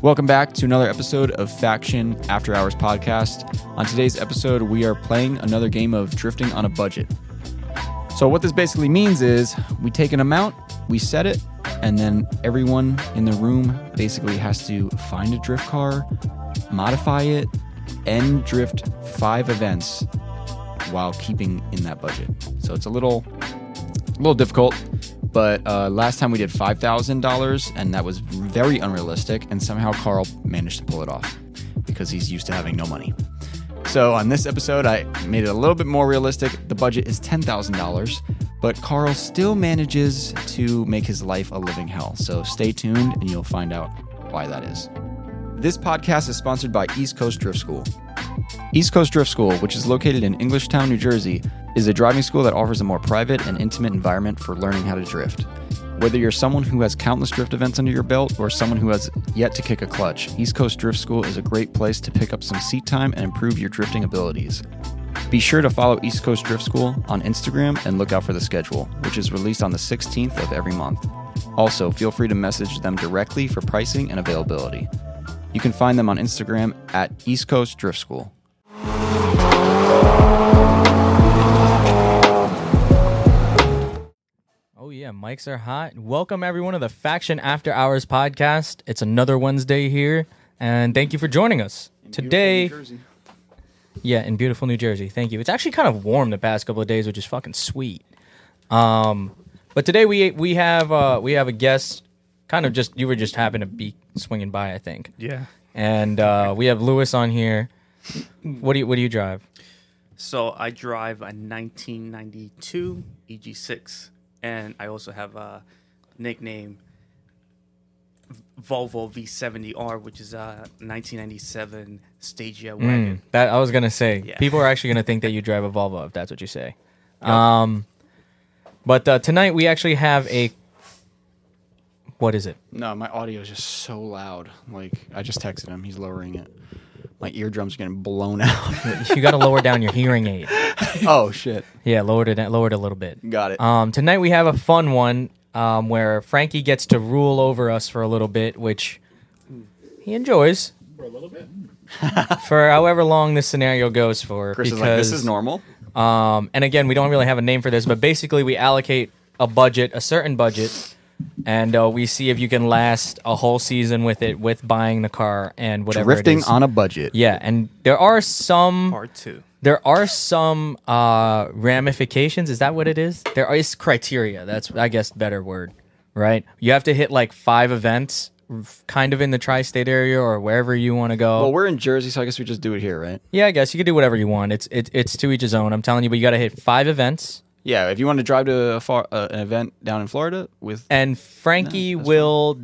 Welcome back to another episode of Faction After Hours Podcast. On today's episode, we are playing another game of drifting on a budget. So, what this basically means is we take an amount, we set it, and then everyone in the room basically has to find a drift car, modify it, and drift five events while keeping in that budget. So, it's a little a little difficult. But uh, last time we did five thousand dollars, and that was very unrealistic. And somehow Carl managed to pull it off because he's used to having no money. So on this episode, I made it a little bit more realistic. The budget is ten thousand dollars, but Carl still manages to make his life a living hell. So stay tuned, and you'll find out why that is. This podcast is sponsored by East Coast Drift School. East Coast Drift School, which is located in Englishtown, New Jersey, is a driving school that offers a more private and intimate environment for learning how to drift. Whether you're someone who has countless drift events under your belt or someone who has yet to kick a clutch, East Coast Drift School is a great place to pick up some seat time and improve your drifting abilities. Be sure to follow East Coast Drift School on Instagram and look out for the schedule, which is released on the 16th of every month. Also, feel free to message them directly for pricing and availability. You can find them on Instagram at East Coast Drift School. Oh yeah, mics are hot. Welcome everyone to the Faction After Hours podcast. It's another Wednesday here, and thank you for joining us today. Yeah, in beautiful New Jersey. Thank you. It's actually kind of warm the past couple of days, which is fucking sweet. Um, but today we we have uh, we have a guest. Kind of just you were just happened to be swinging by, I think. Yeah. And uh, we have Lewis on here. What do you what do you drive? So I drive a 1992 EG6, and I also have a nickname V- Volvo V70R, which is a 1997 Stagia Hmm. wagon. That I was gonna say. Yeah. People are actually gonna think that you drive a Volvo if that's what you say. Um, but uh, tonight we actually have a. What is it? No, my audio is just so loud. Like I just texted him, he's lowering it. My eardrums are getting blown out. You got to lower down your hearing aid. oh shit. Yeah, lowered it. Lowered a little bit. Got it. Um, tonight we have a fun one um, where Frankie gets to rule over us for a little bit, which he enjoys. For a little bit. for however long this scenario goes for. Chris is like, this because- is normal. Um, and again, we don't really have a name for this, but basically, we allocate a budget, a certain budget, and uh, we see if you can last a whole season with it, with buying the car and whatever. it Drifting is. on a budget. Yeah, and there are some Part two. there are some uh, ramifications. Is that what it is? There is criteria. That's I guess better word, right? You have to hit like five events, kind of in the tri-state area or wherever you want to go. Well, we're in Jersey, so I guess we just do it here, right? yeah, I guess you can do whatever you want. It's it, it's to each his own. I'm telling you, but you got to hit five events. Yeah. If you want to drive to a far, uh, an event down in Florida with, and Frankie will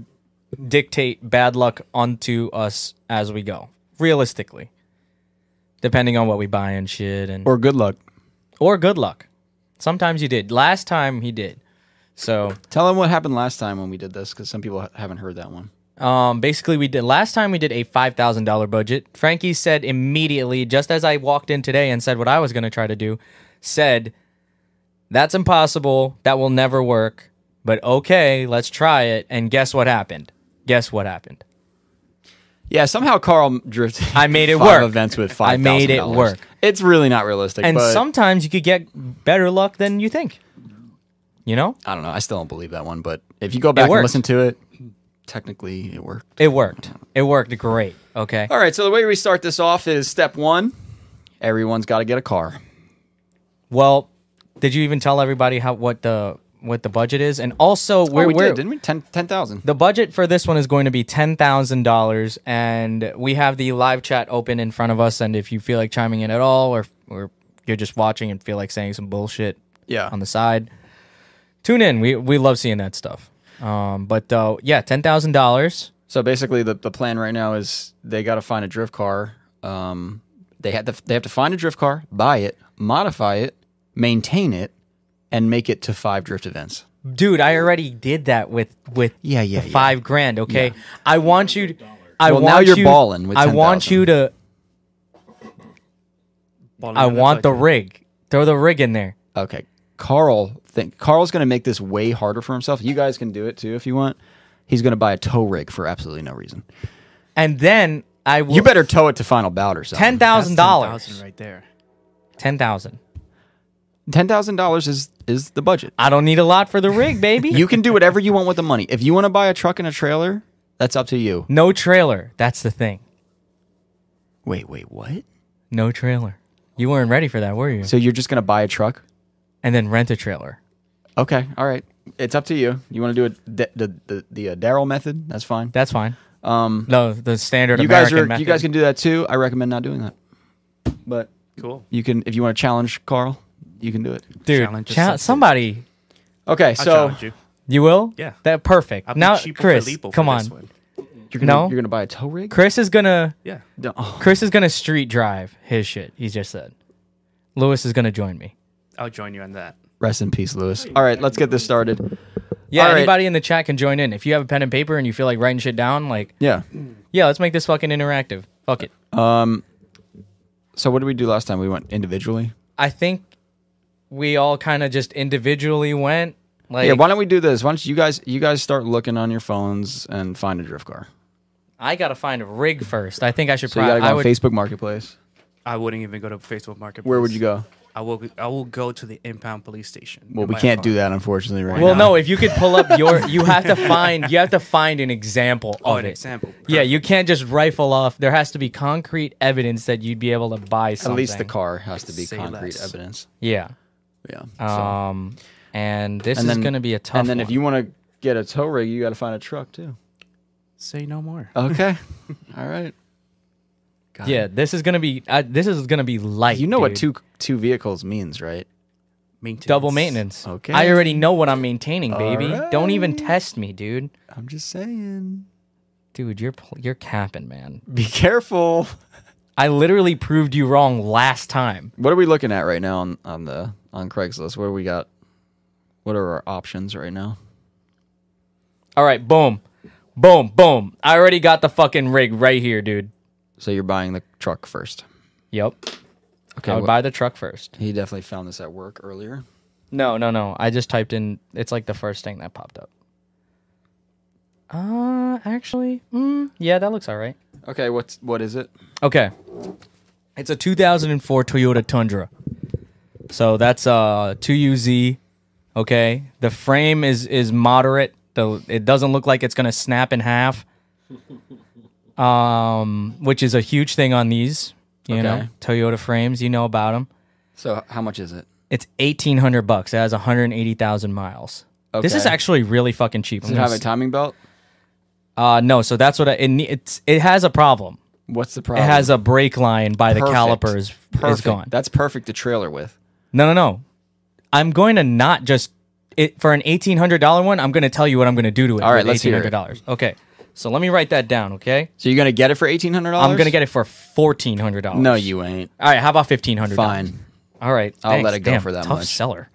dictate bad luck onto us as we go, realistically, depending on what we buy and shit, and or, or good luck. good luck. Sometimes he did. Last time he did. So Tell him what happened last time when we did this, because some people ha- haven't heard that one. um, basically, we did last time we did a five thousand dollar budget. Frankie said immediately, just as I walked in today and said what I was going to try to do, said, "That's impossible. That will never work." But okay, let's try it. And guess what happened? Guess what happened? Yeah. Somehow Carl drifted. I made it five work. Events with five. I made it work. It's really not realistic. and but sometimes you could get better luck than you think. You know, I don't know. I still don't believe that one. But if you go back and worked. listen to it, technically it worked. it worked. It worked great. Okay. All right, so the way we start this off is step one everyone's got to get a car. Well, did you even tell everybody how what the what the budget is? And also, Oh, we're, we we're did, didn't we? 10 10,000. the budget for this one is going to be ten thousand dollars, and we have the live chat open in front of us. And if you feel like chiming in at all, or or you're just watching and feel like saying some bullshit, yeah. on the side. Tune in. We we love seeing that stuff. Um, but uh, yeah, ten thousand dollars. so basically, the, the plan right now is they got to find a drift car. Um, they, had to, they have to find a drift car, buy it, modify it, maintain it, and make it to five drift events. dude i already did that with with Yeah, yeah, the yeah. five grand okay i want you to i Well, want now you're you, balling with i want 10,000. you to Bottom i of want the budget. rig throw the rig in there Okay. Carl, think Carl's going to make this way harder for himself. You guys can do it too if you want. He's going to buy a tow rig for absolutely no reason. and then I will You better tow it to final bout or something. ten thousand $10,000 dollars. right there. Ten thousand. Ten thousand dollars is is the budget. I don't need a lot for the rig, baby. You can do whatever you want with the money. If you want to buy a truck and a trailer, that's up to you. no trailer. That's the thing. Wait, wait, what? No trailer. You weren't ready for that, were you? So you're just gonna buy a truck? And then rent a trailer. Okay, all right. It's up to you. You want to do a, the the the, the uh, Daryl method? That's fine. That's fine. Um, No, the standard you guys American are method. you guys can do that too. I recommend not doing that. But Cool. you can if you want to challenge Carl, you can do it. dude challenge chal- accepted. somebody. Okay, I so challenge you. You will? Yeah. That perfect. I'll now, be cheapo Chris, Filippo for come this on. one. you're gonna No. you're gonna buy a tow rig? Chris is gonna Yeah. No. Oh, Chris is gonna street drive his shit. He just said. Lewis is gonna join me. I'll join you on that. rest in peace, Lewis. All right, let's get this started. Yeah, All right. anybody in the chat can join in. If you have a pen and paper and you feel like writing shit down, like Yeah. yeah, let's make this fucking interactive. Fuck it. So what did we do last time? We went individually. I think we all kind of just individually went. Like Yeah. Why don't we do this? Why don't you guys you guys start looking on your phones and find a drift car? I gotta find a rig first. I think I should So you gotta probably. go I on would, Facebook Marketplace. I wouldn't even go to Facebook Marketplace. Where would you go? I will. I will go to the impound police station. Well, we can't do that unfortunately right well, now. no. If you could pull up your, you have to find. You have to find an example Oh, of an it. example. Yeah, you can't just rifle off. There has to be concrete evidence that you'd be able to buy At something. least the car has to be Say concrete less. evidence. Yeah. Yeah. Um, and this And is then- gonna be a tough. and then if one. you want to get a tow rig, you got to find a truck too. Say no more. Okay. All right. God. yeah, this is gonna be. Uh, this is gonna be light. You know what dude. two two vehicles means, right? Maintenance. double maintenance. Okay. I already know what I'm maintaining, baby. All Don't even test me, dude. I'm just saying. Dude, you're pl- you're capping, man. Be careful. I literally proved you wrong last time. What are we looking at right now on, on the on Craigslist? What do we got? What are our options right now? All right, boom, boom, boom. I already got the fucking rig right here, dude. So you're buying the truck first. Yep. Okay. I would wh- buy the truck first. he definitely found this at work earlier. No, no, no. I just typed in. It's like the first thing that popped up. Uh, actually, mm, yeah, that looks all right. Okay, what's what is it? Okay. It's a 2004 Toyota Tundra. So that's uh 2UZ. Okay. The frame is is moderate. The it doesn't look like it's going to snap in half. Um which is a huge thing on these, you Okay. know, Toyota frames, you know about them. So h- how much is it? It's 1800 bucks. It has 180,000 miles. This is Okay. actually really fucking cheap. Does I'm it gonna have a s- timing belt? uh no, so that's what I, it ne- it's it has a problem. What's the It problem? has a brake line by the Oh. Perfect. caliper is, is perfect. gone. That's perfect to trailer with. No, no, no. I'm going to not just it for an eighteen hundred dollar one. I'm going to tell you what I'm going to do to it. All right, with let's hear it. $1,800. Okay, so let me write that down. Okay, So you're gonna get it for eighteen hundred dollars? I'm going to get it for fourteen hundred dollars. No, you ain't. All right, how about fifteen hundred? Fine. All right, I'll let thanks. it go Damn, for that tough much. seller.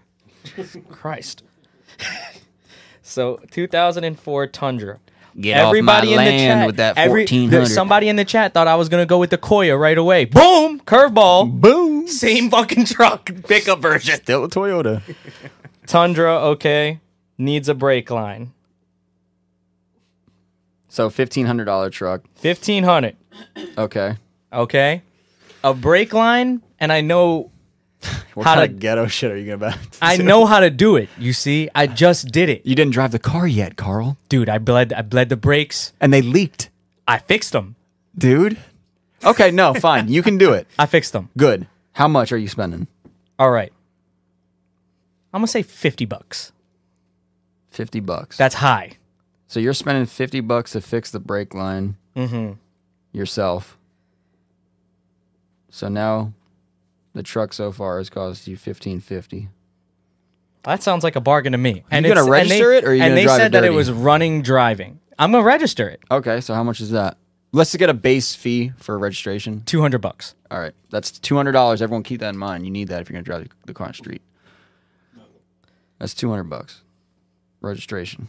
Christ. so 2004 Tundra. Get off my land with that every- there- 1400. somebody in the chat thought I was gonna go with the Koya right away. Boom, curveball. Boom. Same fucking truck pickup version. Still a Toyota. Tundra, okay, needs a brake line. So fifteen hundred dollar truck. Fifteen hundred, Okay. okay, a brake line, and I know What How kind to- of ghetto shit are you gonna buy? I know how to do it. You see, I just did it, You didn't drive the car yet, Carl. dude. I bled, I bled the brakes. And they leaked. I fixed them. Dude. Okay, no, fine. You can do it. I fixed them. Good. How much are you spending? All right, I'm gonna say fifty bucks. Fifty bucks. That's high. so you're spending fifty bucks to fix the brake line yourself. So now the truck so far has cost you fifteen fifty. That sounds like a bargain to me. And gonna it's- and they- register it or you and gonna they drive it said that it dirty? was running driving. I'm gonna register it. Okay, so how much is that? Let's get a base fee for registration. Two hundred bucks. All right, that's two hundred dollars. Everyone, keep that in mind. You need that if you're gonna drive the- the car on the street. That's two hundred bucks, registration.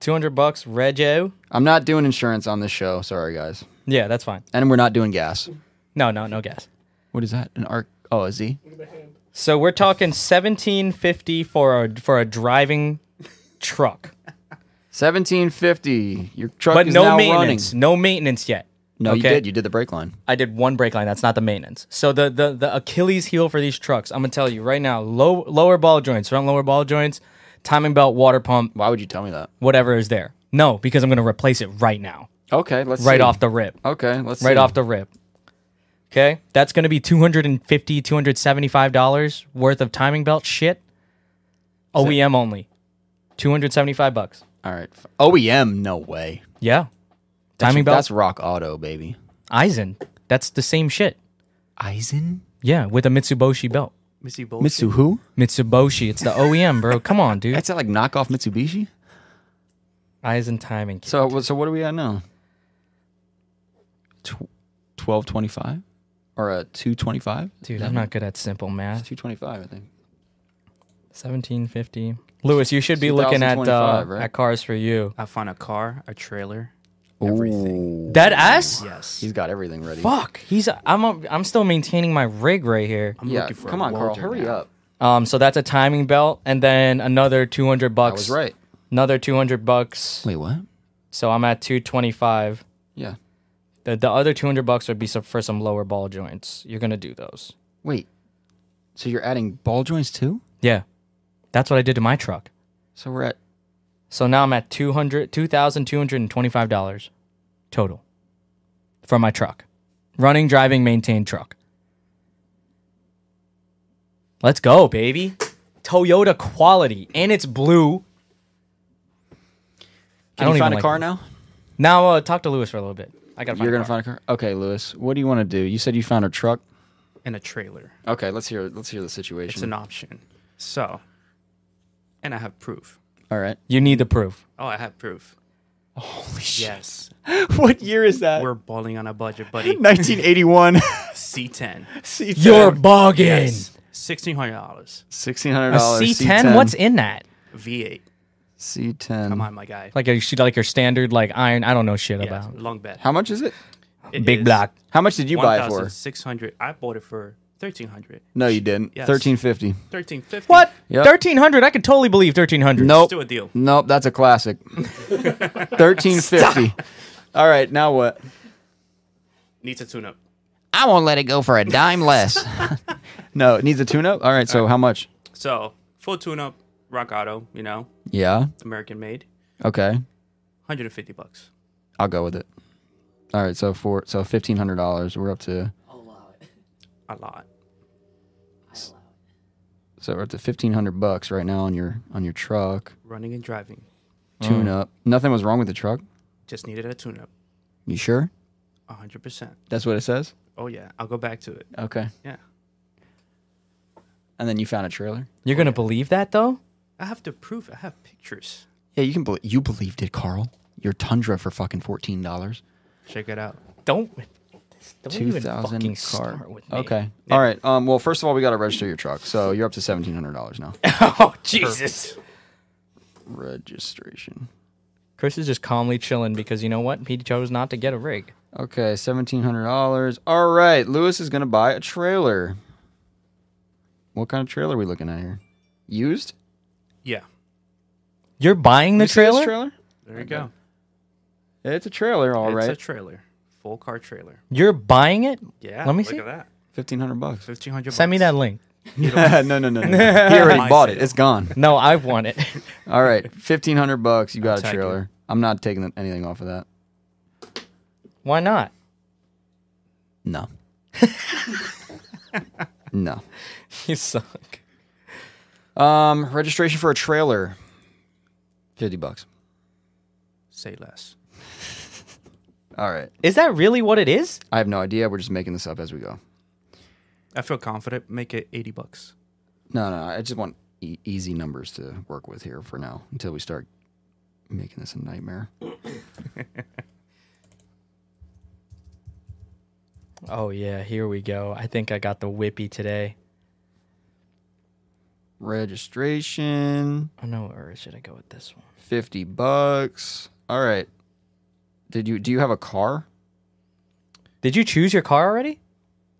Two hundred bucks, Rego. I'm not doing insurance on this show. Sorry, guys, Yeah, that's fine. and we're not doing gas. No, no, no gas. What is that? An arc? Oh, a Z. So we're talking seventeen fifty for a for a driving truck. 1750. Your truck but is no now maintenance. running. No maintenance yet. No, you Okay? did. You did the brake line. I did one brake line. That's not the maintenance. So the the the Achilles heel for these trucks, I'm gonna tell you right now, low lower ball joints, front lower ball joints, timing belt, water pump, Why would you tell me that? whatever is there. No, because I'm gonna replace it right now, Okay, let's right see. off the rip, Okay, let's right see. off the rip. Okay, that's gonna be 250 275 dollars worth of timing belt shit. OEM only, 275 bucks. All right. f- OEM, E no way. Yeah, timing That's belt Rock Auto, baby. Eisen. That's the same shit. Eisen? Yeah, with a Mitsubishi belt. Missy Mitsu who? Mitsubishi. It's the OEM, bro. Come on, dude. That's like knockoff Mitsubishi. Eyes and timing. kid. So so what are we at now? Twelve twenty five, or a two twenty five? Dude, I'm not good at simple math. two twenty five. I think. 1750. Lewis, you should be looking at uh, 2025, right? at cars for you. I found a car, a trailer, everything. Dead ass? Yes. He's got everything ready. Fuck. He's I'm a, I'm still maintaining my rig right here. I'm Yeah, looking for come a on, Carl, welder hurry now. up. Um so that's a timing belt and then another 200 bucks. I was right. Another 200 bucks. Wait, what? So I'm at 225. Yeah. The the other 200 bucks would be some, for some lower ball joints. You're going to do those. Wait. So you're adding ball joints too? Yeah. That's what I did to my truck. So we're at So now I'm at two hundred two thousand two hundred and twenty five dollars total for my truck, running, driving, maintained truck. Let's go, baby! Toyota quality, and it's blue. Can you find a car now? Now uh, talk to Lewis for a little bit. I got. You're gonna find a car. Okay, Lewis. What do you want to do? You said you found a truck. And a trailer. Okay, let's hear. Let's hear the It's situation. an option. So, and I have proof. All right. You need the proof. Oh, I have proof. Holy shit. Yes. what year is that? We're balling on a budget, buddy. 1981. C10. You're bogging. $1,600. Sixteen hundred A dollars. C10. What's in that? V8. C10? Come on, my guy. Like a she like your standard like iron. I don't know shit Yeah, about. long bet. How much is it? It Big is block. How much did you buy it for? 1,600. I bought it for 1300 No, you didn't. Yes. Thirteen fifty. 1350 What? Yep. Thirteen hundred? I could totally believe thirteen hundred. Nope. do a deal. Nope. That's a classic. Thirteen fifty. All right. Now what? Needs a tune up. I won't let it go for a dime less. no, it needs a tune-up. All right. So how much? So, full tune up, Rock Auto, you know, Yeah. American made, Okay. 150 bucks. I'll go with it. All right. So for so fifteen hundred dollars, we're up to A lot. so we're up to fifteen hundred bucks right now on your on your truck Running and driving. tune up. Nothing was wrong with the truck. Just needed a tune up. You sure? 100%. That's what it says. Oh, yeah. I'll go back to it. Okay. Yeah. And then you found a trailer. You're gonna believe that though? I have to prove. I have pictures. Yeah, you can believe you believed it, Carl. Your Tundra for fucking fourteen dollars. Check it out. Don't. Don't Two even thousand fucking car. start with me. Okay. All right. Um. Well, first of all, we got to register your truck, so you're up to seventeen hundred dollars now. Oh Jesus. Registration. Chris is just calmly chilling because you know what? He chose not to get a rig. Okay, seventeen hundred dollars. All right. Lewis is gonna buy a trailer. What kind of trailer are we looking at here? Used. Yeah. You're buying the You see this trailer? trailer? There you go. It's a trailer. All it's a right. trailer. Full car trailer. You're buying it? Yeah. Let me look see. at that. Fifteen hundred bucks. 1500 Send me bucks. that link. no, no, no, no. no. He already My bought it. sale. It's gone. No, I want it. All right, fifteen hundred bucks. You got a take it. trailer. I'm not taking anything off of that. Why not? No. no. You suck. Um, registration for a trailer. Fifty bucks. Say less. All right. Is that really what it is? I have no idea. We're just making this up as we go. I feel confident. Make it 80 bucks. No, no. I just want e- easy numbers to work with here for now until we start making this a nightmare. Oh yeah, here we go. I think I got the whippy today. Registration. Oh no, or should I go with this one? Fifty bucks. All right. Did you do you have a car? Did you choose your car already?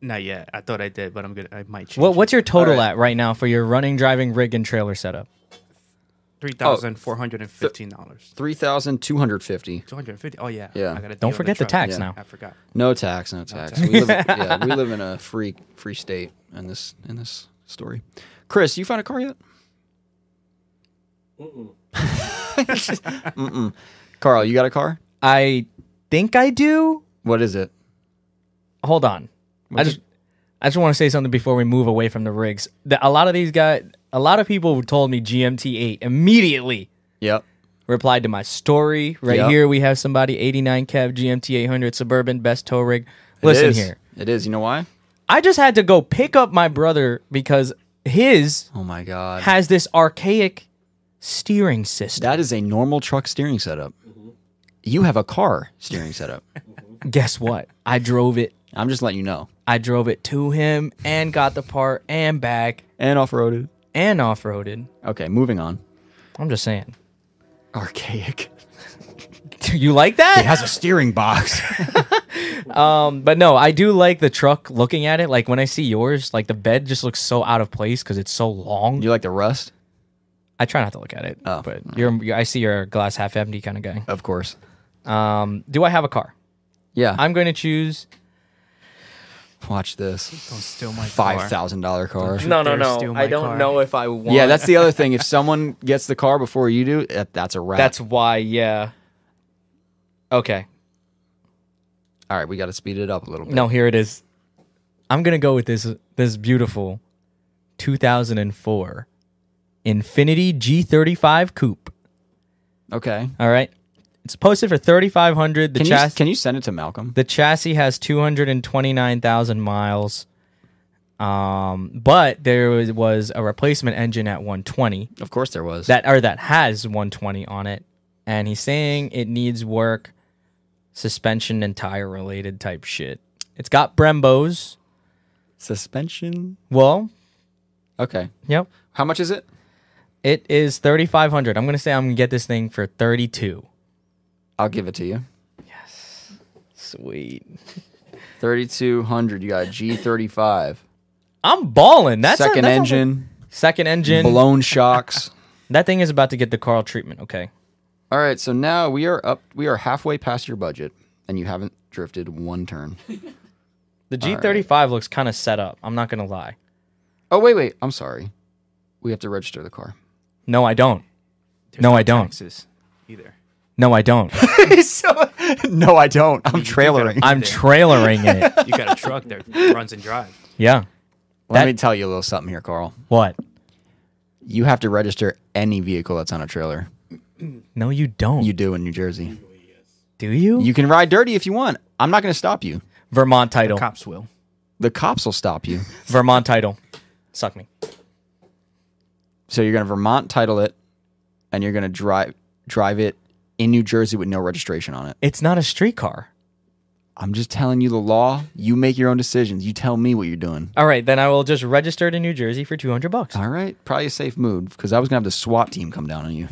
Not yet. I thought I did, but I'm gonna. I might change. What what's your total All right. at right now for your running, driving, rig, and trailer setup? three thousand four hundred and fifteen dollars. Three thousand two hundred fifty. Two hundred and fifty. Oh yeah. Yeah. I got a deal Don't on forget the truck. tax Yeah. now. I forgot. No tax, no tax. We live, yeah, we live in a free free state in this in this story. Chris, you found a car yet? Mm-mm. Carl, you got a car? I think I do. What is it? Hold on. I just I just want to say something before we move away from the rigs. That a lot of these guys, a lot of people who told me GMT8 immediately Yep. replied to my story. Right Yep. here, we have somebody 89 cab GMT800 Suburban best tow rig. Listen it is. here. It is. You know why? I just had to go pick up my brother because his Oh my god. has this archaic steering system. that is a normal truck steering setup. You have a car steering setup. Guess what? I drove it. I'm just letting you know. I drove it to him and got the part and back And off-roaded. and off-roaded. Okay, moving on. I'm just saying. Archaic. You like that? It has a steering box. But no, I do like the truck looking at it. Like when I see yours, like the bed just looks so out of place because it's so long. you like the rust? I try not to look at it, Oh. but you're, you're- I see you're a glass half empty kind of guy. Of course. Um, do I have a car? Yeah. I'm going to choose. Watch this. Don't steal Oh my Five car. thousand dollar car. No, no, no. Steal my I don't car. know if I want. Yeah, that's the other thing. If someone gets the car before you do, that- that's a wrap. that's why. Yeah. Okay. all right. We got to speed it up a little bit. No, here it is. I'm gonna go with this this beautiful 2004 Infinity G35 Coupe. Okay. All right, it's posted for 3,500. The Can you, chassis can you send it to Malcolm? the chassis has 229,000 miles. Um, but there was, was a replacement engine at 120 Of course there was. that or that has 120 on it, and he's saying it needs work, suspension and tire related type shit. It's got Brembo's. suspension. Well, Okay. Yep. How much is it? It is 3500. I'm going to say I'm going to get this thing for 32. I'll give it to you. Sweet. Thirty two hundred. You got a G thirty five. I'm balling. That's a- Second that's a- engine, second engine. blown shocks. That thing is about to get the Carl treatment, okay? All right. So now we are up. We are halfway past your budget, and you haven't drifted one turn. The G35 looks kind of set up. I'm not going to lie. Oh wait, wait. I'm sorry. We have to register the car. No, I don't. no, I don't. Taxes either. No, I don't. no, I don't. I'm trailering. I'm trailering it. You got a truck that runs and drives. Yeah. Let That- me tell you a little something here, Carl. What? You have to register any vehicle that's on a trailer. No, you don't. You do in New Jersey. do you? You can ride dirty if you want. I'm not going to stop you. Vermont title. Cops will. The cops will stop you. Vermont title. Suck me. So you're going to Vermont title it, and you're going to drive drive it in New Jersey with no registration on it. It's not a street car. I'm just telling you the law. You make your own decisions. You tell me what you're doing. All right, then I will just register it in New Jersey for 200 bucks. All right, probably a safe move because I was going to have the SWAT team come down on you.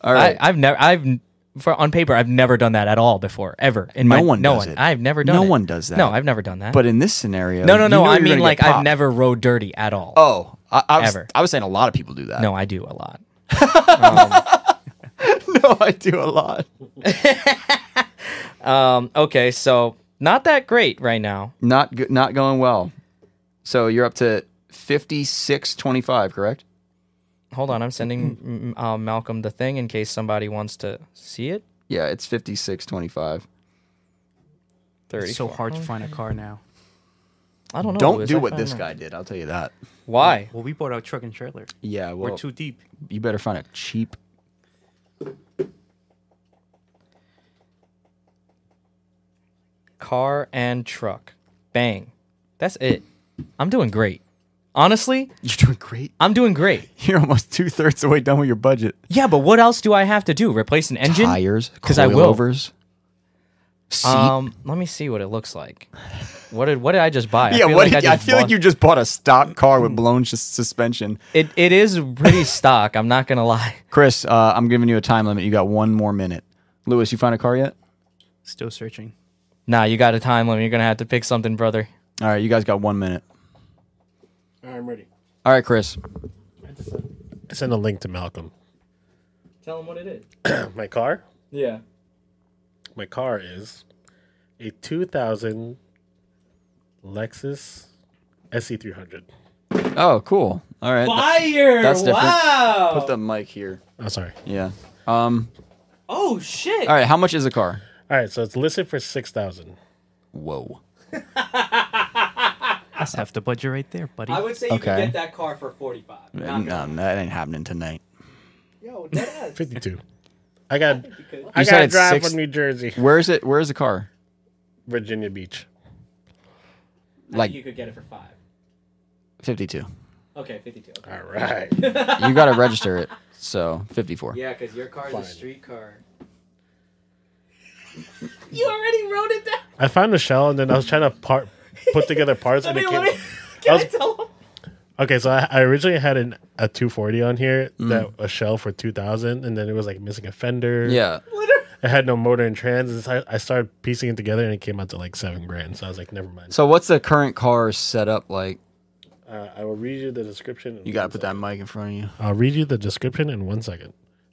All I, right, I've never, I've n- for on paper, I've never done that at all before, ever. In No my, one no does one. it. I've never done. No it. one does that. No, I've never done that. but in this scenario, no, no, you no. know I you're mean, gonna like get I've popped. never rode dirty at all. Oh, I, I was, Ever. I was saying a lot of people do that. No, I do a lot. no, I do a lot. Um, okay, so not that great right now. Not go- not going well. So you're up to fifty six twenty five, correct? Hold on, I'm sending mm, uh, Malcolm the thing in case somebody wants to see it. Yeah, it's fifty six twenty five. Thirty. It's so hard to find a car now. I don't know. Don't Liz, do I what found this Oh, that. guy did. I'll tell you that. Why? Well, we bought our truck and trailer. Yeah, We're well, too deep. you better find a cheap. Car and truck. Bang. That's it. I'm doing great. Honestly, You're doing great. I'm doing great. You're almost two thirds the way done with your budget. Yeah, but what else do I have to do? Replace an engine? Tires, 'Cause I will. coilovers, seat. Um, let me see what it looks like. What did what did I just buy? yeah, what? did- I, just feel like bought- you just bought a stock car with blown s- suspension. It it is pretty stock. I'm not gonna lie. Chris, uh, I'm giving you a time limit. You got one more minute. Lewis, you find a car yet? Still searching. Nah, you got a time limit. You're gonna have to pick something, brother. All right, you guys got one minute. All right, I'm ready. All right, Chris. Send a link to Malcolm. Tell them what it is. My car? Yeah. My car is a 2000 Lexus E SE300. Oh, cool. All right. Fire! That's different. Wow. Put the mic here. Oh, sorry. Yeah. Um. oh shit. All right. How much is a car? All right, so it's listed for 6000 Whoa. That's half the budget right there, buddy. I would say you could Okay. get that car for forty-five. No, that ain't happening tonight. Yo, dead 52 I got I You said got to it's drive six- from New Jersey, Where is it? Where is the car? Virginia Beach. Like Like- you could get it for five. Fifty-two. Okay, fifty-two. Okay. All right. You gotta register it. So fifty-four. Yeah, because your car is Fine. a street car. you already wrote it down. I found a shell and then I was trying to part put together parts Let and me, it let came. me. Can I, was- tell him? Okay, so I, I originally had an, a 240 on here that a shell for 2000 and then it was like missing a fender. Yeah. Literally. It had no motor and trans. And so I, I started piecing it together and it came out to like seven grand. So I was like, never mind. So what's the current car setup like? Uh, I will read you the description. in You gotta one put that mic in front of you. second. I'll read you the description in one second.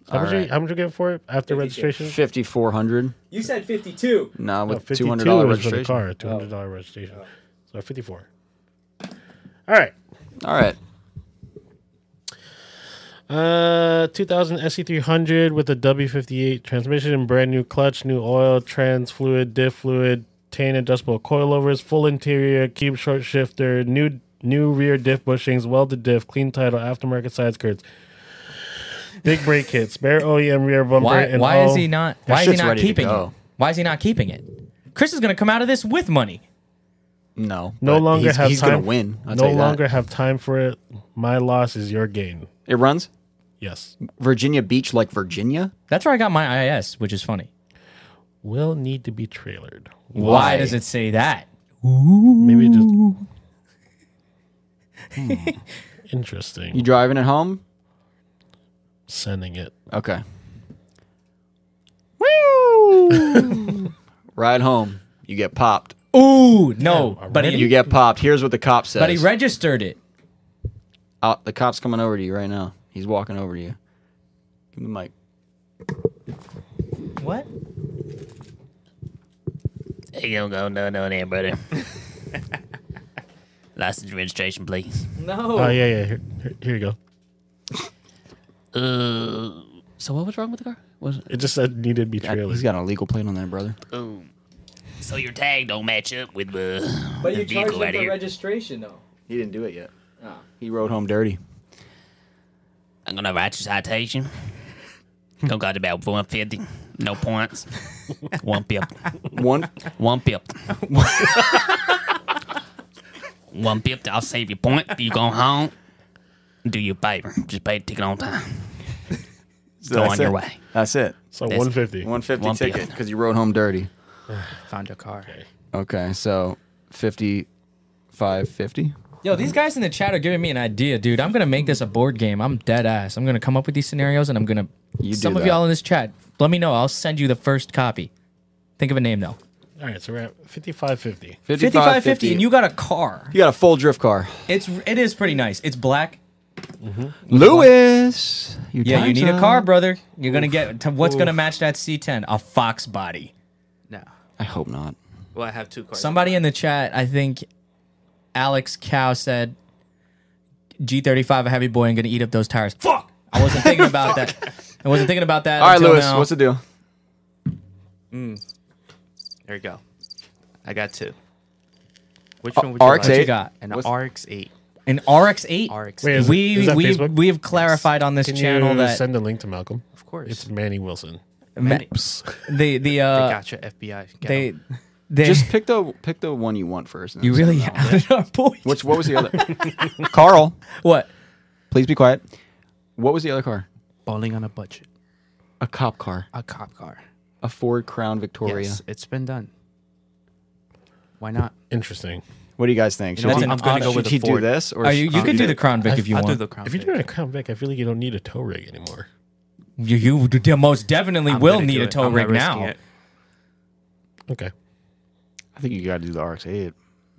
How All much, right. you, how much you get for it after 52. registration? Fifty-four hundred. You said fifty-two. Nah, No, with two $52 hundred dollar is for the registration. car. Two hundred dollar registration. So fifty four. All right. All right. Uh, 2000 SE300 with a W58 transmission, brand new clutch, new oil, trans fluid, diff fluid, tan adjustable coilovers, full interior, cube short shifter, new new rear diff bushings, welded diff, clean title, aftermarket side skirts, big brake kit, spare OEM E rear bumper. Why? and Why is all- he not? Why is he shit's not ready to keeping it? go. Why is he not keeping it? Chris is gonna come out of this with money. No. No but longer he's, have he's time. gonna win. I'll tell no you that. longer have time for it. My loss is your gain. It runs Yes. Virginia Beach like Virginia. That's where I got my IS, which is funny. Will need to be trailered. Why, does it say that? Maybe just. Hmm. Interesting. You driving it home? Sending it. Okay. Woo! Ride home. You get popped. Ooh, no, but he, You get popped. Here's what the cop says. but he registered it. Out- the cop's coming over to you right now. He's walking over to you. Give him the mic. What? You don't go no no there, brother. License registration, please. No. Oh yeah, yeah. Here, here- here you go. Uh, so what was wrong with the car? Was it? It just said needed to be trailered. He's got an illegal plate on that, brother. Um, so your tag don't match up with uh, But the you charged vehicle him right for here. registration though. He didn't do it yet. Ah. He rode home dirty. I'm gonna write your citation. Don't got about one fifty. No points. one pip. One. One pip. one pip. I'll save your point. You go home. Do your favor. Just pay the ticket on time. so Go that's on your it. way. That's it. so That's- one fifty. 150 One ticket bill. because you rode home dirty. Found your car. Okay, so 55, 50. Yo, these guys in the chat are giving me an idea, dude. I'm gonna make this a board game. I'm dead ass. I'm gonna come up with these scenarios, and I'm gonna. You do some of that. y'all in this chat, let me know. I'll send you the first copy. Think of a name though. All right, so we're at fifty-five fifty. 55, 50, and you got a car. you got a full drift car. It's it is pretty nice. It's black. Lewis, your Yeah, you time's need a up. car, brother. You're gonna get to what's gonna match that C10? A Fox body. No. I hope not. Well, I have two cars. Somebody in the chat, I think Alex Cow said G35 a heavy boy and gonna eat up those tires. Fuck! I wasn't thinking about that. I wasn't thinking about that. All right, until Lewis, now. what's the deal? There you go. I got two. Which Uh, one would you RX-8? what like? you got? An What's- RX-8. An RX8. RX-8. Wait, is it- we is that we Facebook? we have clarified on this Can channel you that send a link to Malcolm? Of course. It's Manny Wilson. ma- the the uh gotcha, FBI. Get they 'em. they Just pick the pick the one you want first. and you then- really outed our boy. Which what was the other? Carl, What? please be quiet. What was the other car? balling on a budget. A cop car, A cop car. a Ford Crown Victoria. Yes, it's been done. Why not? Interesting. What do you guys think? Should, That's he, an I'm gonna go option. should with the he do Ford. this or Are you you could do the Crown Vic I- if you I'll do want. the Crown If you're Vic. doing a Crown Vic, I feel like you don't need a tow rig anymore. You, you d- most definitely I'm will gonna need do a it. tow I'm not rig risking now. it. Okay. I think you got to do the RX-8.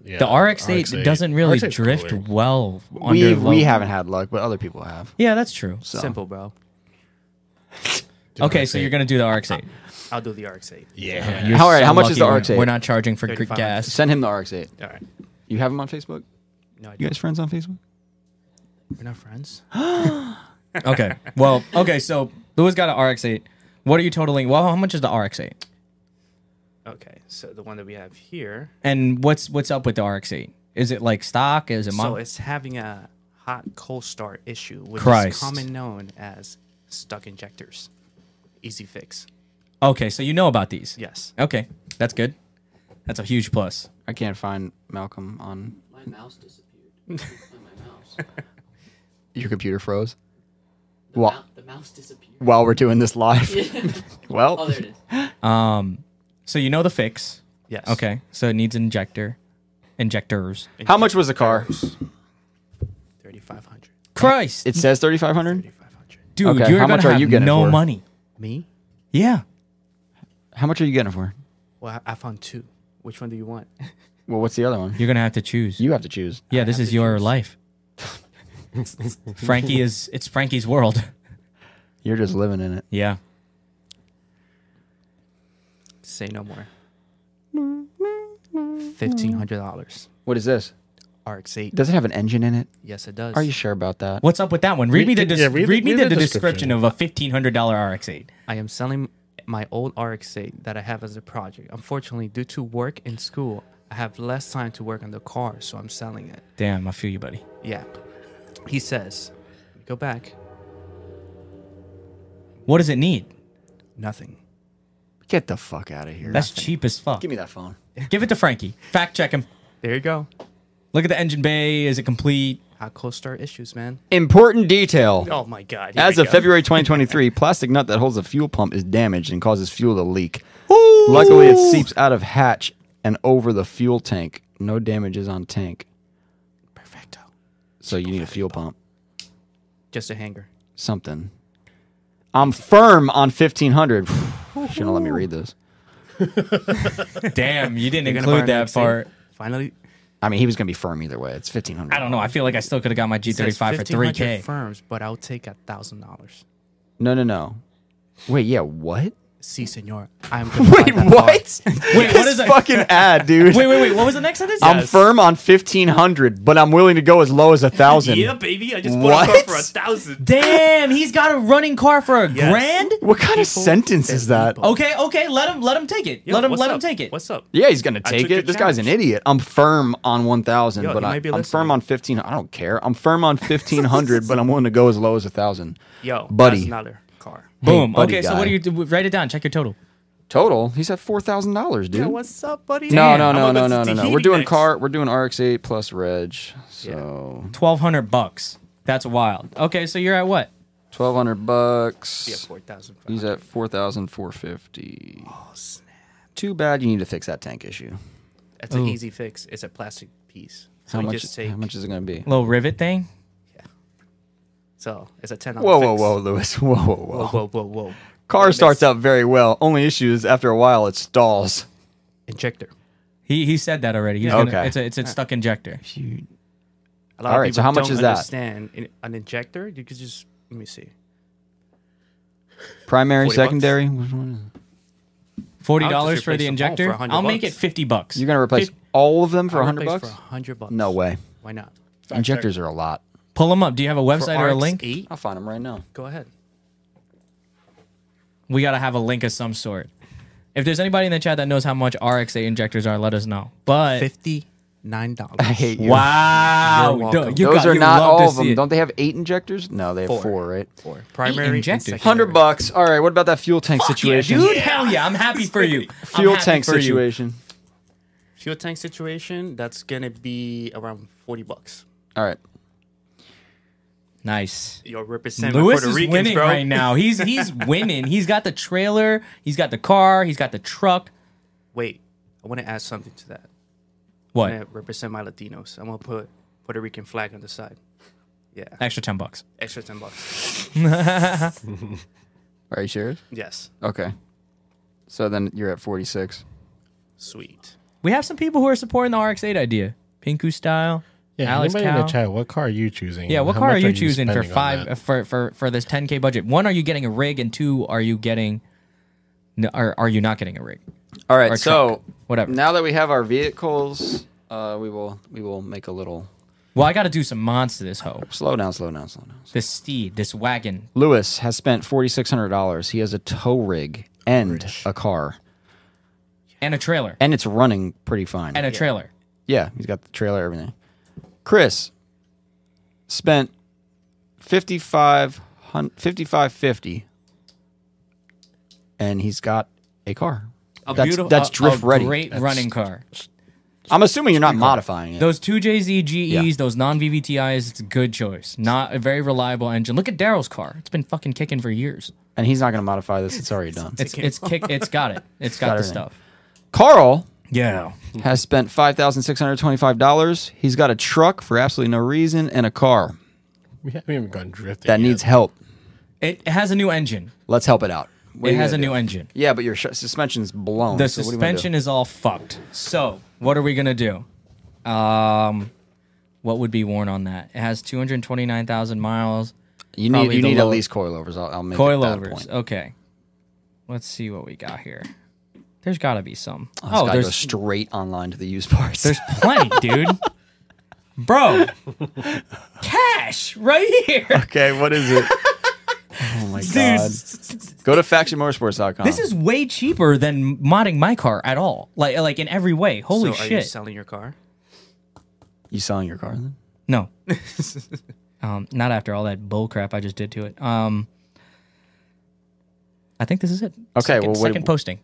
Yeah, The RX-8, doesn't really RX-8 is drift cooler. well under We low. we haven't had luck, but other people have. Yeah, that's true. So Simple, bro. Okay, so you're gonna do the RX-8. I'll do the RX-8. Yeah. You're Uh, All right, how much is the lucky RX-8? We're not charging for 35. gas. Send him the RX-8. All right. You have him on Facebook? No, I You don't. guys friends on Facebook? We're not friends. okay. Well, okay. So Louis got an RX-8. What are you totaling? Well, how much is the RX-8? Okay, so the one that we have here, And what's what's up with the RX-8? Is it like stock? Is it so mon- it's having a hot cold start issue, which Christ. is common known as stuck injectors. Easy fix. okay? So you know about these? Yes. Okay, that's good. That's a huge plus. I can't find Malcolm on My mouse disappeared. my mouse. your computer froze The, Wha- mou- the mouse disappeared. while we're doing this live. well, oh, there it is. Um, so you know the fix. Yes. Okay, so it needs an injector, injectors. how much was the car? Thirty-five hundred. Christ, It says 3500 Thirty-five hundred. dude, okay, you're how gonna much are have you getting no for it? money. Me? Yeah. How much are you getting it for? Well, I I found two. Which one do you want? Well, what's the other one? You're gonna have to choose. You have to choose. yeah, this is your life. Frankie is it's Frankie's world. You're just living in it. Yeah. Say no more. Fifteen hundred dollars. What is this? RX-8. Does it have an engine in it? yes, it does. Are you sure about that? What's up with that one? Read me the yeah, read dis- the- read, me read the, the description. description of a fifteen hundred dollar RX-8. I am selling my old RX-8 that I have as a project. Unfortunately, due to work and school, I have less time to work on the car, so I'm selling it. Damn, I feel you, buddy. Yeah. He says, let me go back. What does it need? Nothing. Get the fuck out of here. That's cheap as fuck. Give me that phone. Give it to Frankie. Fact check him. There you go. Look at the engine bay. Is it complete? Hot cold start issues, man. Important detail. Oh my god. here As we of go. February 2023, plastic nut that holds a fuel pump is damaged and causes fuel to leak. Luckily, it seeps out of hatch and over the fuel tank. No damage is on tank, Perfecto. so you need a fuel pump. Just a hanger. Something. I'm firm on 1500. Shouldn't have let me read this. Damn, you didn't You're gonna include buy an that RX-8? part. Finally, I mean, he was gonna be firm either way. It's 1500. I don't know. I feel like I still could have got my it says G35 for 1500 3K. firms, but I'll take a thousand dollars. No, no, no. Wait, yeah, what? See, senor, I'm gonna buy that Wait, what This is that? fucking ad, dude? Wait, wait, wait. What was the next sentence? I'm firm on 1500, but I'm willing to go as low as a car. thousand. Yeah, baby, I just What? bought a car for a thousand. Damn, he's got a running car for a Yes. grand. What kind of People, sentence they're is that? people. Okay, okay. Let him. Let him take it. Yo, let him. what's Let him up? take it. What's up? Yeah, he's gonna I take took your it. This guy's an challenge. idiot. I'm firm on 1000, Yo, but he I, might be I'm firm listening. on 15. I don't care. I'm firm on 1500, but I'm willing to go as low as a thousand. Yo, Buddy. that's another car. Boom. buddy okay, so guy. what do you do? Write it down. Check your total. Total, he's at four thousand dollars, dude. Yeah, what's up, buddy? no, Damn, no, I'm no, gonna no, go no, to no, no. Tahiti We're doing next. car. We're doing RX-8 plus reg. So Twelve hundred bucks. That's wild. Okay, so you're at what? 1200 bucks. Yeah, four thousand. He's at 4,450. Oh, snap. Too bad you need to fix that tank issue. That's an easy fix. It's a plastic piece. So Oh. How you much, just take. how much is it going to be? Little rivet thing. So it's a ten dollar. Whoa, whoa, whoa, Lewis. Whoa, whoa, whoa. whoa, whow, whow, whow. Car Lewis. starts out very well. Only issue is after a while it stalls. Injector. He he said that already. He's Gonna, Okay. it's a it's a stuck injector. A lot All of right, so people how much don't is that? Understand in- an injector? You could just let me see. Primary, 40 bucks. secondary? Which one is it? Forty I'll dollars just for the replace the phone for injector. 100 I'll make it bucks. fifty bucks. You're going to replace Fif- all of them for I'll 100 replace bucks? For hundred bucks. No way. Why not? Injectors are a lot. Pull them up. Do you have a For website or a RX link? Eight. I'll find them right now. Go ahead. We gotta have a link of some sort. If there's anybody in the chat that knows how much RX8 injectors are, let us know. But Fifty nine dollars. I hate you. wow, You're welcome. you Those got- are you not love to all of see them. it. Don't they have eight injectors? No, they have four, right? for primary and injector. secondary. 100 bucks. All right, what about that fuel tank Fuck yeah, situation? dude, hell yeah, I'm happy for you. I'm Fuel happy tank for you. situation. Fuel tank situation. That's gonna be around forty bucks. All right. Nice. You're representing Lewis Puerto is Ricans, winning bro. right now. He's he's winning. He's got the trailer. He's got the car. He's got the truck. Wait, I want to add something to that. What? I'm gonna represent my Latinos. I'm gonna put Puerto Rican flag on the side. Yeah, Extra ten bucks. extra ten bucks. Are you serious? Yes, Okay. So then you're at 46. sweet. We have some people who are supporting the RX8 idea. Pinku style. Yeah, Alex anybody in Cow. the chat, what car are you choosing? Yeah, and what how car much are you choosing for spending on five that? for, for for this 10k budget? One, are you getting a rig, and two, are you getting, no, are are you not getting a rig? All right, Or so truck, whatever. Now that we have our vehicles, uh, we will we will make a little Well, I got to do some mods to this hoe, slow down, slow down, slow down. this steed, this wagon. Lewis has spent forty six hundred dollars. He has a tow rig and a car, And a trailer. and it's running pretty fine. And a trailer. yeah, he's got the trailer, everything. Chris spent fifty five fifty five fifty, and he's got a car. A That's- beautiful, that's a- drift a ready. Great running car. I'm assuming you're not modifying it. Those two JZ GEs, Yeah. those non VVTIs, it's a good choice. Not a very reliable engine. Look at Daryl's car. It's been fucking kicking for years. and he's not going to modify this. It's already done. It's it's kick. It's got it. It's got, the everything. stuff. Carl Yeah. has spent five thousand six hundred twenty-five dollars. He's got a truck for absolutely no reason and a car We haven't even gone drifting. that yet. needs help. It has a new engine. Let's help it out. What It do you has a gotta new do? engine. Yeah, but your sh- suspension's blown. The so what do you wanna do? suspension is all fucked. So what are we gonna do? Um, what would be worn on that? It has two hundred twenty nine thousand miles. You need probably you the need low- at least coilovers. I'll, I'll make it that Coilovers. point. Okay. Let's see what we got here. There's got to be some. This Oh, guy there's goes straight online to the used parts. there's plenty, dude. Bro, cash right here, okay, what is it? oh my dude. god! Go to factionmotorsports.com. This is way cheaper than modding my car at all. Like, like in every way. Holy so are you shit! selling your car? you selling your car? Then? No. um, not after all that bull crap I just did to it. Um, I think this is it. Okay, Second, well, what- second posting.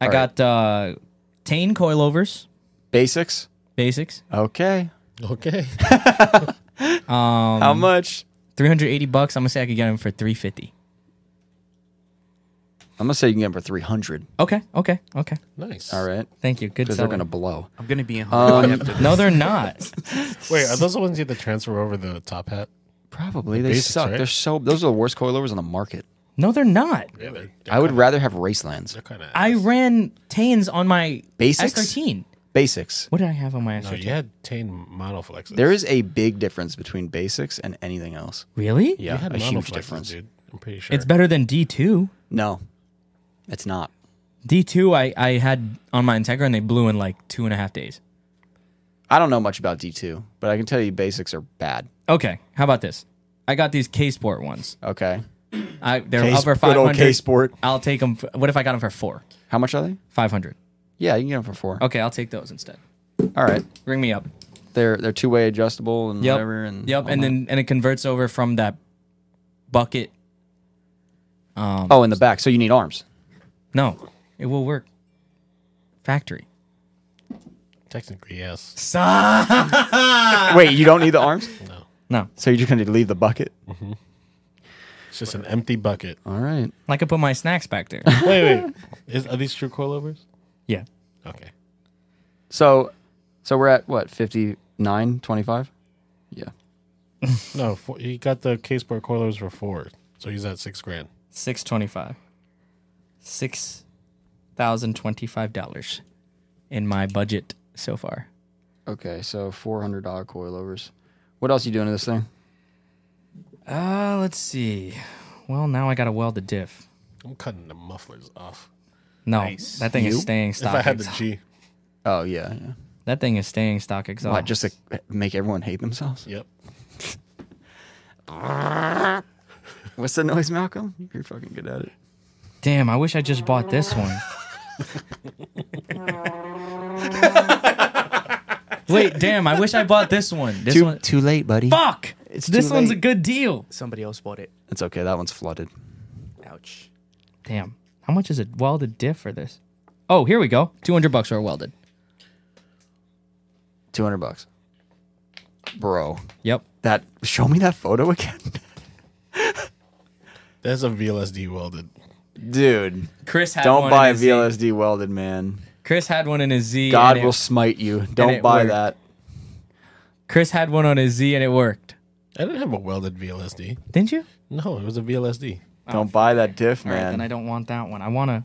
I all right. got uh, Tane coilovers Basics. basics, Okay. Okay. Um, How much? three hundred eighty bucks. I'm gonna say I could get them for three fifty. I'm gonna say you can get 'em for three hundred. Okay, okay, okay. nice. All right, Thank you. Good. because they're Selling. gonna blow. I'm gonna be in Hawaii after this. No, they're not. Wait, are those the ones you have to transfer over the top hat? Probably they basics, suck. right? They're so those are the worst coilovers on the market. No, they're not. Really? I would rather have Racelands. They're kind of. I ran Tanes on my Basics? S13. Basics. What did I have on my No, S13? you had Tane model flexes. There is a big difference between basics and anything else. Really? Yeah, You had a model huge flexes, difference. dude. I'm pretty sure. It's better than D2. No, it's not. D2 I, I had on my Integra and they blew in like two and a half days. I don't know much about D2, but I can tell you basics are bad. Okay, how about this? I got these K Sport ones. Okay. I they're Case- over good five old hundred. K Sport. I'll take them. what if I got them for four? How much are they? Five hundred. Yeah, you can get them for four. Okay, I'll take those instead. All right. Ring me up. They're they're two way adjustable and Yep. whatever. And yep, all and that. then and it converts over from that bucket. oh, in the back. So you need arms. No, it will work. Factory. Technically, yes. Wait, you don't need the arms. No, So you're just gonna leave the bucket. It's just an empty bucket. All right. I could put my snacks back there. Wait, wait. Is, are these true coilovers? yeah. Okay. So, so we're at what fifty nine twenty five. Yeah. No, four, he got the case sport coilovers for four, so he's at six grand. Six twenty-five. Six thousand twenty-five dollars in my budget so far. Okay. So four hundred dollar coilovers. What else you doing to this thing? Uh, let's see. Well, now I gotta weld the diff. I'm cutting the mufflers off. No, Nice. that thing You? is staying stock. if I had the exhaust. G, Oh yeah. yeah. that thing is staying stock exhaust. What, just to make everyone hate themselves? yep. What's the noise, Malcolm? You're fucking good at it. Damn, I wish I just bought this one. Wait, damn, I wish I bought this one. This one. too late, buddy. Fuck! It's this too one's a late. good deal. Somebody else bought it. It's okay. That one's flooded. Ouch. Damn. How much is a welded diff for this? Oh, here we go. 200 bucks for a welded. Two hundred bucks, bro. Yep. That show me that photo again, That's a VLSD welded. dude. Chris had Don't one buy in a his Z. VLSD welded, man. Chris had one in his Z. God and it- will smite you. Don't it buy worked. that. Chris had one on his Z and it worked. I didn't have a welded VLSD. Didn't you? No, it was a VLSD. Don't buy that diff, Oh. All right, man. then I don't want that one. I want to.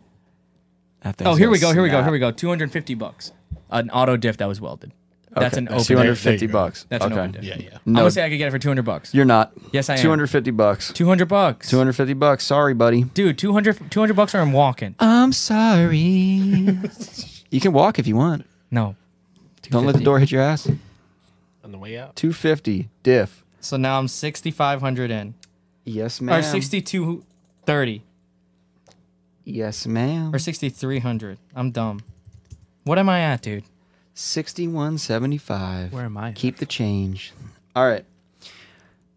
That thing's Oh, here we gonna go. Here we go. snap. Here we go. 250 bucks. An auto diff that was welded. That's Okay, an open. 250 There you go. bucks. That's an okay. open dip. Yeah, yeah. I'm No, gonna say I could get it for 200 bucks. you're not. Yes, I am. 250 bucks. 200 bucks. 250 bucks. Sorry, buddy. Dude, 200, 200 bucks or I'm walking. I'm sorry. you can walk if you want. No. Don't let the 250. door hit your ass. On the way out. 250 diff. So now I'm 6,500 in. Yes, Or ma'am. 6,230 Yes, ma'am. or 6,300. I'm dumb. What am I at, dude? 6175. Where am I? Keep the change. All right.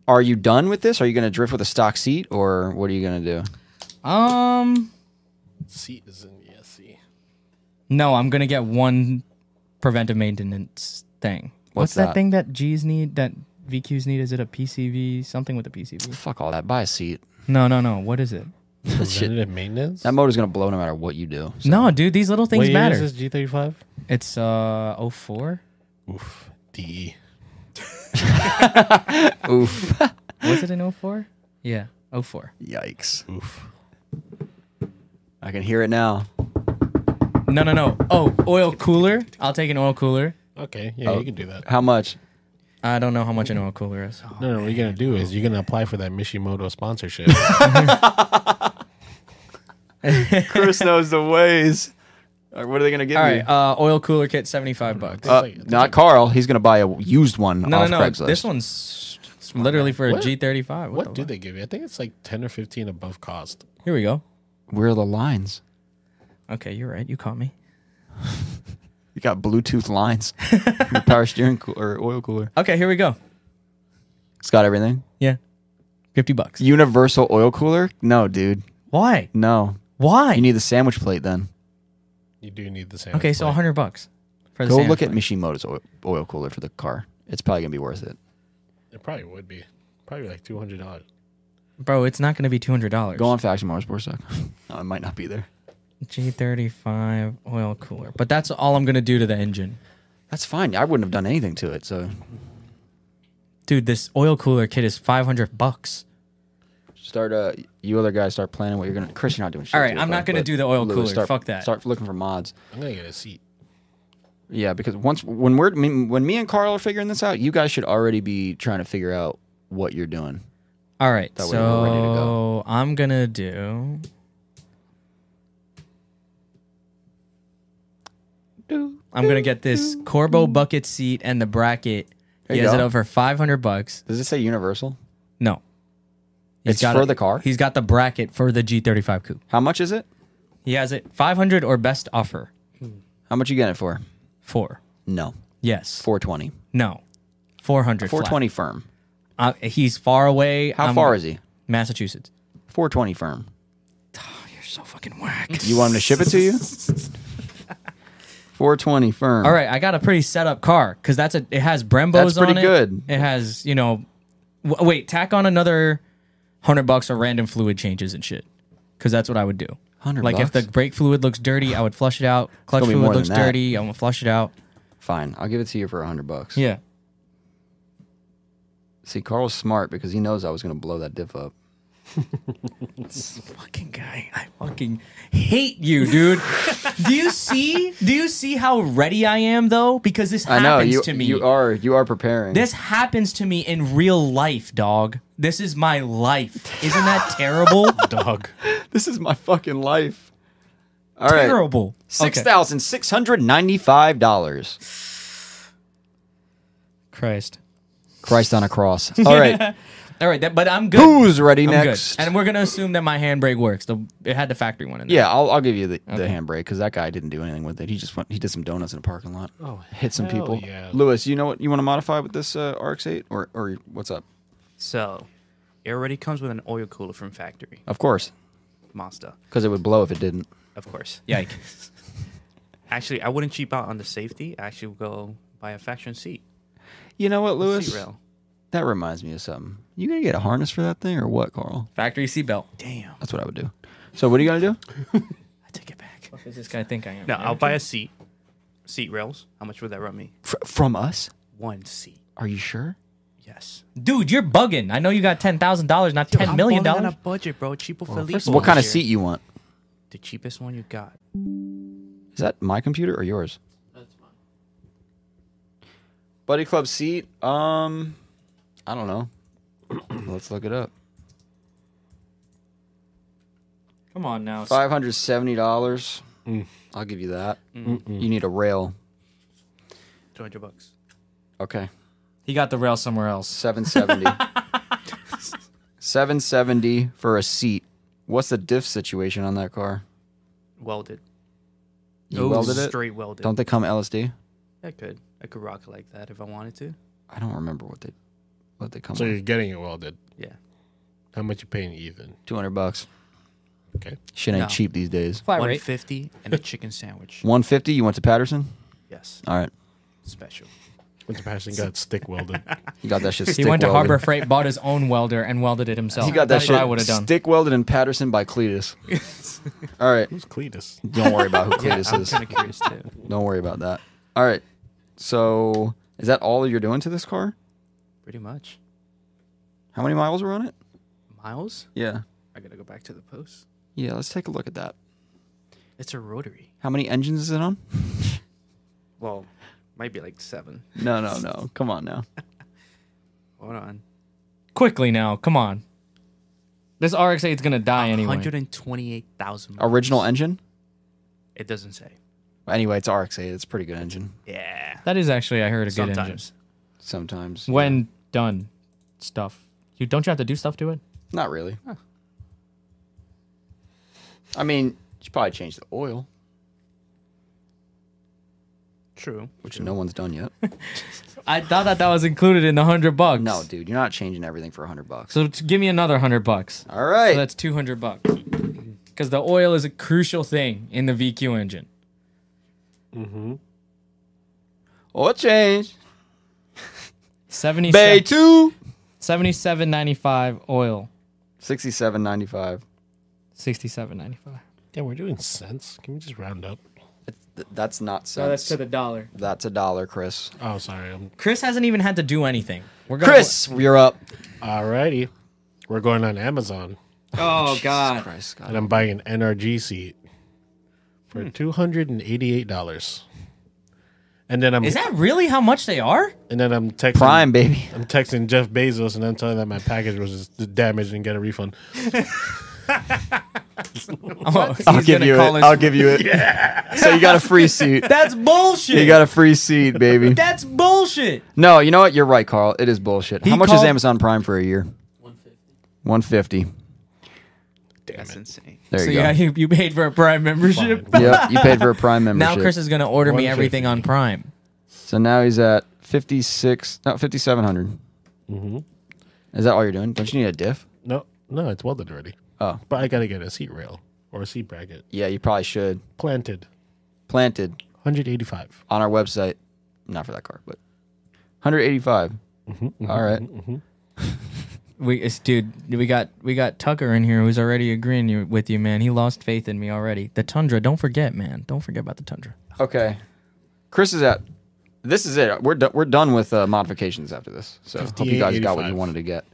Are you done with this? Are you going to drift with a stock seat or what are you going to do? Um, Seat is in the SC. no, I'm gonna get one preventive maintenance thing. What's that, that? thing that G's need that VQs need? Is it a PCV? Something with a PCV? Fuck all that. Buy a seat. No, no, no. What is it? That shit. Preventative maintenance. That motor's going to blow no matter what you do. So No, dude, these little what things year matter. Is this G35? It's uh 04? Oof. DE. Oof. Was it an 04? Yeah, 04. Yikes. Oof. I can hear it now. No, no, no. Oh, oil cooler. I'll take an oil cooler. Okay. Yeah, you can do that. How much? I don't know how much an oil cooler is. No, no. What you're gonna do is you're gonna apply for that Mishimoto sponsorship. Chris knows the ways. All right, What are they going to give All me? right, uh, oil cooler kit, seventy-five bucks. Uh, not Carl. He's going to buy a used one no, off no, no. Craigslist. This one's literally for a What? G thirty-five. what the do they give you? I think it's like ten or fifteen above cost. fuck? Here we go. Where are the lines? Okay, you're right. You caught me. You got Bluetooth lines. Your power steering cool- or oil cooler. Okay, here we go. It's got everything. Yeah, fifty bucks. Universal oil cooler? No, dude. Why? No. Why? You need the sandwich plate then. You do need the same. okay, so hundred bucks for the Go sand. look at Mishimoto's oil, oil cooler for the car. It's probably gonna be worth it. It probably would be. Probably like two hundred dollars. bro. It's not gonna be two hundred dollars. Go on factionmotorsports.com. no, it might not be there. G thirty-five oil cooler, but that's all I'm gonna do to the engine, That's fine. I wouldn't have done anything to it. So dude. This oil cooler kit is five hundred bucks. start. Uh, you other guys start planning what you're gonna. Chris, you're not doing shit. All right, to it, I'm bro, not gonna but do the oil Louis, cooler. Start, Fuck that. Start looking for mods. I'm gonna get a seat. Yeah, because once when we're me- when me and Carl are figuring this out, you guys should already be trying to figure out what you're doing. All right, That way so we're ready to go. I'm gonna do. I'm gonna get this Corbo bucket seat and the bracket. There he you has it go. over five hundred bucks. Does it say Universal? No, He's It's for it- the car? He's got the bracket for the G35 coupe. How much is it? He has it five hundred or best offer How much you getting it for? four. No, Yes, 420. no, four hundred. 420 firm. Uh, he's far away. How far is he? Massachusetts? 420 firm. You're so fucking whack. You want him to ship it to you? 420 firm. All right, I got a pretty set up car because that's a it has Brembo's That's pretty on it. good. It has you know, w- wait, tack on another hundred bucks of random fluid changes and shit because that's what I would do. 100 like if bucks? the brake fluid looks dirty, I would flush it out. Clutch gonna be more fluid than looks that. dirty, I'm gonna flush it out. Fine. I'll give it to you for 100 bucks. Yeah, See, Carl's smart because he knows I was going to blow that diff up. fucking guy, I fucking hate you, dude. do you see? Do you see how ready I am though? Because this I happens know you to me. you are you are preparing. This happens to me in real life, dog. This is my life. Isn't that terrible? Dog. this is my fucking life. All right. terrible. Six thousand six hundred ninety-five dollars. Christ. Christ on a cross. All right, All right, that, but I'm good. who's ready I'm next? good. And we're gonna assume that my handbrake works. The it had the factory one in there. yeah, I'll, I'll give you the, the handbrake because that guy didn't do anything with it. He just went. He did some donuts in a parking lot. Oh, hit some hell people. yeah. Lewis, you know what you want to modify with this uh, RX-8 or or what's up? So, it already comes with an oil cooler from factory Of course, Mazda, because it would blow if it didn't. of course. Yeah. Yike. Actually, I wouldn't cheap out on the safety. I actually would go buy a faction seat. You know what, Lewis? Seat rail. That reminds me of something. You gonna get a harness for that thing or what, Carl? Factory seatbelt. Damn. That's what I would do. So what are you gonna do? I take it back. What does this guy think I am? No, I'll buy a seat. Seat rails. How much would that run me? F- from us? One seat. Are you sure? Yes. Dude, you're bugging. I know you got ten thousand dollars, not ten I'm million balling dollars. On a budget, bro. Cheapo Felipe First of all, what kind of here. seat you want? The cheapest one you got. Is that my computer or yours? That's fine. Buddy Club seat. Um, I don't know. Let's look it up. Come on now. Five hundred seventy dollars. I'll give you that. You need a rail. Two hundred bucks. Okay, He got the rail somewhere else. seven seventy. seven seventy for a seat. What's the diff situation on that car? Welded. Oh, You Ooh, welded it. Straight welded. Don't they come LSD? I could. I could rock it like that if I wanted to. I don't remember what they what they come. So with. you're getting it welded. Yeah. How much you paying Ethan? Two hundred bucks. Okay. Shit ain't No. cheap these days. Flat One rate. fifty and a chicken sandwich. One fifty. You went to Patterson. Yes. All right, Special. Once the passion got stick welded. you got that shit. He stick went to welded. Harbor Freight, bought his own welder, and welded it himself. He got that That's shit what I would have done. stick welded in Patterson by Cletus. All right, Who's Cletus? don't worry about who Cletus I'm is. kind of curious too. Don't worry about that. All right. So is that all you're doing to this car? Pretty much. How many miles were on it? Miles. Yeah. I gotta go back to the post. Yeah. Let's take a look at that. It's a rotary. How many engines is it on? Well, might be like seven. No, no, no. Come on now. Hold on. Quickly now. Come on. This RX 8 is going to die anyway. Hundred and twenty-eight thousand. Original engine. It doesn't say. Anyway, it's RX-8. It's a pretty good engine. Yeah. That is actually, I heard, a good engine. Sometimes. Sometimes. When done stuff. You Don't you have to do stuff to it? Not really. I mean, you should probably change the oil, True. which no one's done yet. I thought that that was included in the 100 bucks. no, dude, you're not changing everything for hundred bucks. So t- give me another 100 bucks. All right. So that's 200 bucks. Because the oil is a crucial thing in the VQ engine. oil change. 77- Bay two. 77.95 oil. Sixty-seven ninety-five. 67.95. Yeah, we're doing cents. Can we just round up? Th- that's not sense. No, that's to the dollar. That's a dollar, Chris. Oh, sorry. I'm Chris hasn't even had to do anything. We're gonna Chris, you're up. alrighty. We're going on Amazon, Oh God. Christ, Scott. and I'm buying an NRG seat for Hmm. two hundred and eighty-eight dollars. And then I'm Is that really how much they are? and then I'm texting Prime, baby. I'm texting Jeff Bezos and I'm telling him that my package was just damaged and get a refund. Oh, I'll give you it. I'll give you it. So you got a free seat. That's bullshit. You got a free seat, baby. That's bullshit. No, you know what? You're right, Carl. It is bullshit. How much is called- Amazon Prime for a year? 150. 150. That's insane. There so you yeah, go. you, you paid for a Prime membership. yep, you paid for a Prime membership. Now Chris is gonna order me 150. everything on Prime. so now he's at 56, no, 5700. Mm-hmm. Is that all you're doing? Don't you need a diff? No, no, it's welded already. Oh. But I gotta get a seat rail or a seat bracket Yeah, you probably should. planted. Planted Hundred eighty-five. on our website. Not for that car, but 185. Mm-hmm, All right. We, it's, dude, we got we got Tucker in here who's already agreeing you, with you, man. He lost faith in me already. The Tundra, don't forget, man. Don't forget about the Tundra. Okay. Chris is at. This is it. We're do- we're done with uh, modifications after this. So hope you guys got what you 58.85. wanted to get.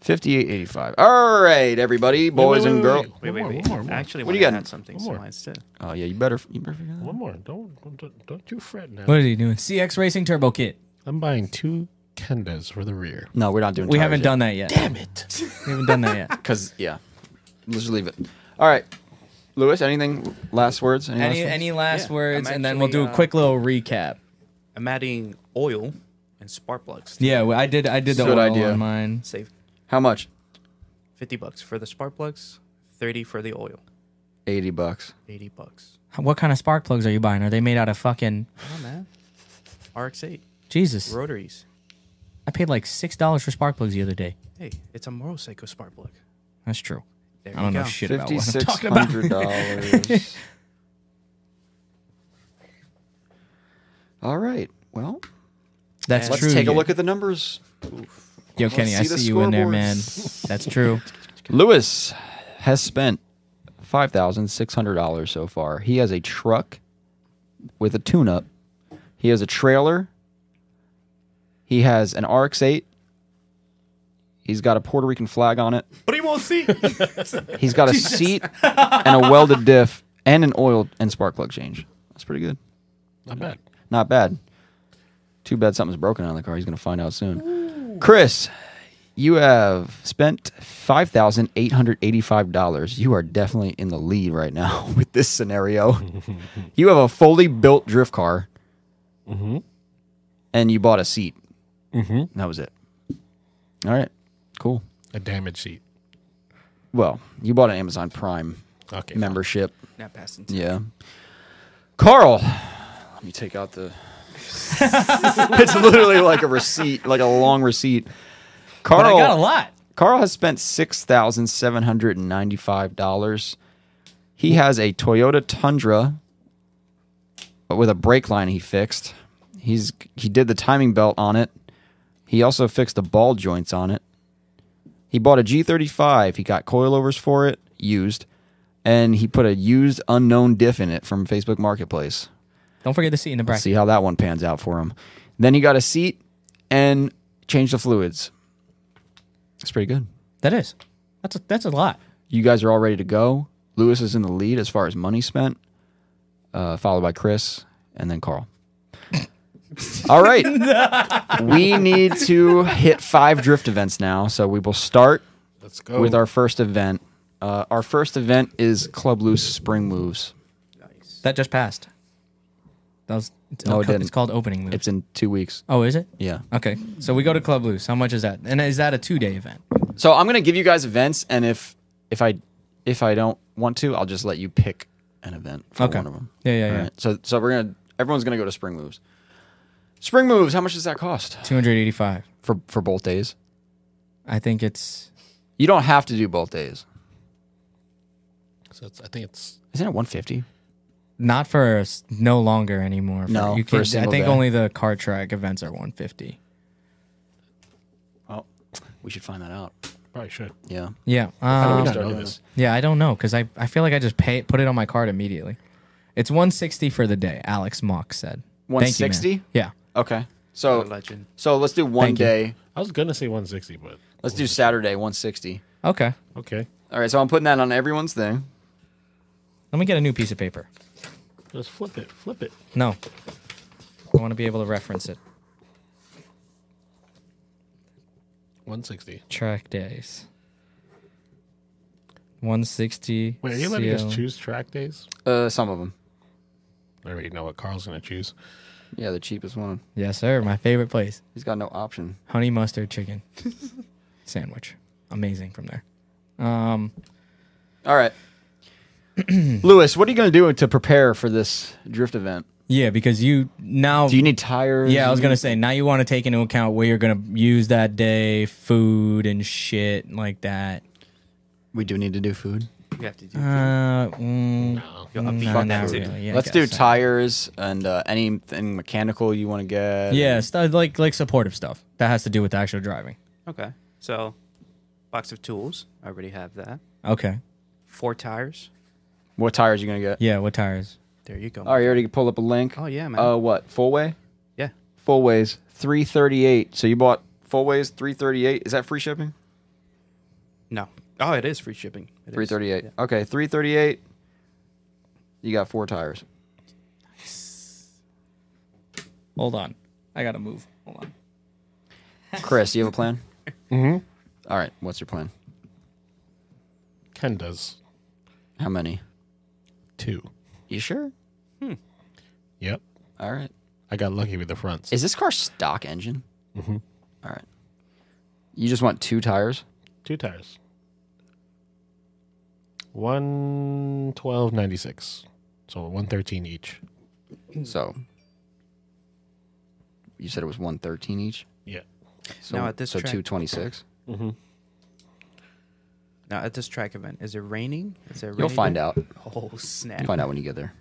Fifty-eight eighty-five. All right, everybody, boys wait, and wait, girls. Wait, Wait, wait, wait, more, wait. wait. one more, I actually, What do you what you got? got? Something. One so more. mine's too. Oh yeah, you better you better figure that. One more. Don't, don't don't you fret now. What are you doing? CX Racing Turbo Kit. I'm buying two Kendas for the rear. No, we're not doing. We haven't done that yet. Damn it. We haven't done that yet. because yeah. Let's just leave it. All right, Lewis. Anything? Last words? Any? Any last any last Yeah, words, I'm and then we'll do actually, a uh, quick little recap. I'm adding oil and spark plugs. Yeah, well, I did. I did the Good oil idea. on mine. Save words? How much? fifty bucks for the spark plugs, thirty for the oil, Eighty bucks. eighty bucks. What kind of spark plugs are you buying? Are they made out of fucking Come on, man. RX-8 Jesus? rotaries. I paid like six dollars for spark plugs the other day. Hey, it's a motorcycle spark plug. That's true. There I you don't go. know Oh, shit about what I'm Fifty-six talking about. hundred dollars. All right. Well, That's let's true. take a yeah. look at the numbers. Yo, Kenny, I see the see you in there, scoreboard. man. That's true. Lewis has spent five thousand six hundred dollars so far. He has a truck with a tune-up. He has a trailer. He has an RX-8. He's got a Puerto Rican flag on it. He's got a seat and a welded diff and an oil and spark plug change. That's pretty good. Not bad. Not bad. Too bad something's broken on the car. He's going to find out soon. Chris, you have spent $5,885. You are definitely in the lead right now with this scenario. you have a fully built drift car. And you bought a seat. Mm-hmm. That was it. All right. Cool. A damage sheet. Well, you bought an Amazon Prime Okay. membership. Not passing. Yeah. Carl. Let me take out the. it's literally like a receipt, like a long receipt. But I Carl, got a lot. Carl has spent six thousand seven hundred and ninety-five dollars. He has a Toyota Tundra with a brake line he fixed. He's he did the timing belt on it. He also fixed the ball joints on it. He bought a G35. He got coilovers for it used, and he put a used unknown diff in it from Facebook Marketplace. Don't forget the seat in the bracket. See how that one pans out for him. Then he got a seat and changed the fluids. It's pretty good That is. That's a, that's a lot. you guys are all ready to go. Lewis is in the lead as far as money spent, uh, followed by Chris and then Carl. all right. we need to hit five drift events now. So we will start Let's go. with our first event. Uh, our first event is Club Loose Spring Moves. That just passed. That was. It's, No, it didn't. It's called opening move. It's in two weeks. oh, is it? Yeah. Okay. So we go to Club Loose. How much is that? And is that a two day event? So I'm gonna give you guys events, and if if I if I don't want to, I'll just let you pick an event for Okay. one of them. Yeah, yeah, yeah. So so we're gonna everyone's gonna go to spring moves. Spring moves. How much does that cost 285. for for both days? I think it's. You don't have to do both days. so it's, I think it's Isn't it 150? Not for s- no longer anymore. For, No, you for a can't, I single think day. only the car track events are 150. Oh, we should find that out. probably should. Yeah. Yeah, How do we um, not know this? yeah, I don't know because I, I feel like I just pay put it on my card immediately. It's 160 for the day. Alex Mock said Thank you, man. 160? Yeah, Okay. So Legend. so let's do one Thank you. day. I was gonna say 160, but Let's do Saturday 160. okay. okay, All right. So I'm putting that on everyone's thing. Let me get a new piece of paper. let's flip it. Flip it. No, I want to be able to reference it. 160. Track days. 160. Wait, are you letting us CL. choose track days? Uh, some of them. I already know what Carl's gonna choose. Yeah, the cheapest one. Yes, sir. My favorite place. He's got no option. honey mustard chicken sandwich. Amazing from there. Um, All right. Lewis, what are you going to do to prepare for this drift event? yeah, because you now. Do you need tires? yeah, I was gonna say now you want to take into account where you're gonna use that day, food and shit like that. We do need to do food. You have to do. Uh, mm, You'll up nah, your not food. really. Yeah, I Let's do guess so. tires and uh, anything mechanical you want to get. Yeah, stu like like supportive stuff that has to do with the actual driving. Okay. So, box of tools. I already have that. Okay. Four tires. What tires you going to get? Yeah. What tires? There you go. All right, you already pulled up a link. Oh, yeah, man. Uh, what? Full way? Yeah. Full ways, 338. So you bought full ways, 338. Is that free shipping? No. Oh, it is free shipping. It is. 338. Okay, 338. You got four tires. Hold on. I gotta move. Hold on. Chris, do you have a plan? mm-hmm. All right, what's your plan? Ken does How many? two. You sure? Yep. All right. I got lucky with the fronts. Is this car stock engine? Mm-hmm. right. You just want two tires? Two tires. One twelve ninety six. So one thirteen each. So you said it was one thirteen each. Yeah. So, Now at this so track- two twenty six. Now at this track event, is it raining? Is it raining? You'll find out. Oh snap! Find out when you get there.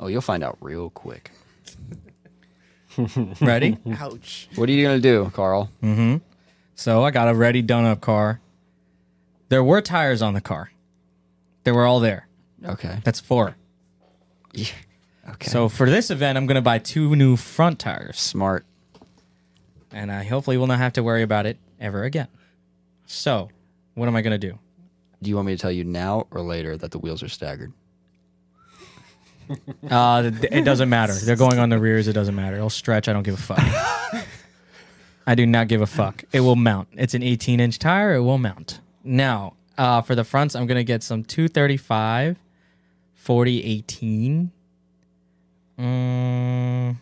oh, you'll find out real quick. Ready? Ouch! What are you gonna do, Carl? So I got a ready done up car. There were tires on the car. They were all there. Okay. That's four. Yeah. Okay. So for this event, I'm going to buy two new front tires, smart. and I hopefully will not have to worry about it ever again. So, what am I going to do? Do you want me to tell you now or later that the wheels are staggered? Uh, th- it doesn't matter. They're going on the rears. It doesn't matter. It'll stretch. I don't give a fuck. I do not give a fuck. It will mount. It's an 18 inch tire. It will mount. Now, uh, for the fronts, I'm going to get some 235, 40, 18. Mm,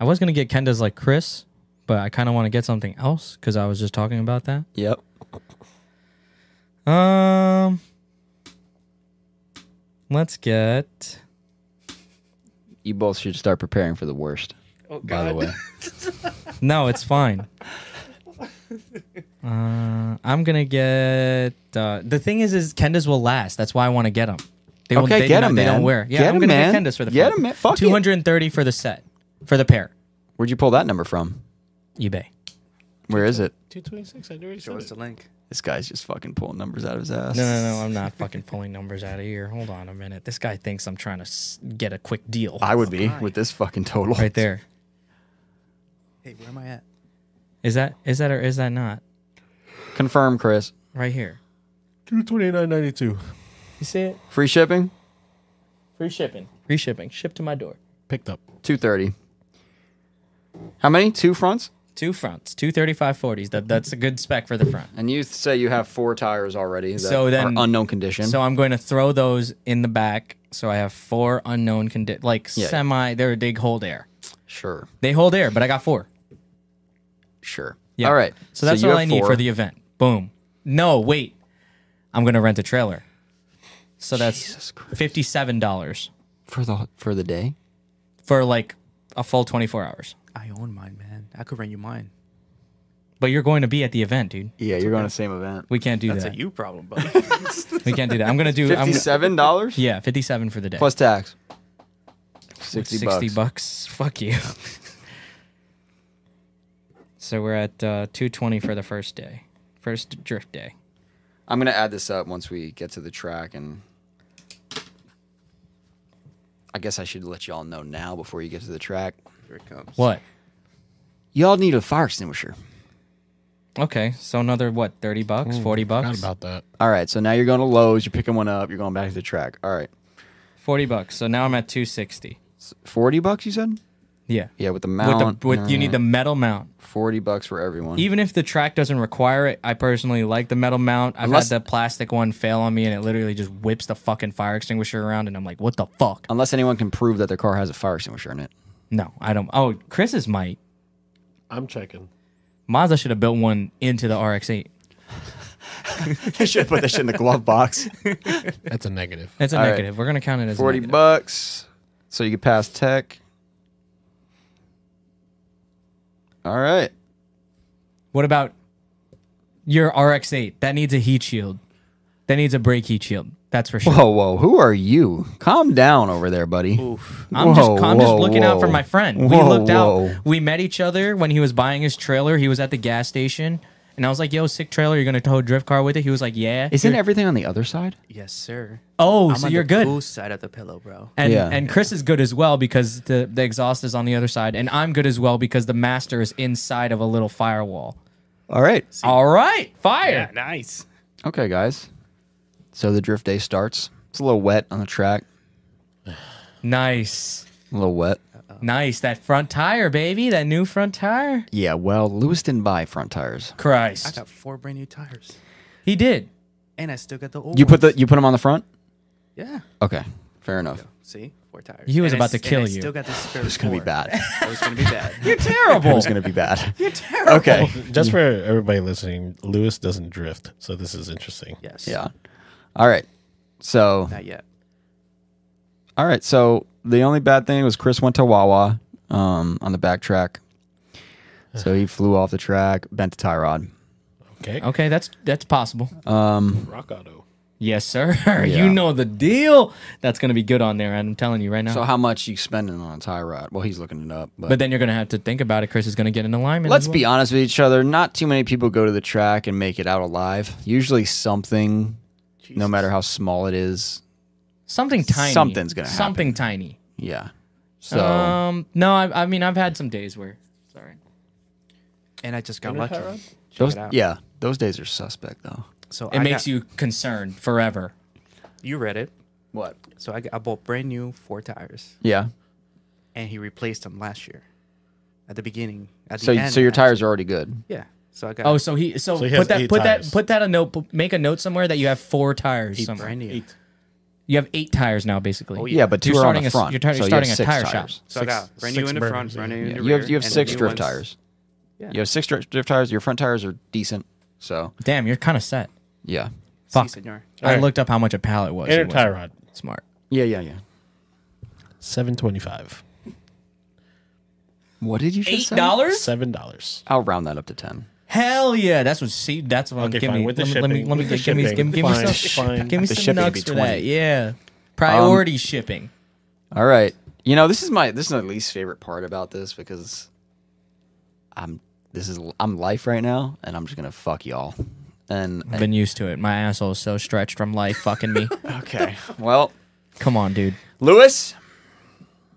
I was going to get Kenda's like Chris, but I kind of want to get something else because I was just talking about that. Yep. Um, let's get. You both should start preparing for the worst. Oh, God. By the way, No, it's fine. Uh, I'm gonna get. Uh, the thing is, is Kendas will last. That's why I want to get them. They won't. Okay, they get do not- 'em, They don't man. wear. Yeah, Get I'm 'em, gonna man. get Kendas for the. Get front. 'em, man. Fuck it. 230 for the set for the pair. where'd you pull that number from? eBay. Where is it? 226. I already Show us the link. This guy's just fucking pulling numbers out of his ass. No, no, no. I'm not fucking pulling numbers out of here. Hold on a minute. This guy thinks I'm trying to s- get a quick deal. I would be with this fucking total right there. Hey, where am I at? Is that is that or is that not Confirm, Chris. right here? 229.92. You see it? Free shipping, Free shipping. Free shipping. Shipped to my door. Picked up. two thirty. How many? Two fronts. Two fronts, two 3540s. That, that's a good spec for the front. And you say you have four tires already. That So then- are unknown condition. So I'm going to throw those in the back. So I have four unknown, condi- like Yeah. semi, they're, they hold air. sure, They hold air, but I got four. sure. Yeah. All right. So that's you all have I need four. for the event. Boom. No, wait. I'm going to rent a trailer. So that's Jesus Christ. $57 for the for the day. for like a full 24 hours. I own mine, man. I could rent you mine. But you're going to be at the event, dude. Yeah, you're going to the same event. We can't do That's that. a you problem, buddy. We can't do that. I'm going to do I'm gonna- Fifty-seven dollars Yeah, 57 for the day. plus tax. Sixty, bucks. bucks. Fuck you. so we're at uh, 220 for the first day. First drift day. I'm gonna add this up once we get to the track, and I guess I should let y'all know now before you get to the track. Here it comes. What? Y'all need a fire extinguisher. Okay, so another what? 30 bucks, 40 Forgot bucks. about that. All right, so now you're going to Lowe's, you're picking one up, you're going back to the track. All right, 40 bucks. So now I'm at 260. forty bucks you said? Yeah. Yeah, with the With mount. the, with you need the metal mount. forty bucks for everyone. Even if the track doesn't require it, I personally like the metal mount. I've Unless- had the plastic one fail on me and it literally just whips the fucking fire extinguisher around and I'm like, "What the fuck?" Unless anyone can prove that their car has a fire extinguisher in it. No, I don't. Oh, Chris's might. I'm checking. Mazda should have built one into the RX-8. they should put that shit in the glove box. That's a negative. It's a All right. negative. We're gonna count it as a Forty negative. bucks, so you can pass tech. All right. What about your RX-8? That needs a heat shield. That needs a brake heat shield. That's for sure. Whoa, whoa, who are you? Calm down over there, buddy. Oof. I'm just Whoa, I'm just whoa, looking out for whoa. my friend. we Whoa, looked whoa. out. We met each other when he was buying his trailer. He was at the gas station, and I was like, "Yo, sick trailer. You're gonna tow a drift car with it?" He was like, "Yeah." Isn't You're- everything on the other side? Yes, sir. Oh, I'm so on you're the good. cool side of the pillow, bro. And Yeah. and Chris is good as well because the the exhaust is on the other side, and I'm good as well because the master is inside of a little firewall. All right. All right, fire. nice. Okay, guys. So the drift day starts. It's a little wet on the track. Nice. A little wet. Nice. That front tire, baby. That new front tire. Yeah, well, Lewis didn't buy front tires. I Christ. got four brand new tires, He did. and I still got the old. You put the ones. you put them on the front? yeah. Okay, fair enough. See, four tires. He was And I about s- to and kill I you. Still got the spare. It's gonna be four. bad. It was gonna be bad. It Terrible. was gonna be bad. You're terrible. Okay. Just for everybody listening, Lewis doesn't drift, so this is interesting. yes. Yeah. All right. So Not yet. all right. So the only bad thing was Chris went to Wawa um, on the back track. So he flew off the track, bent a tie rod. Okay. Okay, that's that's possible. Rock Auto. Yes, sir. You know the deal. That's gonna be good on there. I'm telling you right now. So how much you spending on a tie rod? Well, he's looking it up, but, but then you're gonna have to think about it. Chris is gonna get an alignment. Let's as well. be honest with each other. Not too many people go to the track and make it out alive. Usually something, no matter how small it is. something tiny. Something's gonna happen. something tiny. Yeah. So Um, no, I, I mean I've had some days where. Sorry. And I just got lucky. Check those, it out. yeah, those days are suspect though. So It makes you concerned forever. You read it. What? So I, g- I bought brand new four tires, Yeah. and he replaced them last year. At the beginning, at the So end, so your actually. tires are already good. Yeah. So I got Oh, so he so, So he put has that eight put that tires. put that a note make a note somewhere that you have four tires. somewhere. brand new. You have eight tires now, basically. Oh, Yeah, but 2 You're are on starting the a- front. you're tar- so you're you have starting a six tire tires. shop. So I got Six- brand new six in the front, burners, brand new yeah. in Yeah, the you have rear, you have and six new drift ones. tires. Yeah. You have six drift, drift tires. Your front tires are decent. So Damn, you're kind of set. yeah, Fuck. Si, senor. I looked up how much a pallet was. Inner It tie wasn't rod. Smart. yeah, yeah, yeah. 725 What did you just Eight say? dollars? $7. I'll round that up to ten. Hell yeah! That's what. See, that's what. I'm Okay, give fine, me, with the let, me- let me shipping, with let me the give, give me shipping, give, give me fine, some fine. give me The some shipping would be nugs for that. 20. Yeah, priority shipping. All right. You know this is my this is my least favorite part about this because I'm this is I'm life right now and I'm just gonna fuck y'all. And I've been used to it. My asshole is so stretched from life fucking me. okay, well, Come on, dude. Lewis,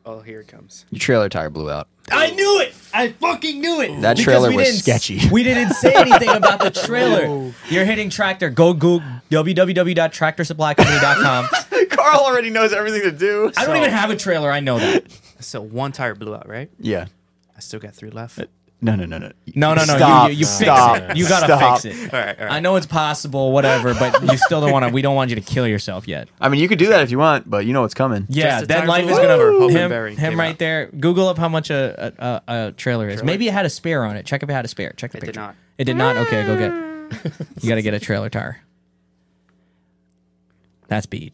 Oh, here it comes. your trailer tire blew out. I knew it. I fucking knew it. That Because trailer we was didn't- sketchy. We didn't say anything about the trailer. You're hitting tractor. Go Google www.tractorsupplycompany.com. Carl already knows everything to do. I don't even have a trailer. I know that. So one tire blew out, right? Yeah. I still got three left. No, no, no, no. No, no, no. Stop, you you, you fix stop, it. You gotta stop. fix it. All right, all right. I know it's possible, whatever, but you still don't want to. We don't want you to kill yourself yet. I mean, you could do that if you want, but you know what's coming. Yeah, the that tires life is alone. Woo! gonna Hope and him, Barry him came right out. there. Google up how much a a, a, a trailer is. Maybe it had a spare on it. Check if it had a spare. Check the It did picture. not. It did not. Okay, go get. you gotta get a trailer tire. That's beat.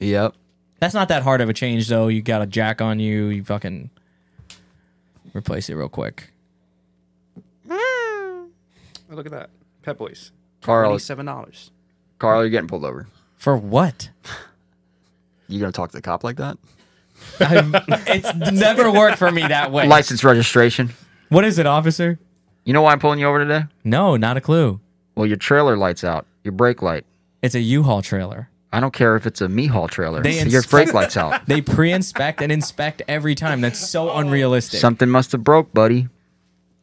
Yep. That's not that hard of a change though. You got a jack on you. You fucking replace it real quick. Oh, look at that. Pet Boys. Carl, Twenty-seven dollars. Carl, you're getting pulled over. For what? You gonna talk to the cop like that? it's never worked for me that way. License registration. what is it, officer? You know why I'm pulling you over today? No, not a clue. Well, your trailer light's out. Your brake light. It's a U-Haul trailer. I don't care if it's a Mihal trailer. They your inspect- brake light's out. They pre-inspect and inspect every time. That's so unrealistic. Something must have broke, buddy.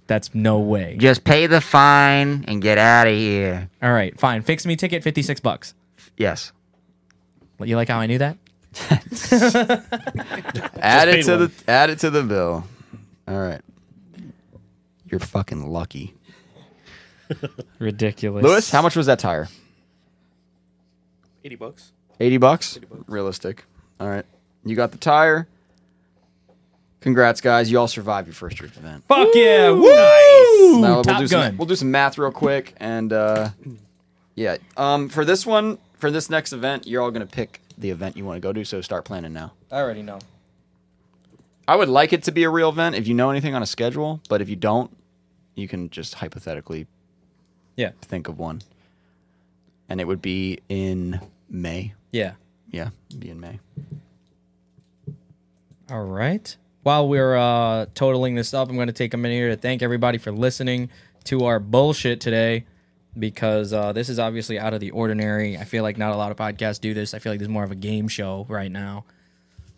That's no way. Just pay the fine and get out of here. All right, fine. Fix me ticket, fifty-six bucks. Yes. You like how I knew that? Add it paid to one. the add it to the bill. All right. You're fucking lucky. Ridiculous. Lewis, how much was that tire? Eighty bucks. 80 bucks? Realistic. All right. You got the tire. Congrats, guys. You all survived your first drift event. Fuck yeah! Woo! Now, we'll Top do Gun. Some, we'll do some math real quick, and uh, yeah, um, for this one, for this next event, you're all gonna pick the event you want to go to. So start planning now. I already know. I would like it to be a real event if you know anything on a schedule, but if you don't, you can just hypothetically Yeah, think of one, and it would be in May. yeah. Yeah, it'd be in May. All right. While we're uh, totaling this up, I'm going to take a minute here to thank everybody for listening to our bullshit today because uh, this is obviously out of the ordinary. I feel like not a lot of podcasts do this. I feel like there's more of a game show right now.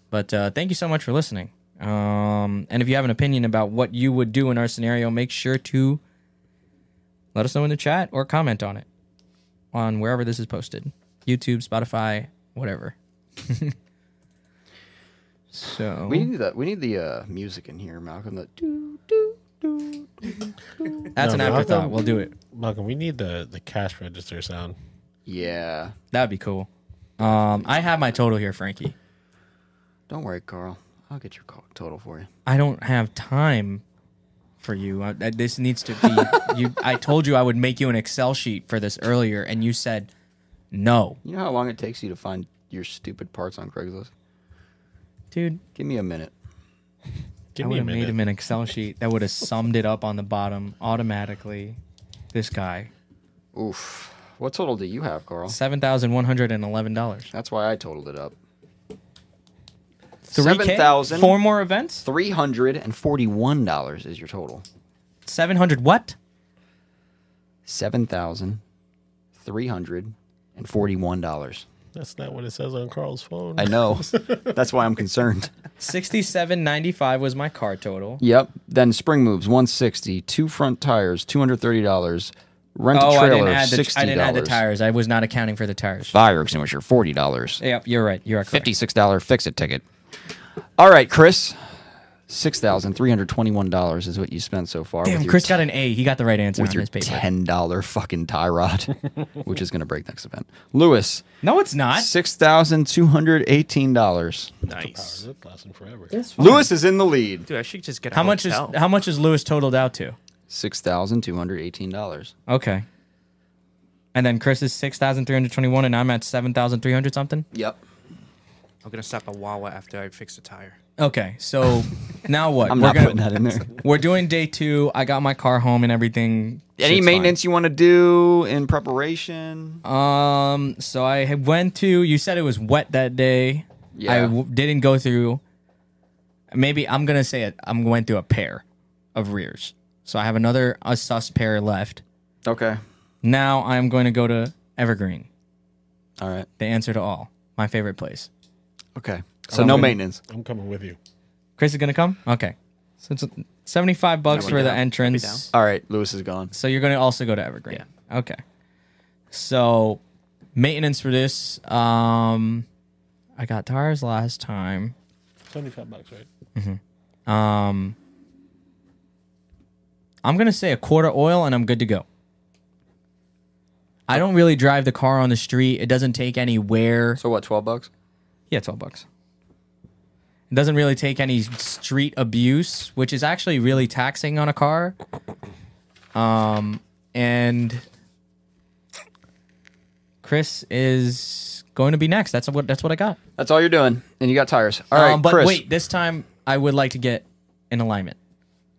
But uh, thank you so much for listening. Um, and if you have an opinion about what you would do in our scenario, make sure to let us know in the chat or comment on it on wherever this is posted YouTube, Spotify, whatever. so We need the we need the uh, music in here, Malcolm. The doo doo doo. That's No, an but how afterthought. come- We'll do it. Malcolm, we need the, the cash register sound. Yeah, That'd be cool. Um, I have my total here, Frankie. don't worry, Carl. I'll get your co- total for you. I don't have time for you. I, I- this needs to be. you. I told you I would make you an Excel sheet for this earlier, and you said no, You know how long it takes you to find your stupid parts on Craigslist? dude. Give me a minute. Give I me would a have made minute. him an Excel sheet that would have summed it up on the bottom automatically. This guy, Oof. What total do you have, Carl? seven thousand one hundred and eleven dollars. That's why I totaled it up. Three thousand. Four more events. three hundred and forty-one dollars is your total. Seven hundred. What? Seven thousand three hundred and forty-one dollars. That's not what it says on Carl's phone. I know. That's why I'm concerned. Sixty-seven ninety-five was my car total. Yep. Then spring moves 160, two front tires, $230, Rent Oh, a I trailer, didn't add the sixty I didn't add the dollars. tires. I was not accounting for the tires. Fire extinguisher, forty dollars. Yep, you're right. You're correct. Fifty-six dollar fix-it ticket. All right, Chris. Six thousand three hundred twenty-one dollars is what you spent so far. Damn, with your Chris got an A. He got the right answer with on your his paper. ten dollar fucking tie rod, which is going to break next event. Lewis, No, it's not. six thousand two hundred eighteen dollars. Nice, That's lasting forever. Lewis is in the lead. dude. I should just get. A How much is hotel. how much is Lewis totaled out to? Six thousand two hundred eighteen dollars. Okay. And then Chris is six thousand three hundred twenty-one, and I'm at seven thousand three hundred something. Yep. I'm gonna stop at Wawa after I fix the tire. Okay, so now what? I'm we're not gonna- putting that in there. We're doing day two. I got my car home and everything. Any Shit's maintenance you want to do in preparation? fine. Um. So I had- went to. You said it was wet that day. Yeah. I w- didn't go through. Maybe I'm gonna say it. I'm going through a pair of rears. So I have another a sus pair left. Okay. Now I'm going to go to Evergreen. All right. The answer to all. My favorite place. Okay. So no maintenance. I'm coming with you. Chris is gonna come. Okay. So it's seventy-five bucks for the down. entrance. All right. Lewis is gone. So you're going to also go to Evergreen. Okay. So maintenance for this. Um, I got tires last time. Seventy-five bucks, right? Um, I'm going to say a quarter oil and I'm good to go. I don't really drive the car on the street. It doesn't take any wear. So what? Twelve bucks. Yeah, 12 bucks. It doesn't really take any street abuse, which is actually really taxing on a car. Um, and Chris is going to be next. That's what that's what I got. That's all you're doing, and you got tires. All right, um, but Chris. wait, this time I would like to get an alignment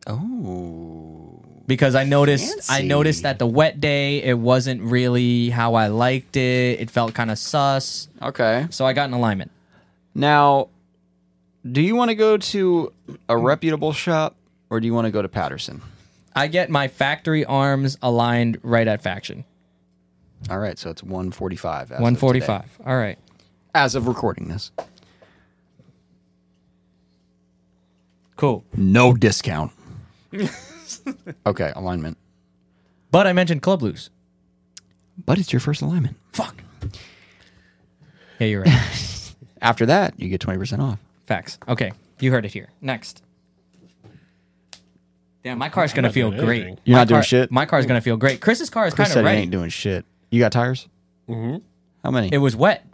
Oh. because I noticed I noticed Fancy. that the wet day it wasn't really how I liked it. It felt kind of sus. Okay. So I got an alignment. Now, do you want to go to a reputable shop or do you want to go to Patterson? I get my factory arms aligned right at faction. All right, so it's 145. As One Of forty-five. All right. today, as of recording this. Cool. No discount. okay, alignment. But I mentioned Club Loose. But it's your first alignment. Fuck. Yeah, you're right. After that, you get 20% off. Facts. Okay, you heard it here. Next. Damn, my car's gonna feel doing great. anything. You're My not doing car- shit? My car's gonna feel great. Chris's car is Chris kind said of he ready. ain't doing shit. You got tires? Mm-hmm. How many? It was wet.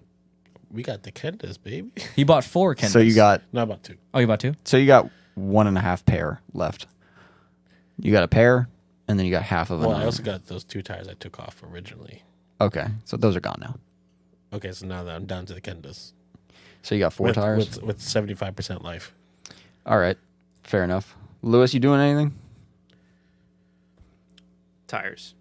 We got the Kendas, baby. He bought four Kendas. so you got Not about two. Oh, you bought two. so you got one and a half pair left. You got a pair, and then you got half of Well, I another. also got those two tires I took off originally. Okay, so those are gone now. Okay, so now that I'm down to the Kendas. So you got four with, tires. With, with 75% life. All right, fair enough. Lewis, you doing anything? Tires,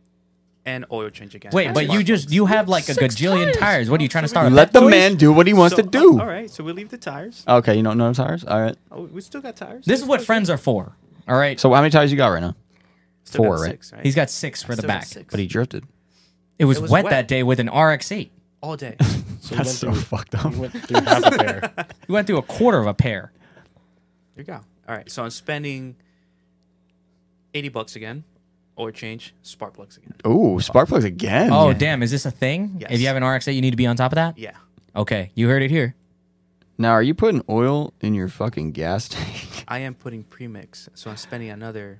and oil change again. Wait, but you just you have like a gajillion tires. What are you trying to start? a Let pet the boys? man do what he wants So, uh, to do. all right, so we leave the tires. Okay, you don't know tires. All right. Oh, we still got tires. This is what friends are for. All right. So how many tires you got right now? Still got four, right? Six, right? He's got six for the Still got back. six. But he drifted. It was, was wet, wet. that day with an RX-8. all day. So That's so we went through, fucked up. we went through half a pair. We went through a quarter of a pair. There you go. All right, so I'm spending eighty bucks again, oil change, spark plugs again. Ooh, spark plugs again. Oh, Yeah. damn. Is this a thing? Yes. If you have an RX 8, you need to be on top of that? Yeah, Okay. You heard it here. Now, are you putting oil in your fucking gas tank? I am putting premix, so I'm spending another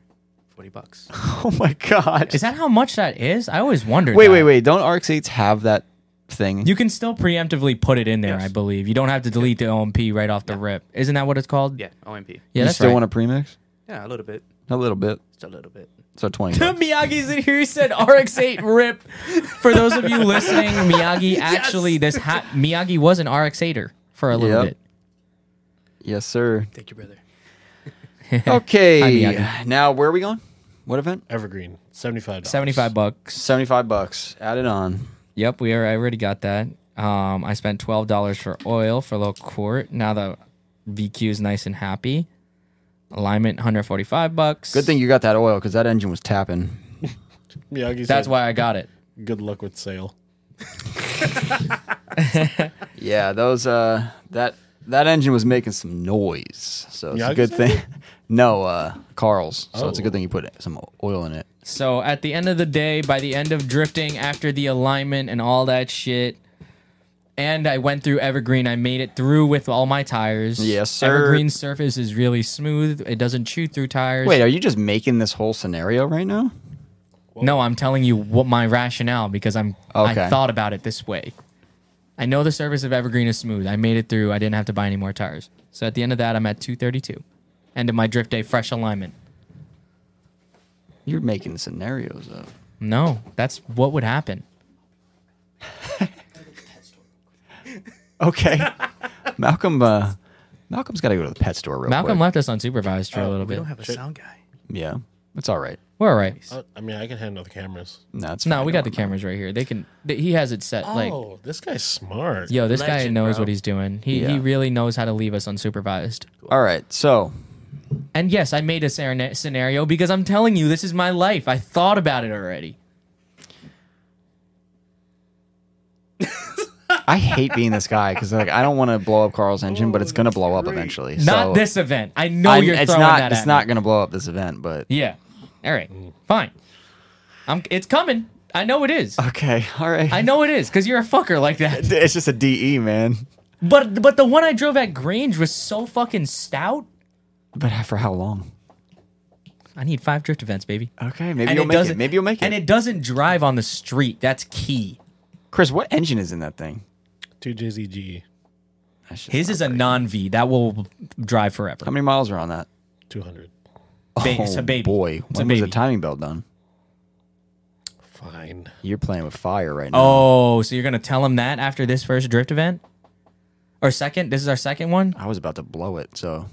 forty bucks. oh my god. Is that how much that is? I always wondered. Wait, that. wait, wait. Don't RX-8s have that thing? You can still preemptively put it in there, Yes. I believe. You don't have to delete the OMP right off the rip. Isn't that what it's called? Yeah, OMP. Yeah, You that's still right. want to premix? Yeah, a little bit, A little bit. just a little bit. So 20. bucks. Miyagi's in here. He said RX 8 rip. For those of you listening, Miyagi actually, this ha- Miyagi was an RX 8er for a little Yep. bit. yes, sir. Thank you, brother. Okay. Miyagi. now, where are we going? What event? Evergreen, $75. 75 bucks. 75 bucks. Add it on. Yep, we are. I already got that. Um, I spent twelve dollars for oil for low quart. Now the VQ is nice and happy. Alignment, hundred forty-five bucks. Good thing you got that oil cuz that engine was tapping. Miyagi That's said, why I got it. Good luck with sale. Yeah, those uh that that engine was making some noise. So it's a Yakuza? good thing. no, uh Carl's. So it's a Oh. good thing you put some oil in it. So at the end of the day, by the end of drifting after the alignment and all that shit, and I went through Evergreen. I made it through with all my tires. Yes, sir. Evergreen surface is really smooth. It doesn't chew through tires. Wait, are you just making this whole scenario right now? No, I'm telling you what my rationale because I'm Okay. I thought about it this way. I know the surface of Evergreen is smooth. I made it through. I didn't have to buy any more tires. So at the end of that, I'm at 232. End of my drift day, fresh alignment. You're making scenarios up. No, that's what would happen. Okay. Malcolm uh Malcolm's got to go to the pet store real Malcolm quick. left us unsupervised for a little Oh, bit. We don't have a sound guy. yeah. It's all right. We're all right. Uh, I, I mean, I can handle the cameras. No, it's No, fine. we Don't got worry the Oh. about cameras right here. They can. Th- he has it set. Like, oh, this guy's smart. yo, this guy Legend, knows bro. what he's doing. He Yeah. he really knows how to leave us unsupervised. it. All right. So, And yes, I made a saren- scenario because I'm telling you, this is my life. I thought about it already. I hate being this guy cuz like I don't want to blow up Carl's engine, but it's going to blow up eventually. so, Not this event. I know I- you're it's throwing not that it's at not me. going to blow up this event, but Yeah. All right. Fine. I'm. It's coming. I know it is. Okay. All right. I know it is because you're a fucker like that. It's just a DE, man. But but the one I drove at Grange was so fucking stout. But for how long? I need five drift events, baby. Okay, maybe you'll make it. Maybe you'll make it. And it doesn't drive on the street. That's key. Chris, what engine is in that thing? Two JZGE, That's just His not is a great. non V. That will drive forever. How many miles are on that? two hundred. Ba- it's a baby. Oh, boy. It's when a was the baby. timing belt done? Fine. You're playing with fire right now. oh, so you're gonna tell him that after this first drift event? Or second? This is our second one? I was about to blow it, so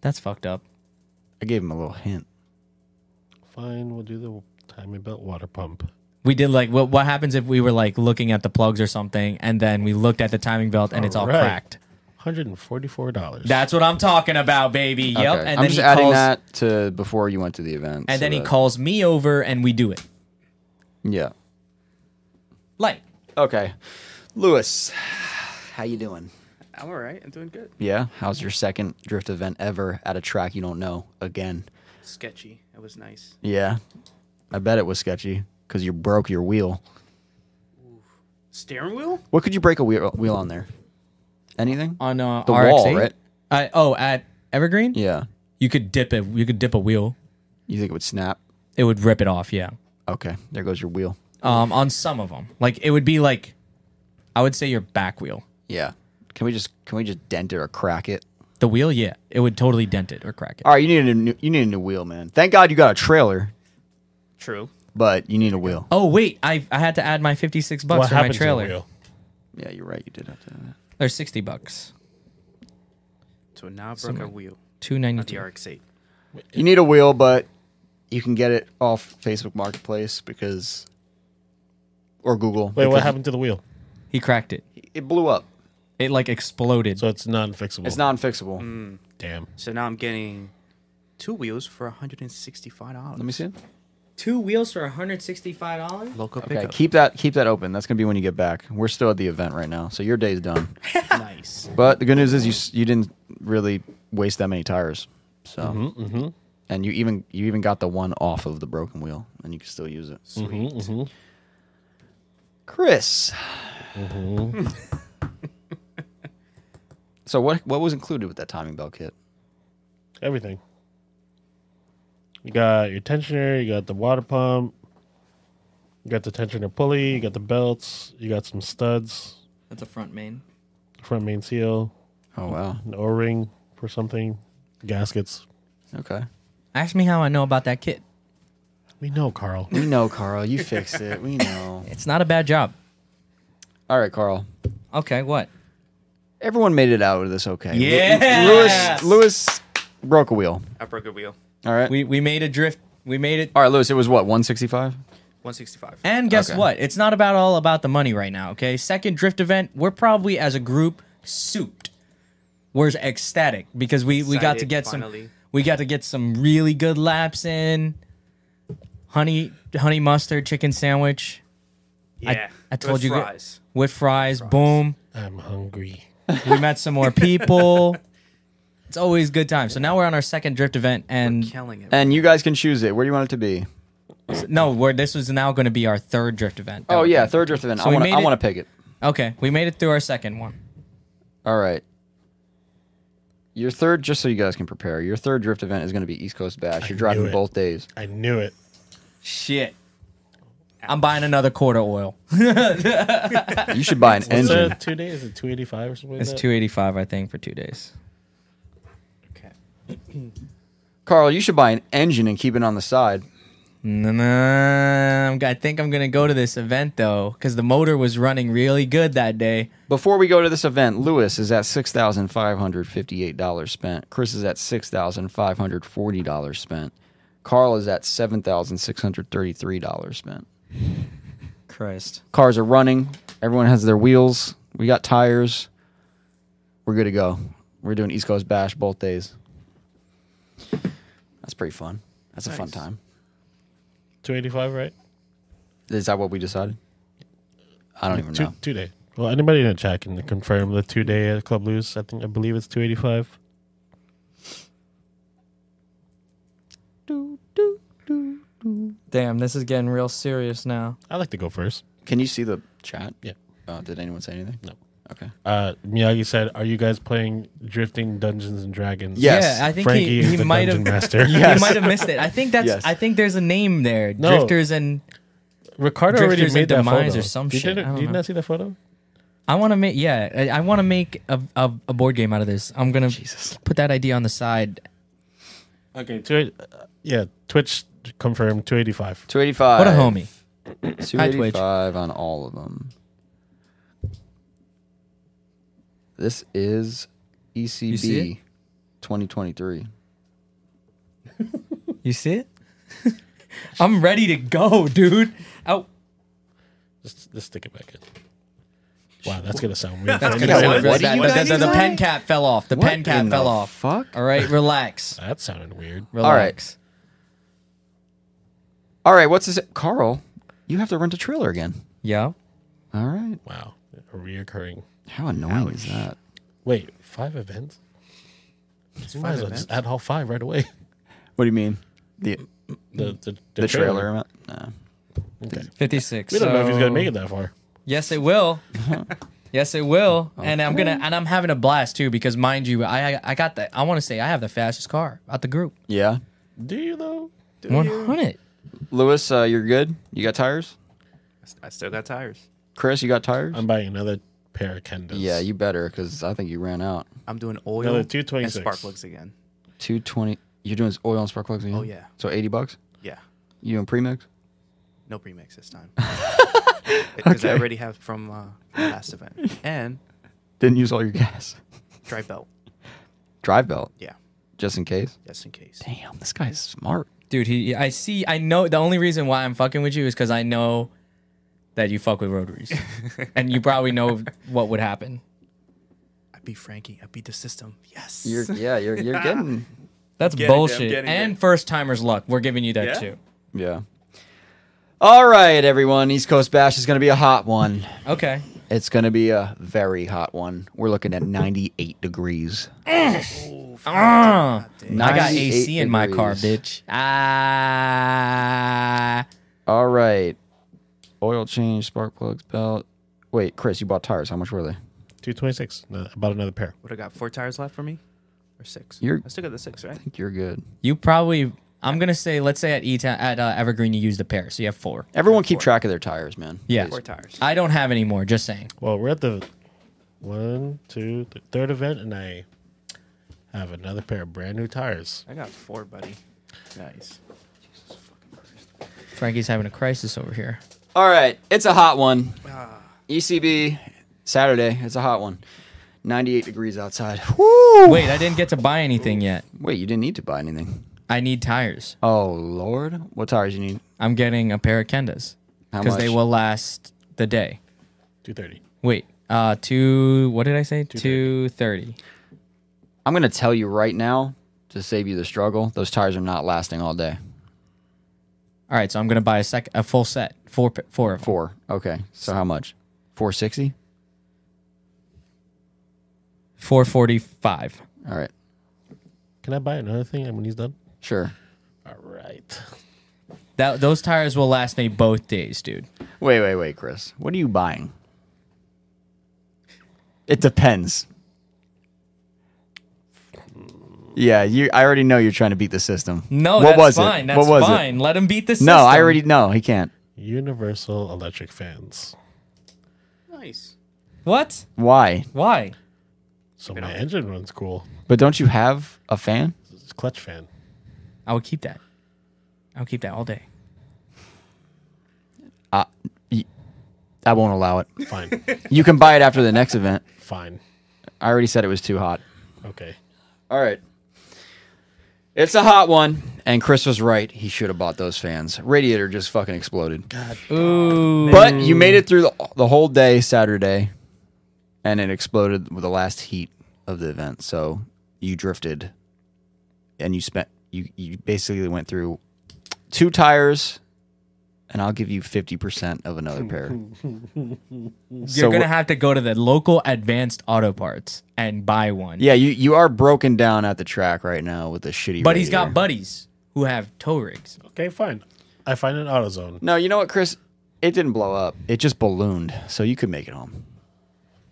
That's fucked up. I gave him a little hint. Fine. We'll do the timing belt water pump. We did like what what happens if we were like looking at the plugs or something and then we looked at the timing belt and it's all All right. cracked. Hundred and forty-four dollars. That's what I'm talking about, baby. Yep. Okay. And I'm then just he adding calls, that to before you went to the event. so and then he that- calls me over and we do it. Yeah. Like Okay. Lewis, how you doing? I'm all right. I'm doing good. Yeah. How's your second drift event ever at a track you don't know again? Sketchy. It was nice. Yeah. I bet it was sketchy because you broke your wheel. Steering wheel? What could you break a wheel, wheel on there? Anything? on uh, The RX-8? wall, right? Uh, oh, at Evergreen? Yeah. You could dip it. You could dip a wheel. You think it would snap? It would rip it off. Yeah. Okay. There goes your wheel. Um, on some of them, like it would be like, I would say your back wheel. Yeah. Can we just can we just dent it or crack it? The wheel, yeah, it would totally dent it or crack it. All right, you need a new you need a new wheel, man. Thank God you got a trailer, True. but you need a wheel. Oh wait, I I had to add my fifty six bucks what for my happened trailer. to the wheel? Yeah, you're right. You did have to. do that. Or sixty bucks, So now I broke Somewhere. a wheel two ninety on the two. RX-8. You need a wheel, but you can get it off Facebook Marketplace because or Google. Wait, what because happened to the wheel? He cracked it. It blew up. It like exploded. So it's non-fixable. It's non-fixable. Damn. So now I'm getting two wheels for 165 dollars. Let me see. it. two wheels for one hundred sixty five dollars. Local Okay, pickup. keep that keep that open. That's gonna be when you get back. We're still at the event right now, so your day's done. nice. But the good news is you s- you didn't really waste that many tires, so and you even you even got the one off of the broken wheel, and you can still use it. Mhm, mhm. Chris. so what what was included with that timing belt kit? Everything. You got your tensioner. You got the water pump. You got the tensioner pulley. You got the belts. You got some studs. That's a front main. Front main seal. Oh wow. An O-ring for something. Gaskets. Okay. Ask me how I know about that kit. We know, Carl. We know, Carl. You fixed it. We know. It's not a bad job. All right, Carl. Okay, what? Everyone made it out of this okay. Lewis Yes! Lewis broke a wheel. I broke a wheel. All right. We we made a drift. We made it. All right, Lewis, it was what, 165? 165. And guess Okay. what? It's not about all about the money right now, okay? Second drift event, we're probably as a group souped. We're ecstatic because we we got to Excited, get finally. some we got to get some really good laps in. Honey honey mustard chicken sandwich Yeah. I told With you gu- fries. with fries. Boom. I'm hungry. We met some more people. It's always good time. So now we're on our second drift event, and Killing it. And you guys can choose it. Where do you want it to be? no, we're, this was now going to be our third drift event. Oh yeah, third drift event. So I we want. made I it- want to pick it. Okay, we made it through our second one. All right. Your third, just so you guys can prepare, your third drift event is going to be East Coast Bash. You're driving it. both days. I knew it. Shit. I'm buying another quart of oil. You should buy an Is engine. that two days? Is it two eighty five or something? It's like that? 285, I think, for two days. Carl, you should buy an engine and keep it on the side. Nah, I'm g- I think I'm gonna go to this event though, because the motor was running really good that day. Before we go to this event, Lewis is at six thousand five hundred fifty-eight dollars spent. Chris is at six thousand five hundred forty dollars spent. Carl is at seven thousand six hundred thirty-three dollars spent. Christ. Cars are running. Everyone has their wheels. We got tires. We're good to go. We're doing East Coast Bash both days. That's pretty fun. That's a fun time. Two eighty five, right? Is that what we decided? I don't even Two know. two day. Well, anybody in the chat can confirm the two day at Club Loose. I think I believe it's two eighty five. Damn, this is getting real serious now. I like to go first. Can you see the chat? Yeah. Uh, did anyone say anything? No. Okay. Uh, Miyagi said, "Are you guys playing Drifting Dungeons and Dragons?" Yes. Yeah, I think Frankie he, is he the might have dungeon master. he might have missed it. I think that's Yes. I think there's a name there. No. Drifters and Ricardo already Drifters made and that Demise photo. or some you shit. I Didn't, don't did you know. not see that photo? I wanna make yeah, I, I wanna make a, a, a board game out of this. I'm gonna put that idea on the side. Okay, two, uh, yeah, Twitch confirmed two eighty five. Two eighty-five. What a homie. Two Hi, Twitch. eighty-five on all of them. This is see it? ECB, twenty twenty-three. You see it? I'm ready to go, dude. Oh, Just, just stick it back in. Wow, that's gonna sound weird. that's for gonna Yeah, anybody. what- what sound really do bad. you But guys the, the, the like? pen cap fell off. The pen cap fell off. Fuck. All right, relax. That sounded weird. Relax. All right. What's this? Carl, you have to rent a trailer again. Yeah. All right. Wow, a reoccurring. How annoying is that? Wait, five events? You might as well just add all five right away. What do you mean? The The the, the, the trailer amount? No. 56. We don't know if he's so- gonna make it that far. Yes, it will. yes, it will. And I'm gonna and I'm having a blast too because mind you, I I, I got the I want to say I have the fastest car out the group. Yeah. Do you though? 100. Lewis, uh, you're good. You got tires. I still got tires. Chris, you got tires. I'm buying another pair of Kendas. yeah, you better because I think you ran out. I'm doing oil Another and 226. spark plugs again. Two twenty. You're doing oil and spark plugs again. Oh, yeah. So eighty bucks. Yeah, You doing premix? no premix this time because I already have from uh, the last event and Didn't use all your gas. dry belt. Drive belt, Yeah, just in case. just in case. Damn, this guy's smart. Dude, he I see I know the only reason why I'm fucking with you is cuz I know that you fuck with rotaries. and you probably know what would happen. I beat Frankie. I beat the system. Yes. You're yeah, you're you're getting That's getting it, I'm bullshit. getting it. and first timer's luck. We're giving you that Yeah? too. yeah. All right, everyone. East Coast Bash is going to be a hot one. Okay. It's going to be a very hot one. We're looking at 98 degrees. Ah. I got 98 AC in my car, degrees. bitch. Ah. All right. Oil change, spark plugs, belt. Wait, Chris, you bought tires. How much were they? Two twenty six. No, I bought another pair. What I got? Four tires left for me, or 6 You're- I still got the six, right? I think you're good. You probably. I'm gonna say, let's say at E at uh, Evergreen, you used a pair, so you have four. Everyone keep track of their tires, man. Yeah. Four tires. I don't have any more. Just saying. Well, we're at the one, two, the third event, and I have another pair of brand new tires. I got four, buddy. Nice. Frankie's having a crisis over here. All right, it's a hot one. ECB Saturday, it's a hot one. 98 degrees outside. Woo! Wait, I didn't get to buy anything yet. Wait, you didn't need to buy anything. I need tires. Oh lord, what tires you need? I'm getting a pair of Kendas How because much? they will last the day. Two thirty. Wait, uh, two. What did I say? Two thirty. I'm gonna tell you right now to save you the struggle. Those tires are not lasting all day. All right, so I'm gonna buy a sec, a full set, four, p- four of them. Four. Okay. So how much? Four sixty. four forty-five. All right. Can I buy another thing when he's done? Sure. All right. That those tires will last me both days, dude. Wait, wait, wait, Chris. What are you buying? It depends. Yeah, you. I already know you're trying to beat the system. No, what that's was fine. It? That's what was it? fine. Let him beat the system. No, I already. No, he can't. Universal electric fans. Nice. What? Why? Why? So my engine runs cool. But don't you have a fan? It's a clutch fan. I would keep that. I would keep that all day. I won't allow it. Fine. You can buy it after the next event. Fine. I already said it was too hot. Okay. All right. It's a hot one, and Chris was right. He should have bought those fans. Radiator just fucking exploded. Ooh. But you made it through the, the whole day Saturday, and it exploded with the last heat of the event. So you drifted, and you spent you you basically went through two tires, and I'll give you fifty percent of another pair. You're gonna have to go to the local Advanced Auto Parts and buy one. yeah, you you are broken down at the track right now with the shitty. But he's radiator. got buddies who have tow rigs. Okay, fine. I find an AutoZone. No, you know what, Chris? It didn't blow up. It just ballooned, so you could make it home.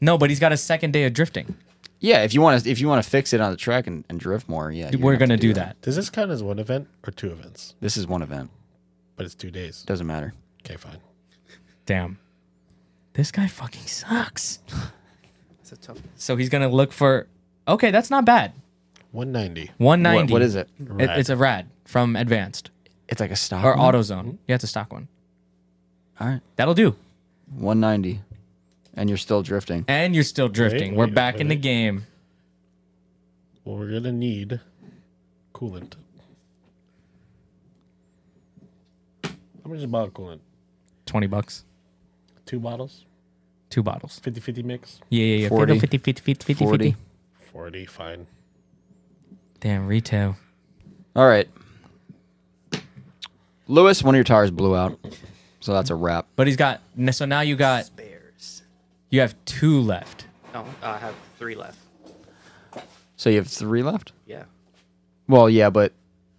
No, but he's got a second day of drifting. Yeah, if you want to, if you want to fix it on the track and, and drift more, yeah, you're We're gonna gonna have to do that. Does this count as one event or two events? This is one event. But it's two days. Doesn't matter. Okay, fine. Damn. This guy fucking sucks. That's a tough. So he's gonna look for. Okay, that's not bad. 190. One What, ninety. what is it? It, it's a rad from Advanced It's like a stock. or one? AutoZone. You have to stock one. All right, That'll do. one ninety, and you're still drifting. And you're still drifting. Wait, We're wait, back in the wait. game. Well, we're going to need coolant. How much is a bottle of coolant? Twenty bucks. Two bottles? Two bottles. 50 50 mix? Yeah, yeah, yeah. 40, 50, 50, 50, 50, 40. 40, fine. Damn, retail. All right, Lewis, one of your tires blew out, so that's a wrap. But he's got. So now you got. Bears. You have two left. No, Oh, I have three left. So you have three left. Yeah, Well, yeah, but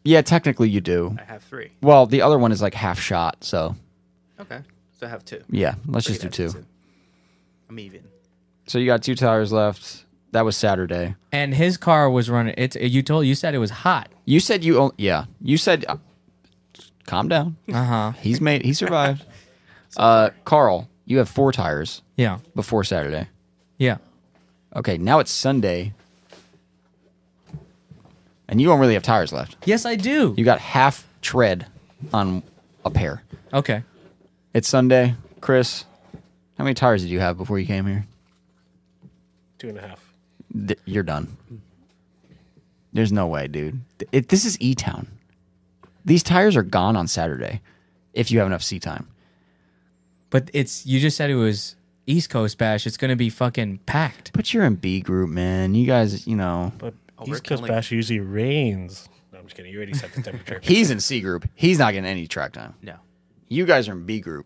yeah, technically you do. I have three. Well, the other one is like half shot, so Okay, so I have two. yeah, let's just do Three left, two. I'm even. So you got two tires left. That was Saturday. And his car was running. It's. You told. You said it was hot. You said you only, yeah. You said uh, calm down. Uh huh. He's made he survived. uh Carl, you have four tires Yeah. before Saturday. Yeah. Okay, now it's Sunday. And you don't really have tires left. Yes, I do. You got half tread on a pair. Okay. It's Sunday. Chris, how many tires did you have before you came here? Two and a half. Th- you're done. There's no way, dude. Th- It, this is E Town. These tires are gone on Saturday if you have enough sea time. But it's. You just said it was East Coast Bash. It's gonna be fucking packed. But you're in B group, man. You guys, you know. But we're East Coast killing- Bash usually rains. No, I'm just kidding. You already set the temperature. He's in C group. He's not getting any track time. No. You guys are in B group.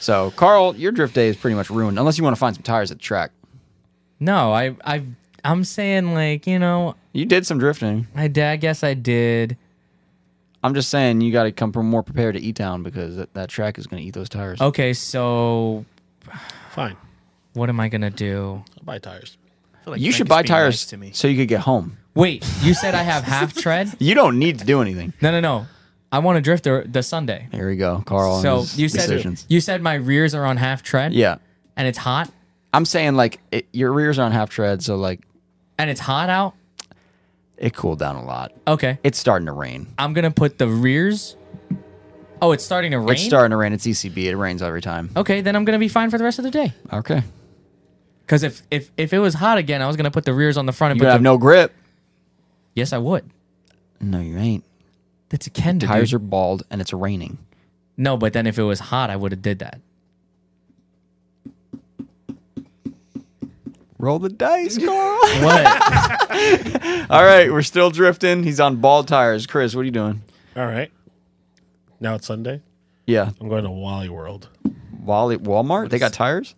so, Carl, your drift day is pretty much ruined unless you want to find some tires at the track. No, I. I. I'm saying like you know. You did some drifting. I did. I guess I did. I'm just saying you got to come more prepared to E Town because that, that track is going to eat those tires. Oh, Okay. So fine. what am I gonna do? I'll buy tires. I feel like you Frank should is buy being tires nice to me. so you could get home. Wait. You said I have half tread. You don't need to do anything. No, no, no. I want to drift the, the Sunday. Here we go, Carl. and So his you said decisions. you said my rears are on half tread. yeah. and it's hot, I'm saying like it, your rears are on half tread, so like and it's hot out. it cooled down a lot. Okay, It's starting to rain. I'm gonna put the rears. Oh, it's starting to rain. It's starting to rain. It's ECB. It rains every time. okay, then I'm gonna be fine for the rest of the day. Oh, Okay. Because if if if it was hot again, I was gonna put the rears on the front. And You put have the- no grip. Yes, I would. No, you ain't. That's a Kenda. Tires dude. are bald and it's raining. no, but then if it was hot, I would have did that. Roll the dice, Carl. What? All right, we're still drifting. He's on bald tires. Chris, what are you doing? All right. Now it's Sunday. Yeah, I'm going to Wally World. Wally Walmart. They got tires.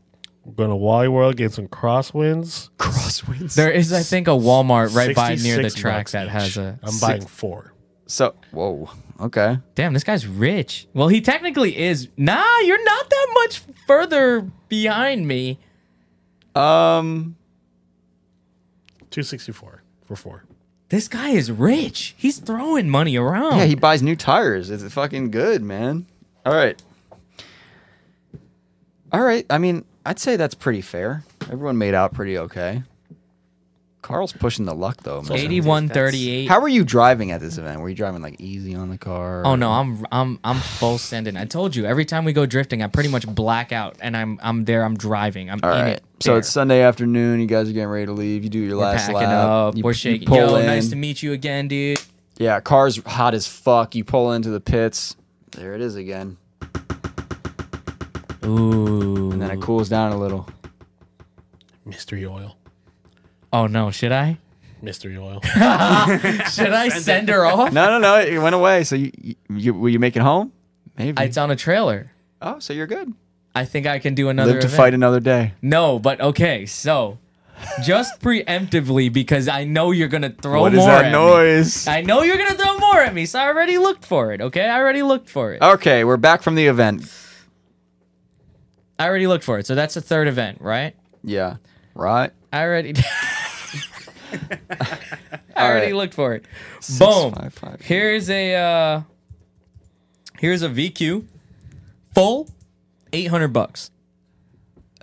going to Wally World, get some crosswinds. Crosswinds. There is, I think, a Walmart right by near the 66 track bucks that has each. a. I'm buying four. So whoa. Okay. Damn, this guy's rich. Well, he technically is. Nah, you're not that much further behind me. Um. Two sixty four for four. This guy is rich. He's throwing money around. Yeah, he buys new tires. It's fucking good, man. All right. All right. I mean, I'd say that's pretty fair. Everyone made out pretty okay. Carl's pushing the luck though, man. 8138. How were you driving at this event? Were you driving like easy on the car? Oh no, I'm I'm I'm full sending. I told you every time we go drifting, I pretty much black out, and I'm I'm there. I'm driving. I'm All in right. it. So there. it's Sunday afternoon. You guys are getting ready to leave. You do your We're last packing lap. up. You, We're you shaking. pull Yo, in. nice to meet you again, dude. Yeah, car's hot as fuck. You pull into the pits. There it is again. Ooh. And then it cools down a little. Mystery oil. oh no, should I? Mystery oil. Should I send her off? No, no, no. It went away. So you, you, you will you make it home? Maybe. It's on a trailer. oh, so you're good. I think I can do another. Live to event. fight another day. No, but okay. So, just preemptively because I know you're gonna throw what more. is at that me. noise? I know you're gonna throw more at me, so I already looked for it. Okay, I already looked for it. Okay, we're back from the event. I already looked for it. So that's the third event, right? Yeah. Right. I already. I already right. looked for it. Boom. five, five. Here's a uh, here's a VQ, full, eight hundred bucks.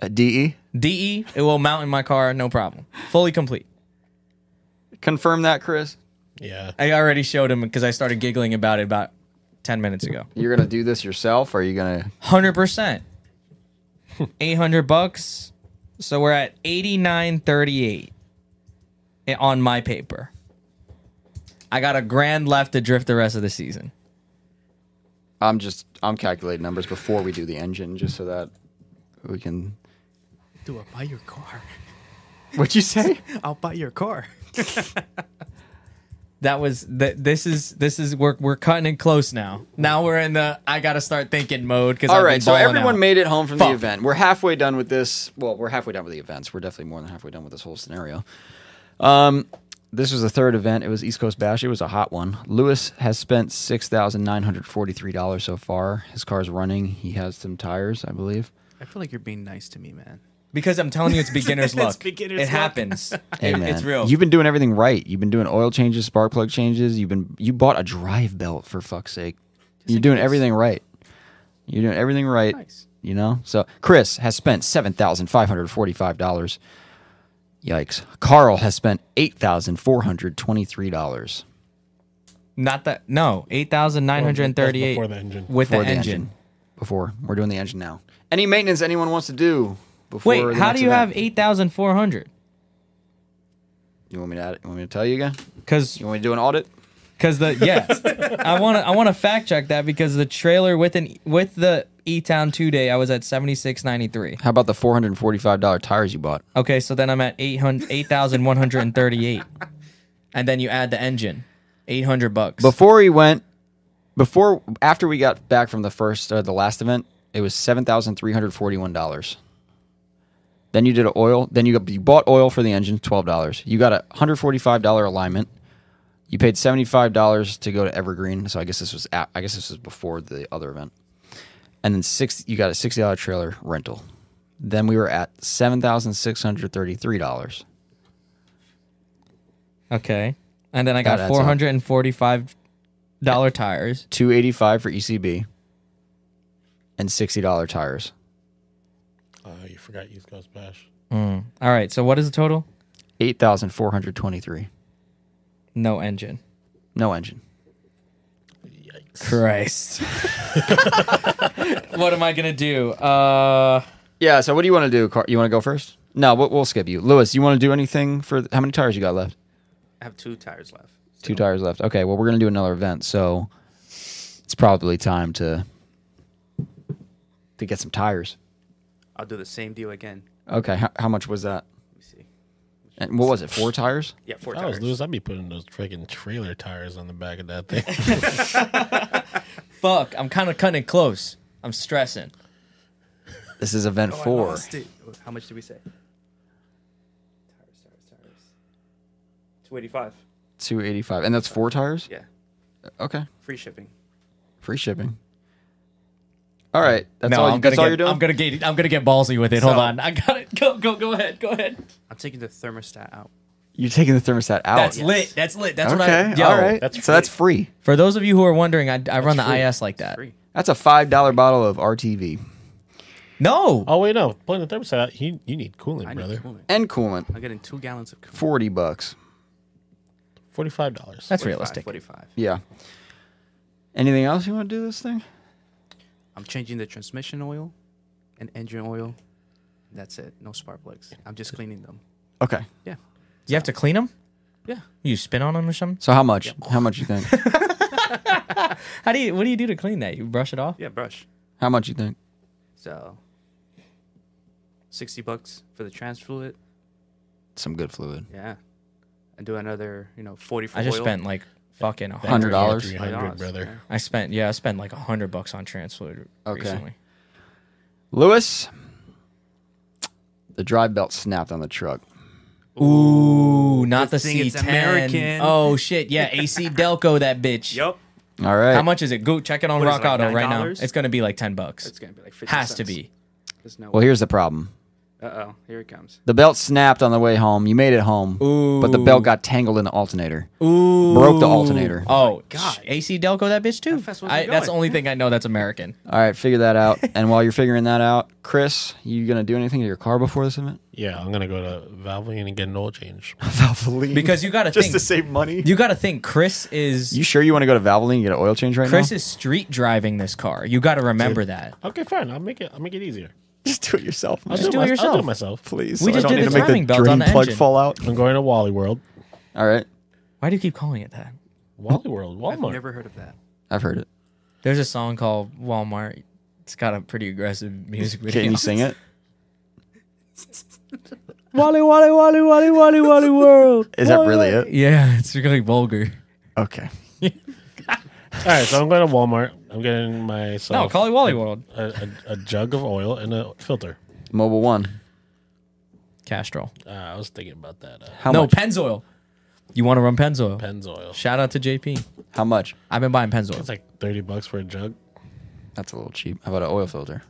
A DE. DE it will mount in my car, no problem. Fully complete. Confirm that, Chris. yeah. I already showed him because I started giggling about it about ten minutes ago. You're gonna do this yourself, or are you gonna? Hundred percent. Eight hundred bucks. So we're at eighty nine thirty eight on my paper. I got a grand left to drift the rest of the season. I'm just I'm calculating numbers before we do the engine, just so that we can. Do it. Buy your car. What'd you say? I'll buy your car. That was that. This is this is we're we're cutting it close now. Now we're in the I gotta start thinking mode because All right, so everyone made it home from the Fuck. event. We're halfway done with this. Well, we're halfway done with the events. We're definitely more than halfway done with this whole scenario. Um, this was the third event. It was East Coast Bash. It was a hot one. Lewis has spent six thousand nine hundred forty-three dollars so far. His car's running. He has some tires, I believe. I feel like you're being nice to me, man. because I'm telling you it's beginner's It's luck. beginner's it luck. happens. Hey, It- man, It's real. You've been doing everything right. You've been doing oil changes, spark plug changes. You've been you bought a drive belt for fuck's sake. You're doing everything right. You're doing everything right. Nice. You know. So Chris has spent seven thousand five hundred forty-five dollars. Yikes. Carl has spent eight thousand four hundred twenty-three dollars Not that no eight thousand nine hundred thirty eight Before the engine. with the, for the engine. engine. Before we're doing the engine now. Any maintenance anyone wants to do before? Wait, the how next do you event? have eight thousand four hundred? You want me to add it? You want me to tell you again? Because You want me to do an audit? Because the yeah, I want to I want to fact check that because the trailer with an with the E Town two day I was at seventy six ninety three. How about the four hundred forty-five dollar tires you bought? Okay, so then I'm at 800 8,138. and then you add the engine, eight hundred bucks. before he went before after we got back from the first uh, the last event it was $7341 then you did a oil then you, got, you bought oil for the engine $12 you got a $145 alignment you paid $75 to go to evergreen so i guess this was at, i guess this was before the other event and then six you got a $60 trailer rental then we were at $7633 okay, and then I That got adds up. four hundred and forty five dollar tires. 285 for ecb and $60 tires Oh, you forgot East Coast Bash. All right, so what is the total? 8,423. No engine. No engine. Christ. what am I gonna do? Uh, Yeah, so what do you want to do, Car? You want to go first? No, we'll, we'll skip you. Lewis, you want to do anything for how many tires you got left? I have two tires left. Two tires left. Okay, well, we're going to do another event, so it's probably time to to get some tires. I'll do the same deal again. Okay, how, how much was that? Let me see. And what was it? Four tires? Yeah, four If I was tires. loose, I'd be putting those friggin' trailer tires on the back of that thing. fuck, I'm kind of cutting it close. I'm stressing. This is event Oh, I four. lost it. How much did we say? Tires, tires, tires. 285. 285. And that's four tires? Yeah. Okay. Free shipping. Free shipping. All right. That's no, all, I'm that's gonna all get, you're doing? I'm gonna get. I'm gonna get ballsy with it. Hold So- on. I got it. Go. Go. Go ahead. Go ahead. I'm taking the thermostat out. You're taking the thermostat out. That's lit. That's lit. That's what I. Oh, Okay. Yo, all right. so that's free. For those of you who are wondering, I, I run the free. IS like that. Free. That's a five dollar bottle of RTV No. Oh wait, no. Pulling the thermostat out, you you need cooling, I need brother. coolant. and coolant. I'm getting two gallons of coolant. Forty bucks. Forty five dollars. That's 45, realistic. 45. Yeah. Anything else you want to do this thing? I'm changing the transmission oil and engine oil. That's it. No spark plugs. I'm just cleaning them. Okay. Yeah. You have to clean them. Yeah. You spin on them or something. So how much? How much you think? How do you? What do you do to clean that? You brush it off. Yeah, brush. how much you think? So 60 bucks for the trans fluid. Some good fluid. Yeah. And do another, you know, 40 for I just oil. spent like fucking a Hundred hundred. dollars. Three My hundred, dollars, brother. yeah. I spent yeah. I spent like a hundred bucks on transfer Okay. recently. Lewis. The drive belt snapped on the truck. Ooh, not the Good thing C10. it's American. Oh shit, yeah, AC Delco that bitch. Yup. All right. How much is it? Go check it on What is Rock it, like Auto right now. $9? It's gonna be like ten bucks. It's going to be like 50 Has to cents. be. There's no Well, here's the problem. Uh oh. Here it comes. The belt snapped on the way home. You made it home, Ooh. but the belt got tangled in the alternator. Ooh. Broke the alternator. Oh God. God, AC Delco that bitch too. fast was it I, that's the going? only thing I know that's American. All right, figure that out. and while you're figuring that out, Chris, you gonna do anything to your car before this event? Yeah, I'm gonna go to Valvoline and get an oil change. Valvoline. Because you gotta think. save money. You gotta think. Chris is You sure you want to go to Valvoline and get an oil change right Chris now? is street driving this car. You gotta remember that. Okay, fine. I'll make it. I'll make it easier. just do it yourself, I'll Just do it my- I'll do yourself. it myself. please. We I just don't did need the to make timing belt on drain the engine. out. I'm going to Wally World. All right, Why do you keep calling it that? Wally World. I've Walmart. never heard of that. I've heard it. There's a song called Walmart. It's got a pretty aggressive music video. Can you sing it? Wally Wally Wally Wally Wally Wally World. Is that really it? Yeah, it's really vulgar. Okay. All right, so I'm going to Walmart. I'm getting No, myself call it Wally World. a, a, a jug of oil and a filter. Mobile One. Castrol. Uh, I was thinking about that. Uh, How no, much? Pennzoil. You want to run Pennzoil? Penn's oil. Shout out to JP. How much? I've been buying Pennzoil. It's like thirty bucks for a jug. That's a little cheap. How about an oil filter?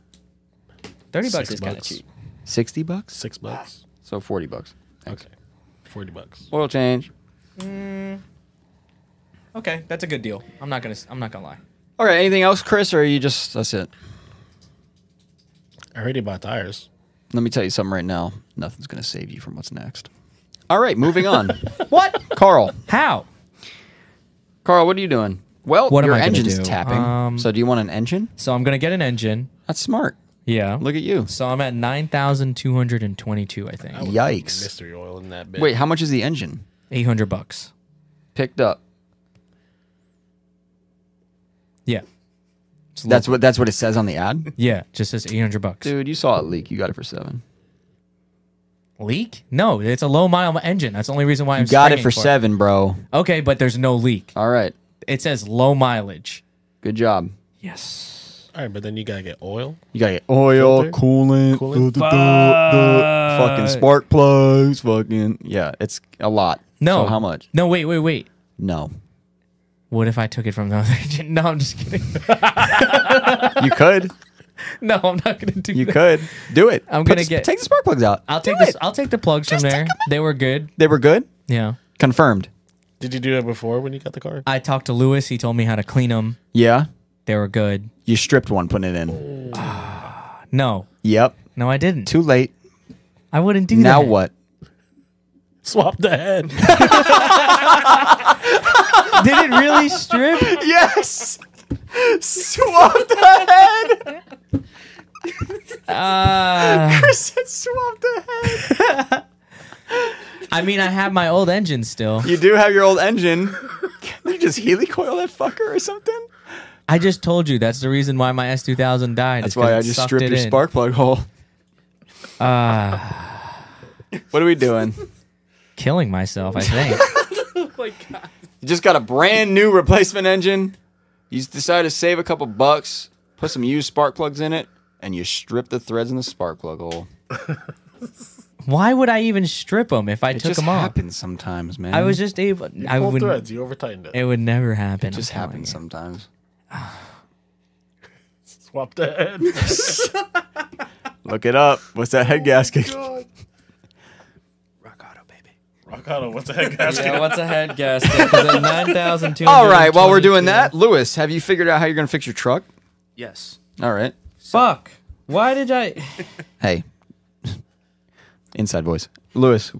30 bucks six is kind of bucks. cheap. Sixty bucks. Six bucks. So forty bucks. Okay, forty bucks. Oil change. Okay, that's a good deal. I'm not going to I'm not going to lie. All right. Anything else, Chris? Or are you just that's it? I already bought tires. Let me tell you something right now. Nothing's gonna save you from what's next. All right, moving on. What? Carl. How? Carl, what are you doing? Well, What am your I gonna engine's do? tapping. Um, so do you want an engine? So I'm going to get an engine. That's smart. Yeah. Look at you. So I'm at 9,222 I think. Yikes. Mystery oil in that bit. Wait, how much is the engine? 800 bucks. Picked up. Yeah. It's a That's little- what that's what it says on the ad. Yeah, just says 800 bucks. Dude, you saw it leak. You got it for seven. Leak? No, it's a low mile engine. That's the only reason why I'm You got it springing for seven, bro. Okay, but there's no leak. All right. It says low mileage. Good job. Yes. All right, but then you gotta get oil. You got get oil, Filter? coolant, Coolant? duh, duh, duh, duh, fucking spark plugs, fucking yeah, it's a lot. No. So how much? No, wait, wait, wait. No. What if I took it from the other agent? No, I'm just kidding. You could. No, I'm not gonna do You that. could. Do it. I'm Put gonna the- get- take the spark plugs out. I'll Do take this. it. I'll take the plugs from there. They were good. They were good? Yeah. Confirmed. Did you do that before when you got the car? I talked to Lewis. He told me how to clean them. Yeah. They were good. You stripped one putting it in. No, Yep. no, I didn't. Too late. I wouldn't do Now that. what? Swap the head. Did it really strip? Yes. Swap the head. Uh, Swap the head. I mean, I have my old engine still. You do have your old engine. Can you just helicoil that fucker or something? I just told you that's the reason why my S2000 died. That's why I just stripped your spark plug hole. Uh, What are we doing? killing myself, I think. You just got a brand new replacement engine. You just decided to save a couple bucks, put some used spark plugs in it, and you strip the threads in the spark plug hole. Why would I even strip them if I It took just them off? happens sometimes, man. I was just able. I Pull would. threads. You overtightened it. It would never happen. It I'm just telling happens you. sometimes. Swap the head. Look it up. What's that head gasket? Rock auto, baby. Rock Auto. What's the head gasket? Yeah, what's a head gasket? 'Cause at 9,200 All right, while we're doing that, Lewis, have you figured out how you're going to fix your truck? Yes. All right. fuck. Why did I? Hey. Inside voice. Lewis.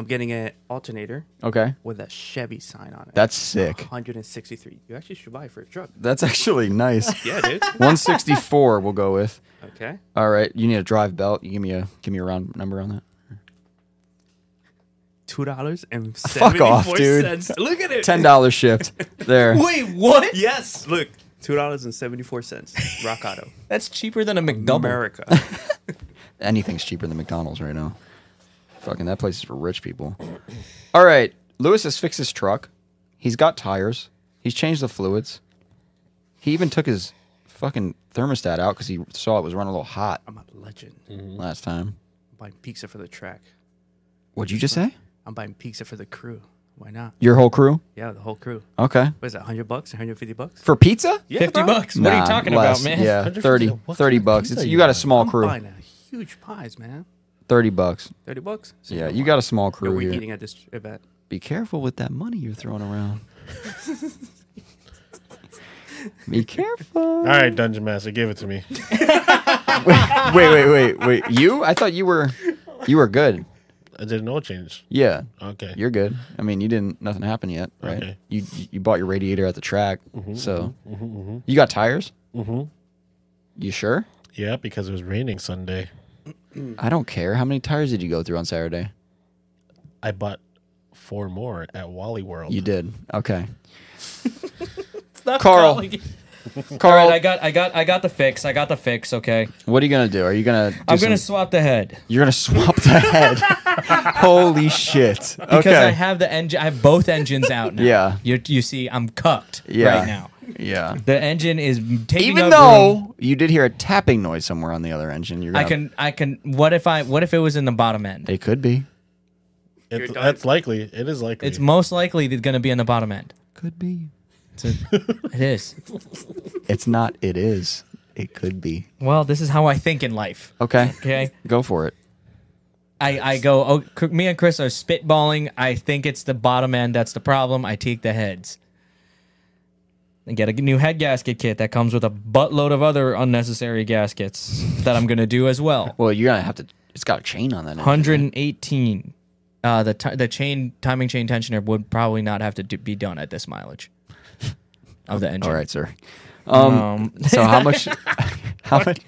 I'm getting an alternator Okay. with a Chevy sign on it. That's sick. 163. You actually should buy it for a truck. That's actually nice. Yeah, dude. 164 we'll go with. okay. All right. You need a drive belt. You give me a give me a round number on that. Two dollars and Fuck off, seventy-four dude. cents. Look at it. Ten dollars shipped. There. Wait, what? Yes. Look. Two dollars and seventy-four cents. Rock auto. That's cheaper than a McDouble. America. Anything's cheaper than McDonald's right now. Fucking that place is for rich people. All right. Lewis has fixed his truck. He's got tires. He's changed the fluids. He even took his fucking thermostat out because he saw it was running a little hot I'm a legend. last time. I'm buying pizza for the track. What'd you just say? I'm buying pizza for the crew. Why not? Your whole crew? Yeah, the whole crew. Okay. What is that? Hundred bucks? Hundred fifty bucks? For pizza? Yeah, 50 bro. bucks. What are you Nah, talking less. about, man? Yeah, 30, 150. What 30 kind of bucks. pizza It's, you you got a got? small I'm crew. buying a huge pies, man. 30 bucks. Thirty bucks. So Yeah, know you what? got a small Yo, crew we're here. eating at this event. Be careful with that money you're throwing around. Be careful. All right, Dungeon Master, give it to me. Wait, wait, wait, wait. You? I thought you were you were good. I did an oil change. Yeah. Okay. You're good. I mean, you didn't nothing happened yet, right? Okay. You you bought your radiator at the track. so, you got tires? Mhm. You sure? yeah, because it was raining Sunday. I don't care. How many tires did you go through on Saturday? I bought four more at Wally World. You did. Okay. Stop Carl. calling it. Carl, All right, I got, I got, I got the fix. I got the fix. Okay, what are you gonna do? Are you gonna? Do I'm gonna some- swap the head you're gonna swap the head. Holy shit! because okay. I have the engine. I have both engines out now. Yeah. you, you see, I'm cucked Yeah. right now. yeah. The engine is taking Even up though room. you did hear a tapping noise somewhere on the other engine, you're I gonna, can, I can. What if I? What if it was in the bottom end? It could be. It's- You're done. that's likely. It is likely. It's most likely it's gonna be in the bottom end. Could be. It's a- it is. It's not. It is. It could be. Well, this is how I think in life. Okay. Okay. Go for it. I, I go, oh, Cr- me and Chris are spitballing. I think it's the bottom end that's the problem. I take the heads. And get a new head gasket kit that comes with a buttload of other unnecessary gaskets that I'm going to do as well. Well, you're gonna have to. It's got a chain on that. engine, right? 118. Uh, the, ti the chain timing chain tensioner would probably not have to do, be done at this mileage of the engine. All right, sir. Um. Um, so how much? How much?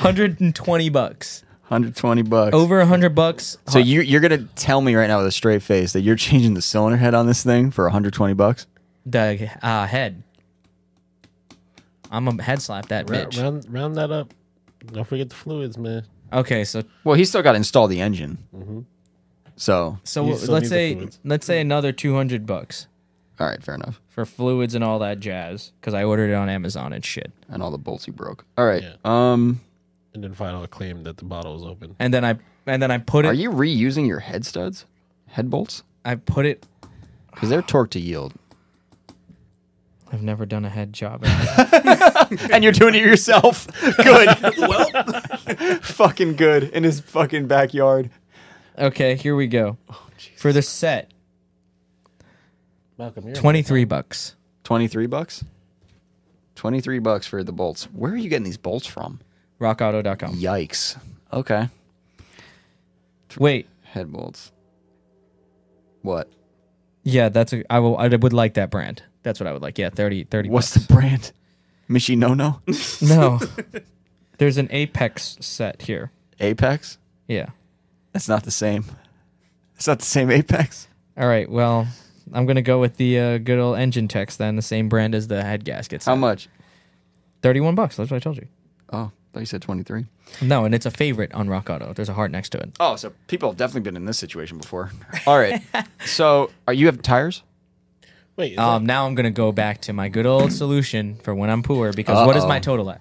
120 bucks. 120 bucks. Over 100 bucks. So you, you're gonna tell me right now with a straight face that you're changing the cylinder head on this thing for 120 bucks? the uh, head. I'm a head slap that Ra- bitch. round round that up. Don't forget the fluids, man. Okay, so Well, he's still got to install the engine. So, so You w- still let's need the say fluids. let's say another two hundred bucks all right, fair enough. for fluids and all that jazz because I ordered it on Amazon and shit. And all the bolts he broke. All right. Yeah. Um, And then final claim that the bottle is open. And then I and then I put it. are you reusing your head studs, head bolts? I put it. Because they're torque to yield. I've never done a head job. and you're doing it yourself. Good. fucking good in his fucking backyard. okay, here we go. Oh, for the set, Malcolm, you're twenty three bucks. 23 bucks. 23 bucks for the bolts. Where are you getting these bolts from? RockAuto.com. Yikes. Okay. Wait, Head bolts. What? yeah, that's a. I will. I would like that brand. That's what I would like. Yeah, 30, 30 What's the brand? Michinono? No. There's an Apex set here. Apex? Yeah. That's not the same. It's not the same Apex. All right. Well, I'm gonna go with the uh, good old engine text then, the same brand as the head gaskets. How much? Thirty-one bucks. That's what I told you. Oh, I thought you said 23. No, and it's a favorite on Rock Auto. There's a heart next to it. Oh, so people have definitely been in this situation before. All right. so, are you have tires? Wait, is Um, now I'm gonna go back to my good old solution for when I'm poor because what is Uh-oh. my total at?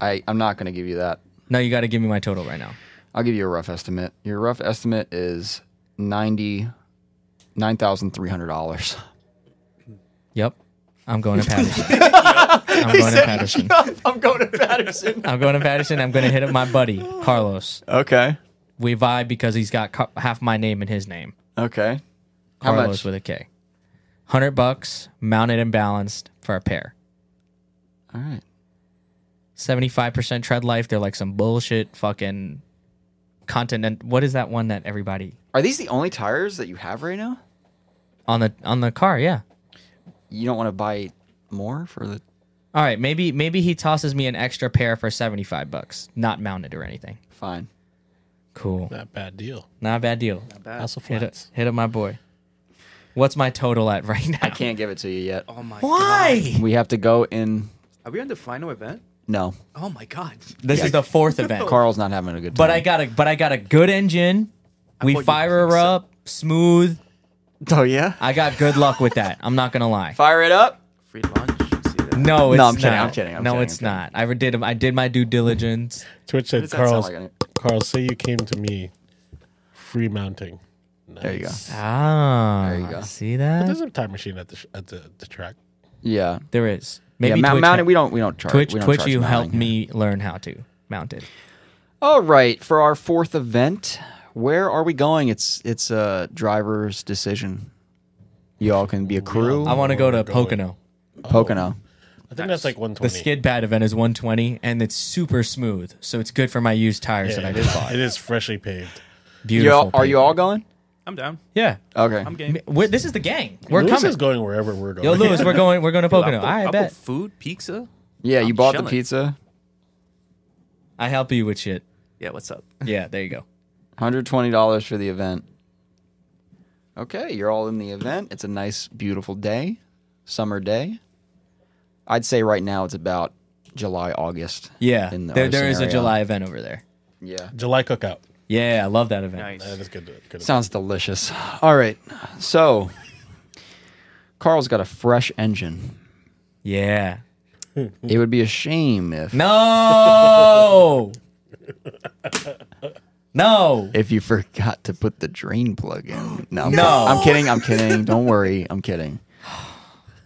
I, I'm not going to give you that. No, you got to give me my total right now. I'll give you a rough estimate. Your rough estimate is ninety nine thousand three hundred dollars. Yep. I'm going to Patterson. I'm going to Patterson. I'm going to Patterson. I'm going to Patterson. I'm going to hit up my buddy, Carlos. okay. We vibe because he's got ca- half my name in his name. Okay. How Carlos much? with a K. 100 bucks, mounted and balanced for a pair. All right. 75% tread life. They're like some bullshit fucking continent. What is that one that everybody Are these the only tires that you have right now? on the on the car? Yeah. You don't want to buy more for the All right, maybe maybe he tosses me an extra pair for 75 bucks, not mounted or anything. fine. Cool. Not bad deal. Not a bad deal. Bad. House of Hit up, Flats. hit up my boy. What's my total at right now? I can't give it to you yet. Oh my god. Why? We have to go in. Are we on the final event? No, Oh my god. This is the fourth event. Carl's not having a good time. Oh. But I got a but I got a good engine. We thought you fire think her so. up smooth. Oh yeah. I got good luck with that. I'm not gonna lie. Fire it up. Free lunch. You see that? No, it's I'm not. kidding, I'm kidding, I'm no, kidding, it's I'm kidding. not. I did I did my due diligence. Twitch said, does that sound Carl, like on it? Carl, say you came to me. Free mounting. There you go. Nice. Ah, There you go. See But that? there's a time machine at the sh- at the, the track. Yeah. There is. Yeah, Maybe mount- Twitch, mounted. We don't. We don't charge. Twitch, we don't Twitch charge you mounting helped here. me learn how to mount it. All right, for our fourth event, where are we going? It's it's a driver's decision. You all Oh, can be a crew. I want to go to going. Pocono. Pocono. I think that's like 120. The skid pad event is 120 and it's super smooth, so it's good for my used tires Yeah, that I it just is- bought. It is freshly paved. You Beautiful. all, are you paper. all going? I'm down. Yeah. Okay. I'm game. We're- this is the gang. We're Lewis coming. is going wherever we're going. Yo, Lewis, we're going. We're going to Pocono. I'll I put bet. food, pizza. yeah, you I'm bought the chilling. pizza. I help you with shit. Yeah, what's up? Yeah. There you go. Hundred twenty dollars for the event. Okay, you're all in the event. It's a nice, beautiful day, summer day. I'd say right now it's about July, August. Yeah. In the- there, our there is a scenario. July event over there. Yeah. July cookout. Yeah, I love that event. Nice. That is good. good Sounds delicious. All right. So, Carl's got a fresh engine. Yeah. It would be a shame if No. no. if you forgot to put the drain plug in. No, I'm, No. I'm kidding. I'm kidding. Don't worry. I'm kidding.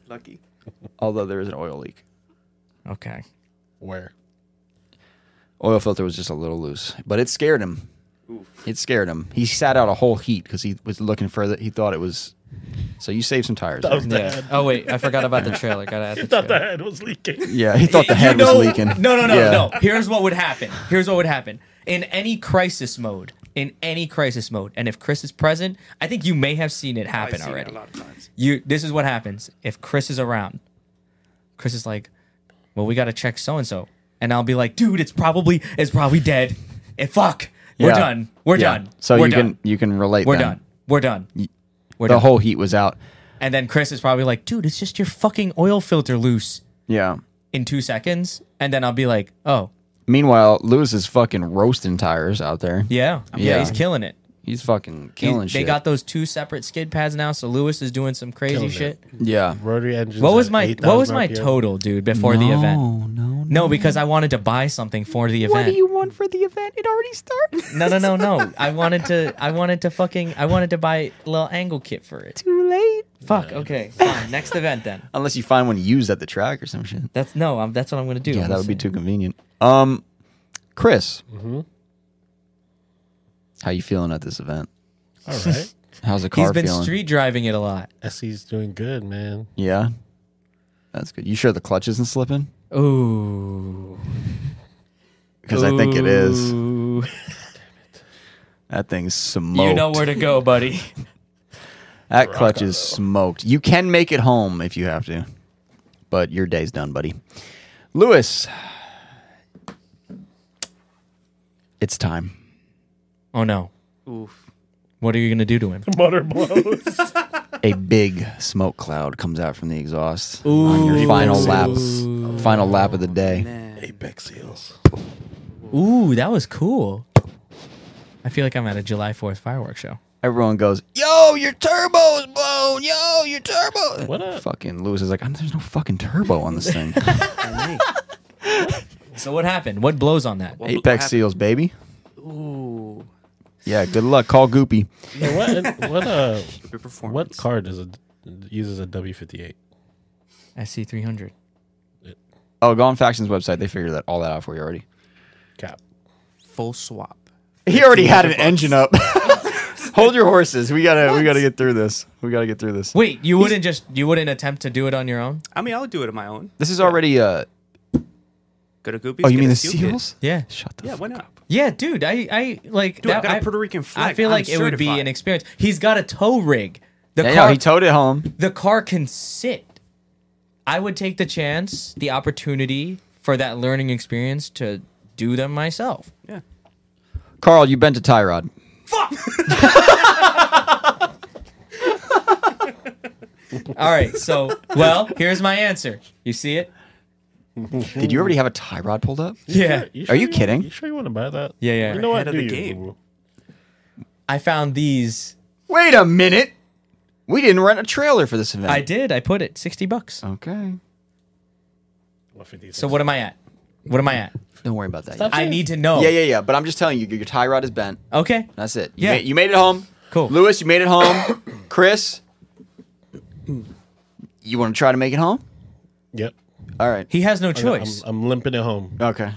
Lucky. Although there is an oil leak. Okay. Where? Oil filter was just a little loose, but it scared him. It scared him. He sat out a whole heat because he was looking for that. He thought it was. So you saved some tires. there. Yeah. Oh wait, I forgot about the trailer. Gotta add the Thought trailer. the head was leaking. Yeah, he thought the head You know- was leaking. No, no, no, Yeah. no. Here's what would happen. Here's what would happen. In any crisis mode, in any crisis mode, and if Chris is present, I think you may have seen it I've happen seen already. it a lot of times. You. This is what happens if Chris is around. Chris is like, "Well, we gotta check so and so," and I'll be like, "Dude, it's probably it's probably dead. And fuck, we're Yeah. done. We're Yeah. done. So we're you done. can you can relate. We're then. done. We're done. We're The done. whole heat was out. and then Chris is probably like, dude, it's just your fucking oil filter loose Yeah. in two seconds. And then I'll be like, oh, Meanwhile, Lewis is fucking roasting tires out there. yeah. Yeah, Yeah. he's killing it. He's fucking He- killing they shit. got those two separate skid pads now, so Lewis is doing some crazy Killing it. shit. yeah. Rotary engines. What was at my 8,000 what was my RPM. total, dude, before the event? Oh, no, No, because I wanted to buy something for the event. want for the event? It already started. no, no, no, no. I wanted to I wanted to fucking I wanted to buy a little angle kit for it. Too late. Fuck, okay. Fine. Next event then. Unless you find one used at the track or some shit. That's no, I'm, that's what I'm gonna do. Yeah, I'm that gonna would be say- too convenient. Um, Chris, how you feeling at this event? All right. How's the car He's been feeling? street driving it a lot. Essie's doing good, man. yeah, that's good. You sure the clutch isn't slipping? Ooh. Because I think it is. Ooh. That thing's smoked. You know where to go, buddy. that clutch is smoked. You can make it home if you have to, but your day's done, buddy. Lewis, it's time. oh no. Oof. What are you gonna do to him? Butter blows. a big smoke cloud comes out from the exhaust on your final lap, final lap of the day. Oh, Man. Apex seals. Ooh, that was cool. I feel like I'm at a July 4th fireworks show. Everyone goes, "Yo, your turbo's blown! Yo, your turbo!" What up? Fucking Lewis is like, "I'm- "There's no fucking turbo on this thing." So what happened? What blows on that? What- what Apex happened- Seals, baby. Ooh, Yeah, good luck. Call Goopy. Yeah, what what uh good performance. what card is a uses a W fifty eight? SC three hundred. Oh, go on Faction's website. They figured that all that out for you already. Cap. Full swap. He already had an engine up. Hold your horses. We gotta we gotta get through this. We gotta get through this. Wait, you wouldn't just you wouldn't attempt to do it on your own? I mean, I'll do it on my own. This is already uh Go to Goobies. Oh, you get mean a the seal kit. seals? Yeah. Shut the Yeah, f- why not? Yeah, dude. I I like Dude, I got a Puerto Rican flag. I feel I'm like it would be certified. an experience. He's got a tow rig. The Yeah, car no, he towed it home. the car can sit. I would take the chance, the opportunity for that learning experience to do them myself. Yeah. Carl, you bent a tie rod. All right, so well, here's my answer. You see it? Did you already have a tie rod pulled up? Yeah. Are you kidding? You sure you want to buy that? Yeah, yeah. You know Ahead what? of Do the you, game. Google. I found these. Wait a minute. We didn't rent a trailer for this event. I did. I put it 60 Oh. bucks. Okay. Well, 56. So what am I at? What am I at? Don't worry about that. I need to know. Yeah, yeah, yeah. But I'm just telling you, your tie rod is bent. Okay. That's it. You Yeah. Made, you made it home. Cool. Lewis, you made it home. Chris, you want to try to make it home? Yep. All right. He has no I'm, choice. I'm limping it home. Okay.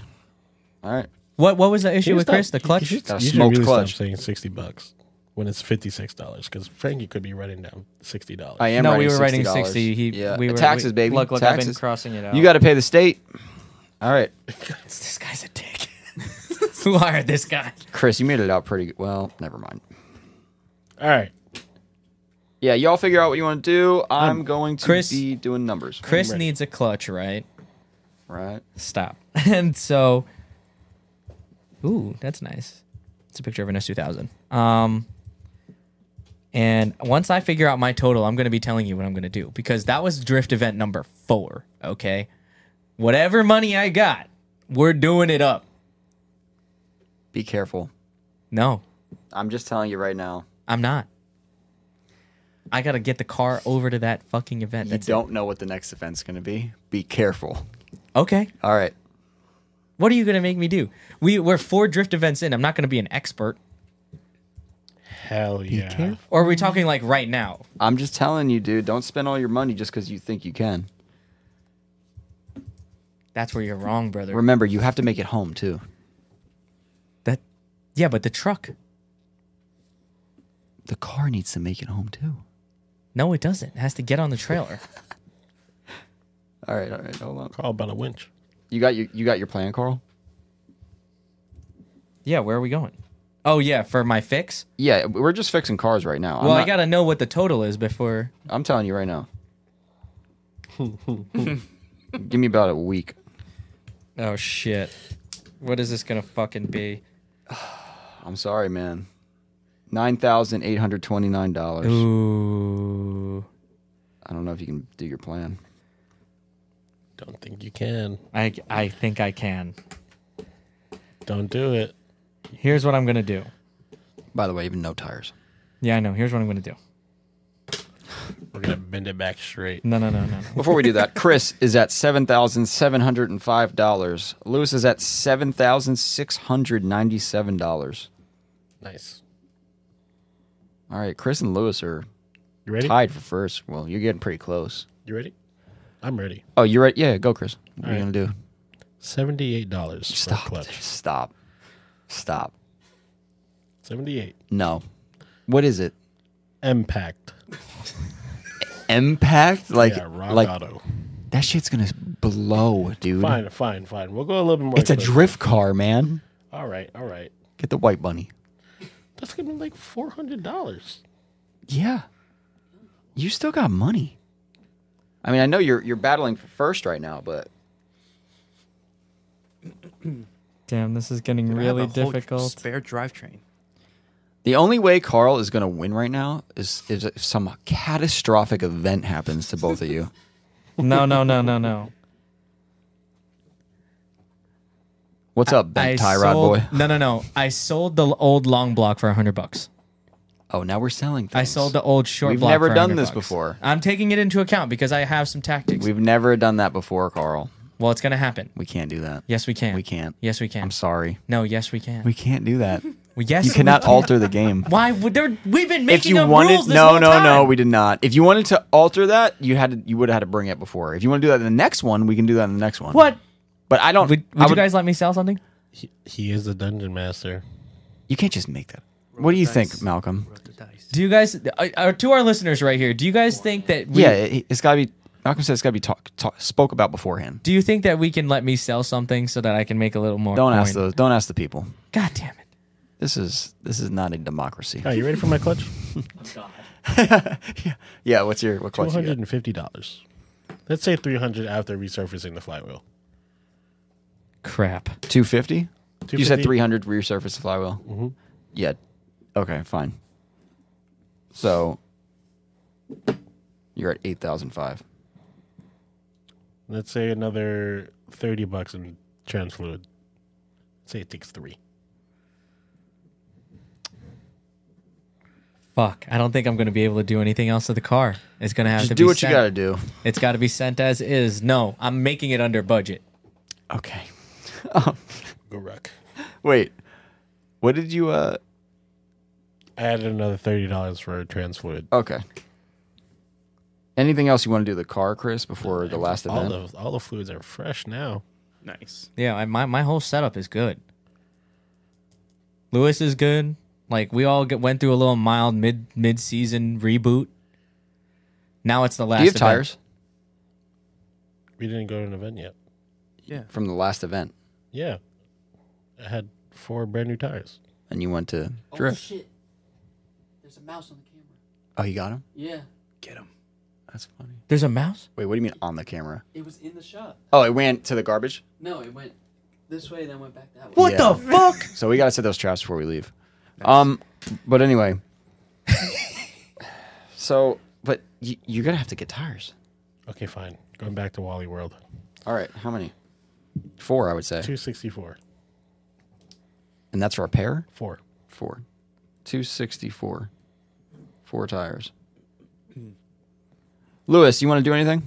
All right. what what was the issue You with stop- Chris? The clutch? You should, Got a you should smoked really clutch. stop saying sixty bucks when it's fifty six dollars because Frankie could be writing down sixty dollars. I am. no, writing we were writing $60. 60. He yeah. we were taxes, we- baby. Look, look, I've been taxes. crossing it out. you got to pay the state. All right, this guy's a dick. Who hired this guy? Chris, you made it out pretty good. Well, never mind. All right. Yeah, y'all figure out what you want to do. I'm going to Um, Chris- be doing numbers. Chris needs a clutch, right? Right. Stop. And so Ooh, that's nice. It's a picture of an S2000. Um and once I figure out my total, I'm going to be telling you what I'm going to do because that was drift event number 4, okay? Whatever money I got, we're doing it up. Be careful. No, I'm just telling you right now. I'm not. I got to get the car over to that fucking event. You That's it. don't know what the next event's going to be. Be careful. Okay. All right. What are you gonna make me do? We we're four drift events in. I'm not gonna be an expert. Hell yeah. Or are we talking like right now? I'm just telling you, dude. Don't spend all your money just because you think you can. That's where you're wrong, brother. Remember, you have to make it home too. that yeah, but the truck. The car needs to make it home too. No, it doesn't. It has to get on the trailer. All right, all right, hold on. Carl about a winch. You got your you got your plan, Carl? yeah, where are we going? Oh yeah, for my fix. Yeah, we're just fixing cars right now. I'm Well, I not- gotta know what the total is before. I'm telling you right now. Give me about a week. Oh shit. What is this gonna fucking be? I'm sorry, man. Nine thousand eight hundred twenty nine dollars. Ooh. I don't know if you can do your plan. Don't think you can. I I think I can. Don't do it. Here's what I'm gonna do. By the way, even no tires. Yeah, I know. Here's what I'm gonna do. We're gonna bend it back straight. No, no, no, no, no. Before we do that, Chris is at seven thousand seven hundred and five dollars. Lewis is at seven thousand six hundred ninety seven dollars. Nice. All right, Chris and Lewis are You ready? tied for first. Well, you're getting pretty close. You ready? I'm ready. Oh, you're right. Yeah, go, Chris. What are you All right. gonna do? Seventy eight dollars for a Stop. clutch. Stop. Stop. Seventy eight. No. What is it? Impact. Impact? Like, yeah, Rock like Auto. that shit's gonna blow, dude. Fine, fine, fine. We'll go a little bit more. It's a clutch. drift car, man. All right, all right. Get the white bunny. That's gonna be like four hundred dollars. Yeah. You still got money. I mean, I know you're you're battling for first right now, but Damn, this is getting I have really a whole difficult. Spare drivetrain. the only way Carl is gonna win right now is, is if some catastrophic event happens to both of you. No, no, no, no, no. What's up, Ben Tyrod sold, boy? No, no, no. I sold the old long block for hundred bucks. Oh, now we're selling things. I sold the old short We've block. never for done $100 this bucks. before. I'm taking it into account because I have some tactics. We've never done that before, Carl. Well, it's gonna happen. We can't do that. Yes, we can. We can't. Yes, we can. I'm sorry. No, yes, we can. We can't do that. You Well, yes, we cannot can. alter the game. Why would there? We've been making If you up rules wanted, this no, whole no, no, time. we did not. If you wanted to alter that, you had to, you would have had to bring it before. If you want to do that in the next one, we can do that in the next one. What? But I don't. Would, would I you guys let me sell something? He, he is the dungeon master. You can't just make that. What do you think, Malcolm? Roll the dice. Do you guys, uh, uh, to our listeners right here, do you guys think that we, yeah, it, has got to be. Malcolm said it's got to be talk, talk, spoke about beforehand. do you think that we can let me sell something so that I can make a little more? Don't ask coin? those. Don't ask the people. God damn it. This is this is not a democracy. Are you ready for my clutch? Yeah. What's your what Two question? hundred and fifty dollars. Let's say three hundred after resurfacing the flywheel. Crap. Two fifty. You said 250? three hundred rear surface flywheel. Mm-hmm. Yeah. Okay. Fine. So you're at eight thousand five. Let's say another thirty bucks in trans fluid. Say it takes three. Fuck. I don't think I'm going to be able to do anything else to the car. It's going to have to Just be do what you sent. got to do. It's got to be sent as is. No, I'm making it under budget. Okay. Go ruck. Wait. What did you? uh I added another thirty dollars for trans fluid. Okay. Anything else you want to do to the car, Chris, before the last All event? the all the fluids are fresh now. Nice. Yeah, I, my my whole setup is good. Lewis is good. Like we all get, went through a little mild mid mid season reboot. Now it's the last. do you have event. tires We didn't go to an event yet. from the last event, Yeah, I had four brand new tires. and you went to Oh drift? shit! There's a mouse on the camera. Oh, you got him. Yeah, Get him. That's funny. There's a mouse. Wait, what do you mean on the camera? it was in the shot. Oh, it went to the garbage. No, it went this way, then went back that way. What Yeah. the fuck? So we gotta set those traps before we leave. Um, but anyway. so, but you, you're gonna have to get tires. Okay, fine. Going back to Wally World. All right, how many? Four, I would say, Two sixty four. and that's repair. Four. Four, two sixty-four, four tires. Hmm. Lewis, you want to do anything?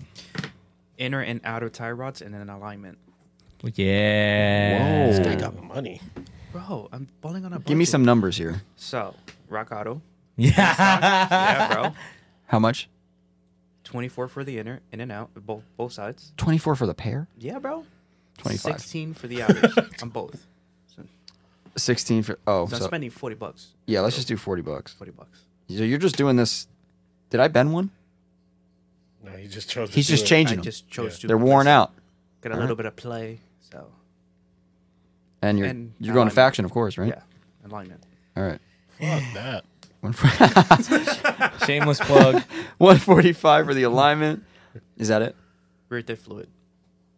Inner and outer tie rods and an alignment. Yeah. I got money. Bro, I'm balling on a. Give me budget. some numbers here. So, Rock Auto. Yeah. yeah, bro. How much? 24 for the inner, in and out, both both sides. Twenty-four for the pair. Yeah, bro. 25. 16 for the outers on both. So, Sixteen for. Oh, so I'm so- spending 40 bucks. yeah. Let's just do forty bucks. 40 bucks. So you're just doing this. Did I bend one? No, he just chose. to He's do just it. I changing them. just chose to. They're worn out. Uh-huh. Got a little bit of play, so And you're And you're going alignment. to faction, of course, right? yeah, alignment. All right. Fuck that. Shameless plug. 145 for the alignment. Is that it? Rear diff fluid.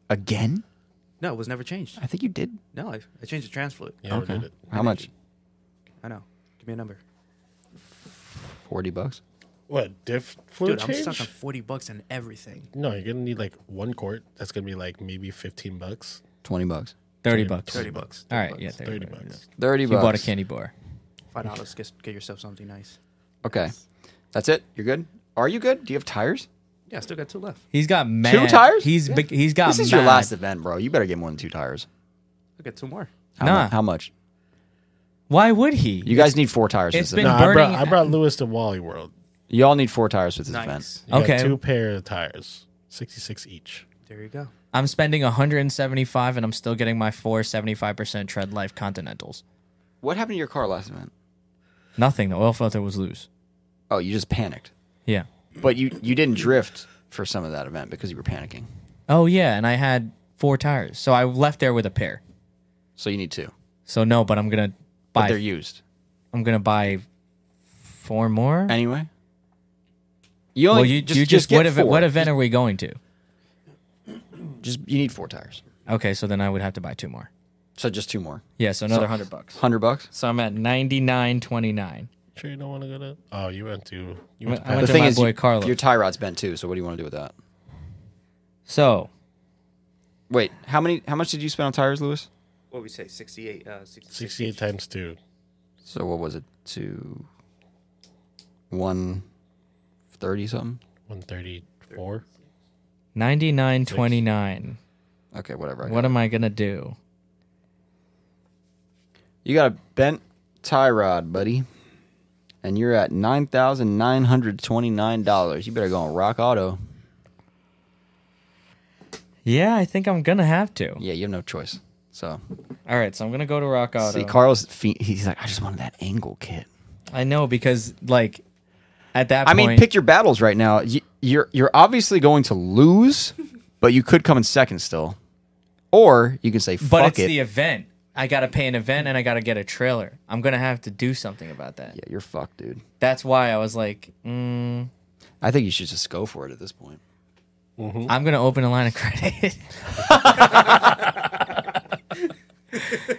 Again? No, it was never changed. I think you did. No, I, I changed the trans fluid. Yeah, we did it. How much? I know. Give me a number. 40 bucks. What diff fluid Dude, I'm change? stuck on 40 bucks on everything. No, you're gonna need like one quart. That's gonna be like maybe fifteen bucks, 20 bucks. Thirty bucks. 30 bucks. All right. Yeah. Thirty, thirty bucks. bucks. 30 You bucks. bought a candy bar. Five dollars. Get, get yourself something nice. Okay. That's it. You're good? Are you good? Do you have tires? Yeah, I still got two left. He's got mad. Two tires? He's big- he's got. This is your mad. last event, bro. You better get more than two tires. I got two more. How, Nah. mu- how much? Why would he? You guys need four tires for it's this been- No, event. I brought, burning- I brought Lewis to Wally World. You all need four tires for this event. Nice. You got Okay. two pair of tires, sixty six each. There you go. I'm spending 175 and I'm still getting my four 75% tread life Continentals. What happened to your car last event? Nothing. The oil filter was loose. Oh, you just panicked. Yeah. But you, you didn't drift for some of that event because you were panicking. Oh yeah, and I had four tires, so I left there with a pair. So you need two. So no, but I'm gonna But they're buy. used. I'm gonna buy four more. Anyway. You only Well, you just, just, you just, get what, event, four. what event are we going to? Just you need four tires. Okay, so then I would have to buy two more. So just two more. Yeah, so another hundred bucks. Hundred bucks. So I'm at 99.29. Sure, you don't want to go to? Oh, you went to. I You went went to I went the to thing my is, boy you- Carlos. your tie rod's bent too. So what do you want to do with that? so Wait, how many? How much did you spend on tires, Lewis? What we say? 68. Uh, 66 sixty eight times two. So what was it? Two, one, thirty something. One thirty four. 99.29. Okay, whatever. I got What am I gonna do? You got a bent tie rod, buddy. And you're at $9,929. You better go on Rock Auto. Yeah, I think I'm gonna have to. Yeah, you have no choice. So, All right, so I'm gonna go to Rock Auto. see, Carl's, fe- he's like, I just wanted that angle kit. I know because like at that I point, mean, pick your battles right now. Y- You're, you're obviously going to lose, but you could come in second still. Or you can say, fuck but it's it. the event. I gotta pay an event and I gotta get a trailer. I'm gonna have to do something about that. yeah, you're fucked, dude. That's why I was like, mm, I think you should just go for it at this point. I'm gonna open a line of credit.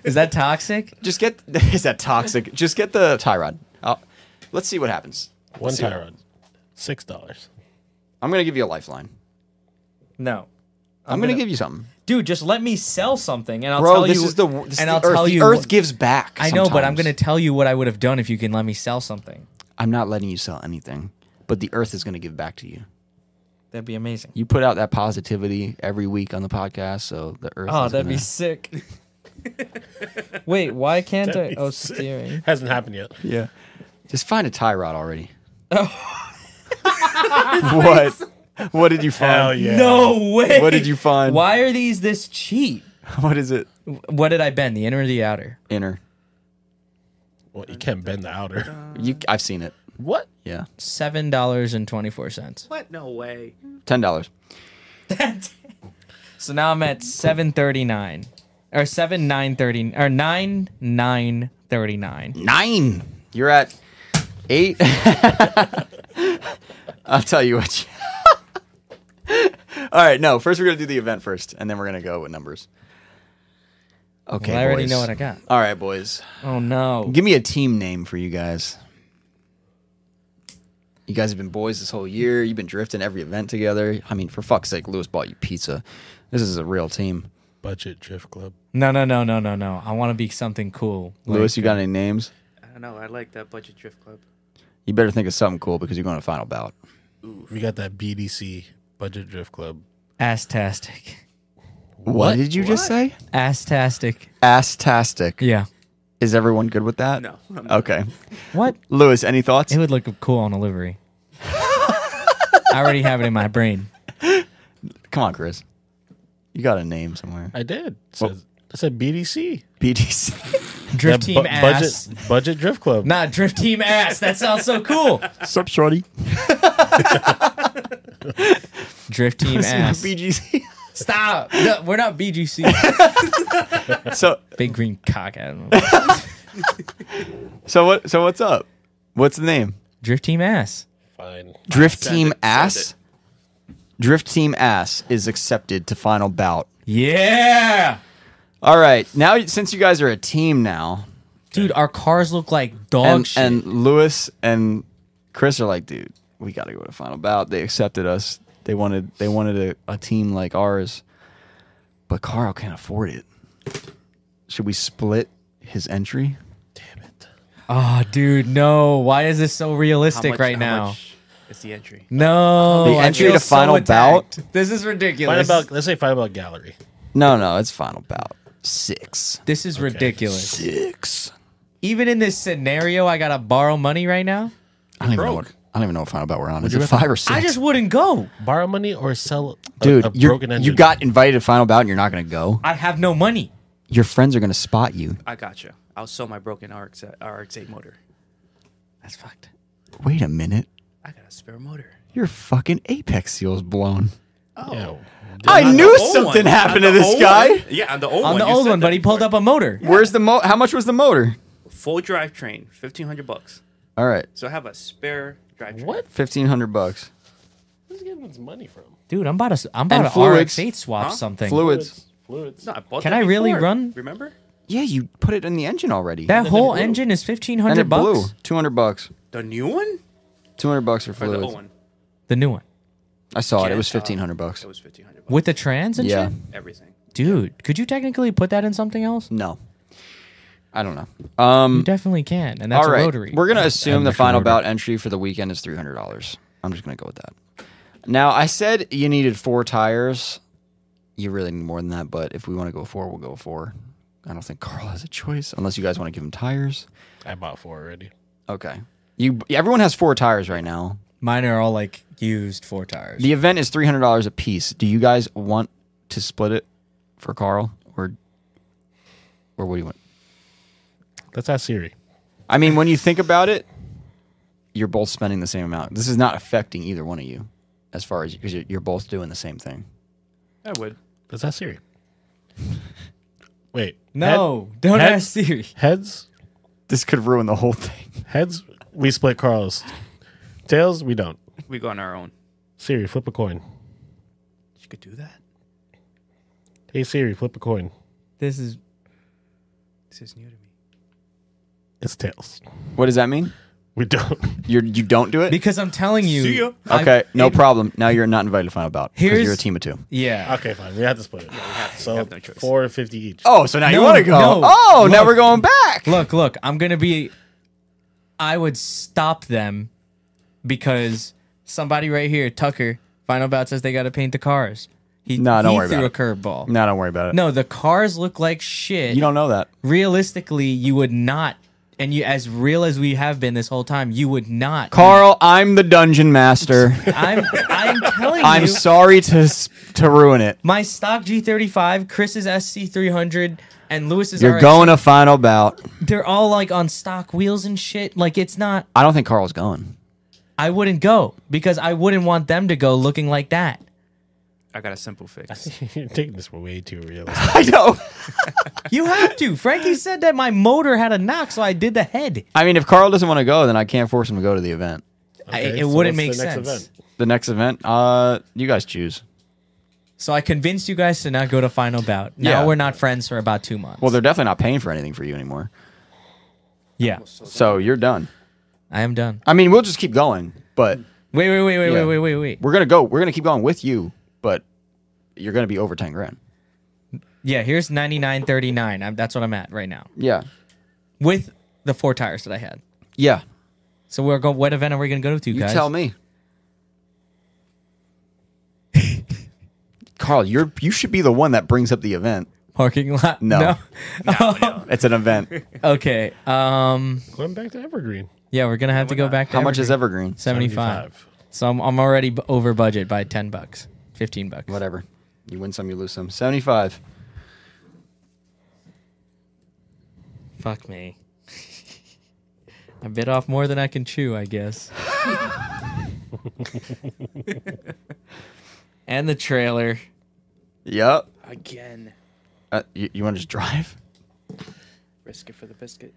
Is that toxic? Just get, is that toxic? Just get the tie rod. i let's see what happens. One tie rod, six dollars. I'm going to give you a lifeline. No. I'm, going to give you something. Dude, just let me sell something and I'll Bro, tell this you is the this is and I'll the earth. tell the you earth what- gives back. I know, but I'm sometimes. gonna tell you what I would have done if you can let me sell something. I'm not letting you sell anything, but the earth is gonna give back to you. That'd be amazing. You put out that positivity every week on the podcast, so the earth. Oh, is that'd be gonna- sick. Wait, why can't I? Oh, steering. Hasn't happened yet. yeah. Just find a tie rod already. Oh. what? What did you find? Hell yeah! No way. What did you find? Why are these this cheap? What is it? What did I bend? The inner or the outer? Inner. Well, you can't bend the outer. You, I've seen it. What? Yeah, Seven dollars and twenty four cents. What? No way. ten dollars. So now I'm at seven thirty nine, or seven nine thirty, or nine nine thirty nine. Nine. You're at eight. I'll tell you what. you- All right, no. First, we're gonna do the event first, and then we're gonna go with numbers. Okay. Well, I already boys. know what I got. All right, boys. Oh no. Give me a team name for you guys. You guys have been boys this whole year. You've been drifting every event together. I mean, for fuck's sake, Lewis bought you pizza. This is a real team. Budget drift club. No no no no no no. I want to be something cool. Lewis, you got any names? I don't know. I like that budget drift club. You better think of something cool because you're going to final bout. We got that BDC budget drift club. Astastic. What, did you just say? Astastic. Astastic. Yeah. Is everyone good with that? No. I'm not. Okay. What? Lewis, any thoughts? It would look cool on a livery. I already have it in my brain. Come on, Chris. You got a name somewhere. I did. It says, it said BDC. BDC. Drift That team bu- ass. Budget, budget drift club. Nah, drift team ass. That sounds so cool. Sup, shorty? Drift team ass. BGC. Stop. No, we're not BGC. so, Big green cock. I don't know. so what? So what's up? What's the name? Drift team ass. Fine. Drift Send Team it, send Ass. Drift Team Ass is accepted to final bout. Yeah. All right, now since you guys are a team now, Dude, our cars look like dog and, shit. and Lewis and Chris are like, dude, we got to go to final bout. They accepted us. They wanted they wanted a, a team like ours, but Carl can't afford it. Should we split his entry? Damn it. oh, dude, no. Why is this so How realistic much- right how now? much Is the entry. No. The I entry feel to final attacked. bout? This is Find ridiculous. about. Let's say find about gallery. No, no, it's final bout. Six. this is ridiculous. Six. Even in this scenario, I got to borrow money right now. I don't even know what I don't even know what final bout we're on. Is it five or six? I just wouldn't go. Borrow money or sell. a- Dude, a, you're- broken engine. you got invited to final bout and you're not going to go. I have no money. Your friends are going to spot you. I gotcha. I'll sell my broken uh, RX RX8 motor. That's fucked. Wait a minute, I got a spare motor. your fucking apex seal's blown. Yeah. I Oh. On the knew old something one. happened to On the this old guy. one. Yeah, on the old On one. the You old said one, that but he pulled up before. a motor. Where's the mo? How much was the motor? full drivetrain, fifteen hundred bucks. All right, So I have a spare drivetrain. What? fifteen hundred bucks. Where's he getting this money from? Dude, I'm about to I'm about And to fluids. RX8 swap Huh? something. Fluids. Fluids. No, I bought Can that I really before. run? Remember? Yeah, you put it in the engine already. That whole blew. engine is fifteen and hundred it bucks. blew. Two hundred bucks. The new one Two hundred bucks for or the old fluids. one? The new one I saw it. It Yeah, was uh, fifteen hundred bucks. It was fifteen hundred bucks. with the trans and Yeah. shit. Everything. Dude, could you technically put that in something else? No, I don't know. Um. You definitely can, and that's all right, a rotary. we're gonna assume the extra final rotary. bout entry for the weekend is three hundred dollars. I'm just gonna go with that. Now I said you needed four tires. you really need more than that. But if we want to go four, we'll go four. I don't think Carl has a choice unless you guys want to give him tires. I bought four already. Okay. You everyone has four tires right now. Mine are all like used four tires. The event is three hundred dollars a piece. Do you guys want to split it for Carl or or what do you want? Let's ask Siri. I mean, when you think about it, you're both spending the same amount. This is not affecting either one of you, as far as because you're, you're both doing the same thing. I would. Let's ask Siri. Wait. no, don't head- ask Siri. head- heads. This could ruin the whole thing. Heads. We split Carl's. Tails. We don't. We go on our own. Siri, flip a coin. You could do that. Hey Siri, flip a coin. This is This is new to me. It's tails. What does that mean? We don't. You you don't do it. because I'm telling you. See ya. I- okay, no it- problem. Now you're not invited to final bout because Here's- you're a team of two. Yeah. Okay, fine. We have to split it. so have no choice. four fifty each. Oh, so now you No, want to go? no. oh, now Look. we're going back. Look, look, I'm going to be. I would stop them because somebody right here, Tucker, Final Bout says they got to paint the cars. He, No, don't he worry threw about a curveball. No. No, don't worry about it. the cars look like shit. you don't know that. Realistically, you would not. And you, as real as we have been this whole time, you would not. Carl, I'm the dungeon master. I'm, I'm telling I'm you. sorry to s- to ruin it. my stock G35, Chris's SC300, and Lewis's You're RX, going to final bout. They're all like on stock wheels and shit. Like it's not. I don't think Carl's going. I wouldn't go because I wouldn't want them to go looking like that. I got a simple fix. You're taking this way too realistic. I know. You have to. Frankie said that my motor had a knock, so I did the head. I mean, if Carl doesn't want to go, then I can't force him to go to the event. I, Okay, it so wouldn't make what's the sense. next event? The next event, uh, you guys choose. So I convinced you guys to not go to final bout. Now Yeah. we're not friends for about two months. Well, they're definitely not paying for anything for you anymore. yeah, So you're done. I am done. I mean, we'll just keep going, but Wait, wait, wait, wait, Yeah. wait, wait, wait, wait. we're gonna go. We're gonna keep going with you, but you're gonna be over ten grand. Yeah, here's ninety nine thirty nine. That's what I'm at right now Yeah, with the four tires that I had. yeah. So we're going. What event are we going to go to, You guys? tell me, Carl. You're you should be the one that brings up the event. Parking lot. No. No. It's an event. okay. Um. Going back to Evergreen. Yeah, we're gonna have to go back. To How much is Evergreen? Seventy five. So I'm, I'm already b- over budget by ten bucks, fifteen bucks. Whatever. You win some, you lose some. Seventy-five. Fuck me. I bit off more than I can chew, I guess. and the trailer. Yep. Again, Uh, you you want to just drive? risk it for the biscuit.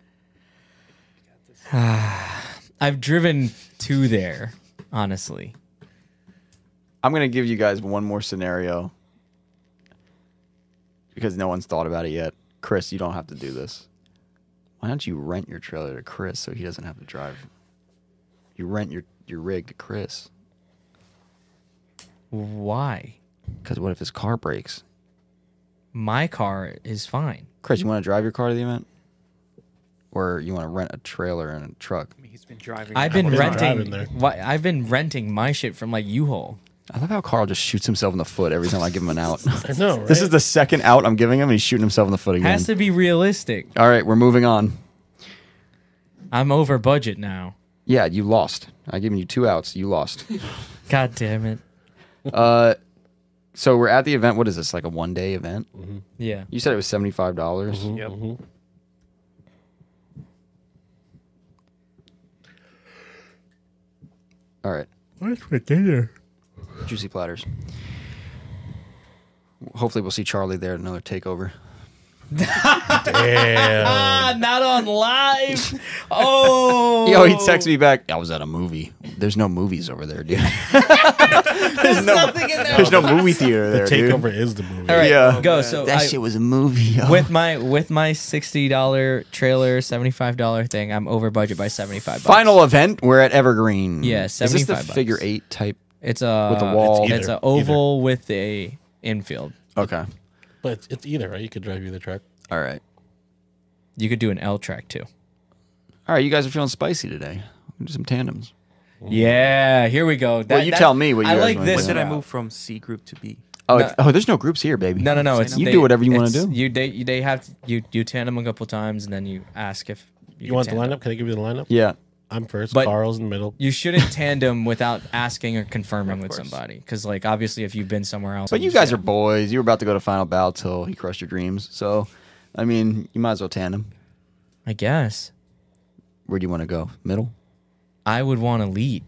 Got this. I've driven to there, honestly. I'm gonna give you guys one more scenario because no one's thought about it yet. Chris, you don't have to do this. Why don't you rent your trailer to Chris so he doesn't have to drive? You rent your your rig to Chris Why? because what if his car breaks? My car is fine. Chris, you want to drive your car to the event, or you want to rent a trailer and a truck? I mean, he's been driving. I've been Apple's not renting. driving there. Why, I've been renting my shit from like U-Haul. I love how Carl just shoots himself in the foot every time I give him an out. I know. Right? this is the second out I'm giving him, and he's shooting himself in the foot again. Has to be realistic. All right, we're moving on. I'm over budget now. Yeah, you lost. I've given you two outs. You lost. God damn it. So we're at the event. What is this? Like a one day event? Mm-hmm. Yeah. You said it was seventy five dollars. Mm-hmm. Yep. All right, What's for dinner? juicy platters. Hopefully, we'll see Charlie there at another takeover. Damn. Ah, not on live. Oh. Yo, he texts me back. I was at a movie. There's no movies over there, dude. there's no, there's no movie theater the there, dude. takeover is the movie. All right, Yeah. go. So That I- shit was a movie. yo. with my with my sixty dollar trailer, seventy five dollar thing, I'm over budget by seventy five. final event, we're at Evergreen. Yeah, is this the 75 bucks. figure eight type? It's a With a wall. It's, It's either. a oval with a infield. Okay, But it's, it's either, right? You could drive either track. all right, You could do an L track too. all right. You guys are feeling spicy today. We'll do some tandems. Yeah, here we go. That, Well, you that- tell me what you I guys like wanna this. do. When did I route. move from C group to B? Oh, No. it's- oh, there's no groups here, baby. No, no, no. Say It's you they- do whatever you want to it's- do. You they you, they have to, you you tan them a couple times and then you ask if You, can want the tandem. lineup? Can I give you the lineup? Yeah. I'm first. But- Carl's in the middle. You shouldn't tandem without asking or confirming with course. somebody because like obviously if you've been somewhere else. But you guys are boys. You were about to go to Final Bow till he crushed your dreams. So, I mean, you might as well tandem. I guess Where do you want to go? Middle? I would want to lead.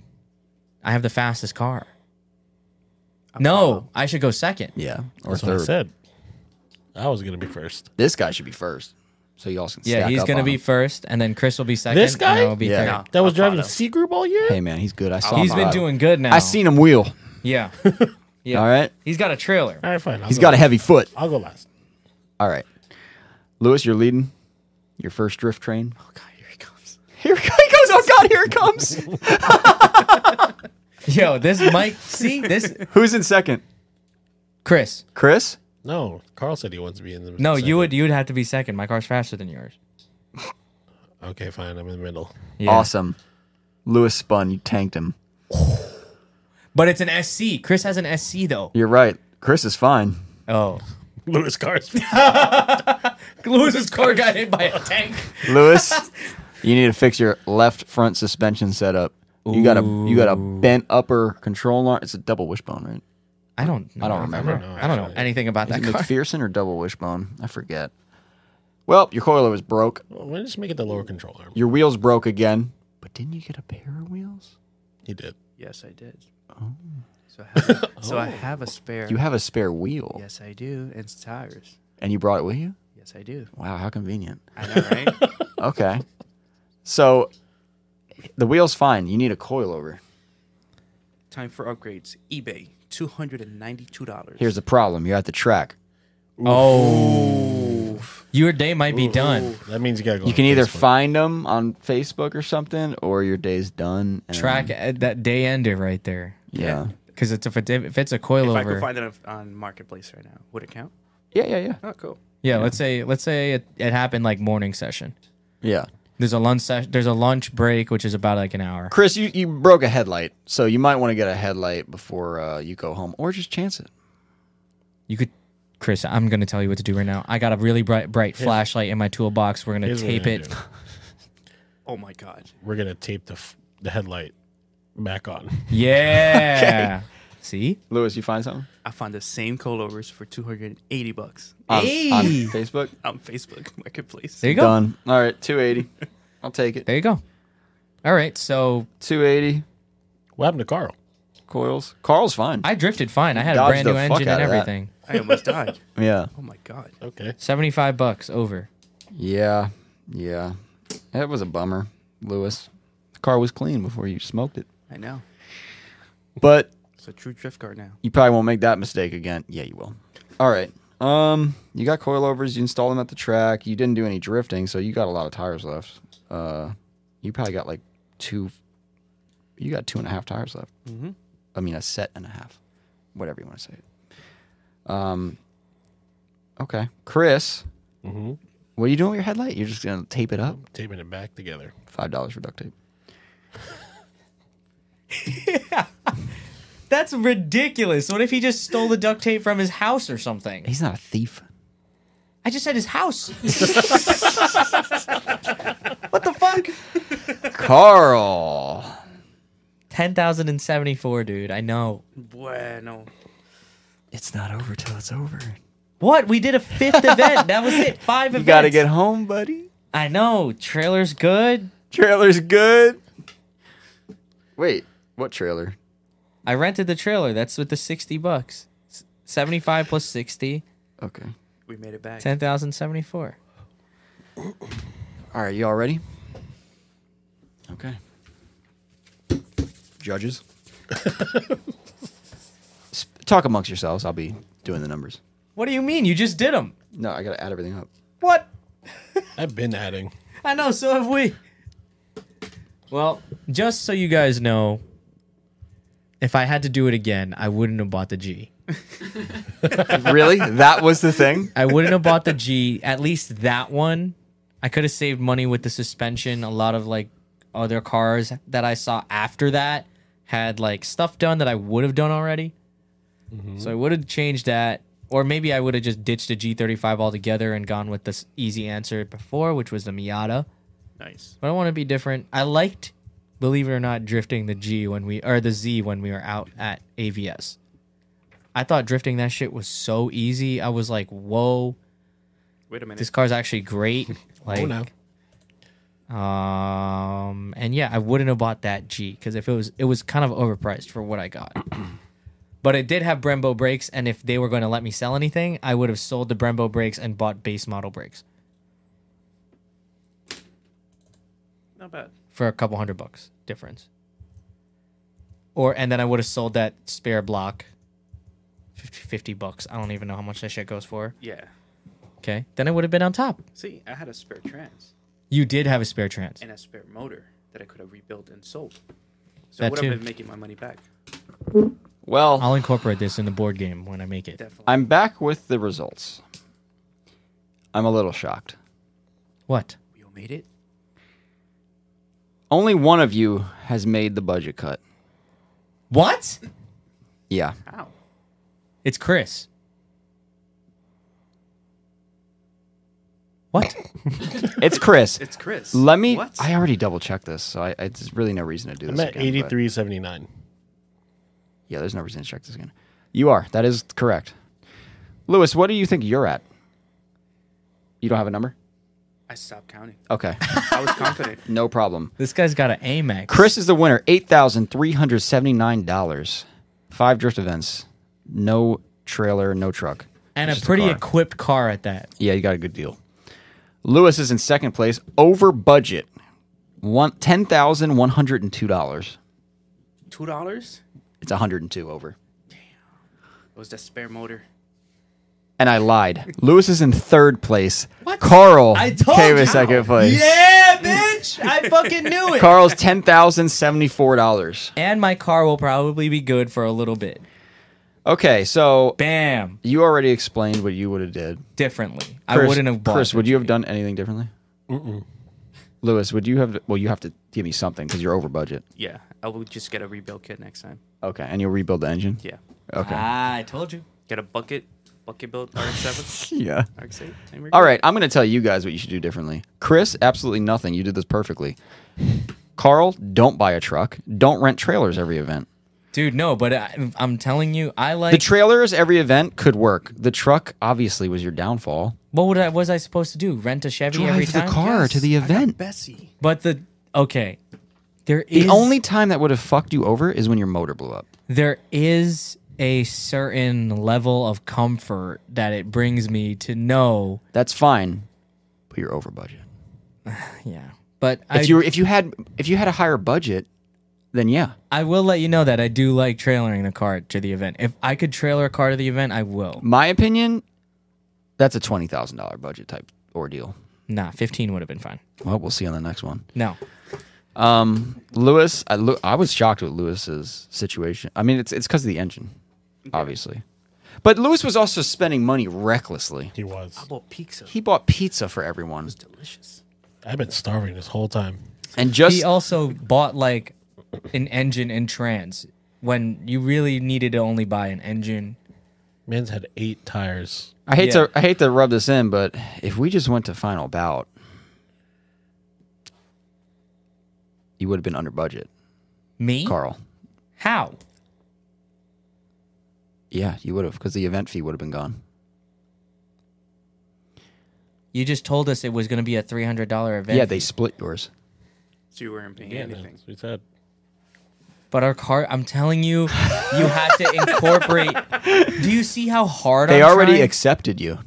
I have the fastest car. No, I should go second. Yeah. Or That's what I third. said. I was gonna be first. This guy should be first. So y'all can Yeah, stack he's up gonna on be him. first, and then Chris will be second. This guy? and I will be Yeah. third. No. That was Alfaro. driving the C group all year. Hey, man, he's good. I saw He's him been live. doing good now. I seen him wheel. Yeah, yeah. All right. He's got a trailer. All right, fine. I'll He's go got a last. heavy foot. I'll go last. All right. Lewis, you're leading your first drift train. Oh, God, here he comes. Here he goes. Oh, God, here it comes. Yo, this Mike. See this, Who's in second? Chris. Chris? No, Carl said he wants to be in the. No, second. you would you would have to be second. My car's faster than yours. Okay, fine. I'm in the middle. Yeah. Awesome. Lewis spun. You tanked him. But it's an SC. Chris has an SC though. You're right. Chris is fine. Oh. Lewis Carl's Lewis's car got hit by a tank. Lewis, you need to fix your left front suspension setup. You got a you got a bent upper control arm. It's a double wishbone, right? I don't know. I don't remember. I don't know anything about that Is it car. McPherson or double wishbone? I forget. Well, your coilover was broke. Well, we'll just make it the lower control arm. Your wheels broke again. But didn't you get a pair of wheels? He did. Yes, I did. Oh. So I have, so I have a spare. You have a spare wheel, Yes, I do. And it's tires. and you brought it with you. Yes, I do. Wow, how convenient. I know, right? Okay, so the wheel's fine. You need a coilover. Time for upgrades. eBay, two hundred and ninety-two dollars. Here's the problem. You're at the track. Oh. Your day might be done. That means you gotta go. You on can either Facebook. find them on Facebook or something, or your day's done. and- Track uh, that day ender right there. Yeah. Because it's if, it, if it's a If I could coilover. find it on Marketplace right now, would it count? Yeah, yeah, yeah. Oh, cool. yeah, let's say let's say it, it happened like morning session. Yeah. There's a lunch session. There's a lunch break, which is about like an hour. Chris, you, you broke a headlight, so you might want to get a headlight before uh, you go home, or just chance it. You could, Chris. I'm gonna tell you what to do right now. I got a really bright bright flashlight in my toolbox. We're gonna Here's what we're tape gonna it. do. Oh my God. We're gonna tape the f- the headlight back on. Yeah. See. Lewis, you find something I found the same coilovers for two hundred and eighty bucks Oh, on, Um, on Hey. Facebook. on Facebook Marketplace. There you go. Done. All right, two eighty. I'll take it. There you go. All right. So Two eighty What happened to Carl? coils. Carl's fine. I drifted fine. I had a Dodged brand new the fuck engine and out of that. everything. I almost died. yeah, Oh my God. Okay. 75 bucks over. yeah, yeah. That was a bummer, Lewis. The car was clean before you smoked it, I know. but It's a true drift car now. you probably won't make that mistake again. Yeah, you will. All right. Um, you got coilovers. You installed them at the track. You didn't do any drifting, so you got a lot of tires left. Uh, you probably got like two. You got two and a half tires left. Mm-hmm. I mean, a set and a half, whatever you want to say. Um. Okay, Chris. Mhm. What are you doing with your headlight? You're just gonna tape it up. Taping it back together. Five dollars for duct tape. That's ridiculous. What if he just stole the duct tape from his house or something? He's not a thief. I just said his house. what the fuck? Carl. 10,074, dude. I know. Bueno. It's not over till it's over. What? We did a fifth event. That was it. Five You events. gotta get home, buddy. I know. Trailer's good. Trailer's good. Wait, what trailer? I rented the trailer. That's with the 60 bucks. S- 75 plus 60, Okay. We made it back. 10,074. All right, you all ready? Okay. Judges. S- Talk amongst yourselves. I'll be doing the numbers. What do you mean? You just did them. No, I gotta add everything up. What? I've been adding. I know, so have we. Well, just so you guys know, if I had to do it again, I wouldn't have bought the G. really? That was the thing? I wouldn't have bought the G, at least that one. I could have saved money with the suspension. A lot of like other cars that I saw after that had like stuff done that I would have done already. So I would have changed that, or maybe I would have just ditched the G35 altogether and gone with this easy answer before, which was the Miata. Nice. But I want to be different. I liked, believe it or not, drifting the G when we or the Z when we were out at AVS. I thought drifting that shit was so easy. I was like, whoa, Wait a minute. this car's actually great. Like, no. um, and yeah, I wouldn't have bought that G because if it was, it was kind of overpriced for what I got. but it did have Brembo brakes, and if they were going to let me sell anything, I would have sold the Brembo brakes and bought base model brakes Not bad. for a couple hundred bucks difference. Or and then I would have sold that spare block, 50, 50 bucks. I don't even know how much that shit goes for. Yeah. Okay, then I would have been on top. See, I had a spare trans You did have a spare trans. and a spare motor that I could have rebuilt and sold. So That I would too. have been making my money back. Well, I'll incorporate this in the board game when I make it. Definitely. I'm back with the results. I'm a little shocked. What? you made it. Only one of you has made the budget cut. What? Yeah. How? It's Chris. What? It's Chris. It's Chris. Let me. What? I already double checked this, so I, I, there's really no reason to do I'm this. at again, but- 8379. Yeah, there's no reason to check this again. You are. That is correct. Lewis, what do you think you're at? You don't have a number? I stopped counting. Okay. I was confident. no problem. this guy's got an Amex. Chris is the winner. $8,379. Five drift events. No trailer, no truck. and a Just pretty car. equipped car at that. Yeah, you got a good deal. Lewis is in second place, over budget, one ten thousand one hundred and two dollars. Two dollars. It's one hundred and two over. It was that spare motor. And I lied. Lewis is in third place. Carl came in second place. Yeah, bitch! I fucking knew it. Carl's ten thousand seventy four dollars. and my car will probably be good for a little bit. Okay, so Bam, you already explained what you would have did. differently. I Chris- wouldn't have bought. Chris, it. would you have done anything differently? Mm-mm. Lewis, would you have? Well, you have to give me something because you're over budget. Yeah, I will just get a rebuild kit next time. Okay, and you'll rebuild the engine. Yeah, Okay. Ah, I told you. get a bucket, bucket build RX-7, yeah. RX-8. and we're All good. right, I'm going to tell you guys what you should do differently. Chris, absolutely nothing. You did this perfectly. Carl, don't buy a truck. Don't rent trailers every event. Dude, no, but I, I'm telling you, I The like. trailers every event could work. The truck obviously was your downfall. what would I, was I supposed to do? Rent a Chevy every time? the car to the event. Bessie. But the okay, there The is only time that would have fucked you over is when your motor blew up. there is a certain level of comfort that it brings me to know. That's fine, but you're over budget. Yeah, but I If you were, if you had if you had a higher budget, then yeah. I will let you know that I do like trailering the car to the event. If I could trailer a car to the event, I will. My opinion, that's a twenty thousand dollar budget type ordeal. Nah, 15 would have been fine. Well, we'll see on the next one. No. Um, Lewis, I, Lew- I was shocked with Lewis's situation. I mean, it's it's because of the engine, obviously, but Lewis was also spending money recklessly. He was. Well, pizza. He bought pizza for everyone, Delicious. I've been starving this whole time. and just He also bought like an engine and trans when you really needed to only buy an engine. Man's had eight tires. I hate yeah. to I hate to rub this in, but if we just went to final bout, you would have been under budget, Me? Carl. How? Yeah, you would have because the event fee would have been gone. You just told us it was going to be a $300 event. Yeah, they split yours. So you weren't paying anything. That's what he said. But our car, I'm telling you, you have to incorporate. Do you see how hard They I'm already trying? accepted you,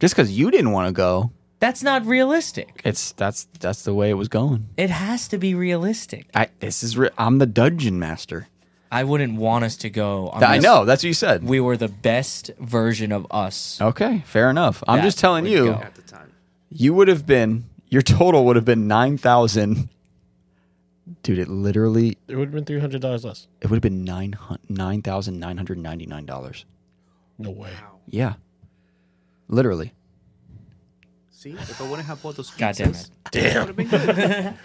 just because you didn't want to go. That's not realistic. It's that's that's the way it was going. It has to be realistic. I this is re- I'm the dungeon master. I wouldn't want us to go. I unless know that's what you said. We were the best version of us. okay, fair enough. I'm That just telling would you, go. At the time. you would have been your total would have been nine thousand. Dude, it literally It would have been three hundred dollars less. it would have been nine nine thousand nine hundred ninety nine dollars. No way. Yeah, literally. See, if I wouldn't have bought those pizzas, God damn it. it would have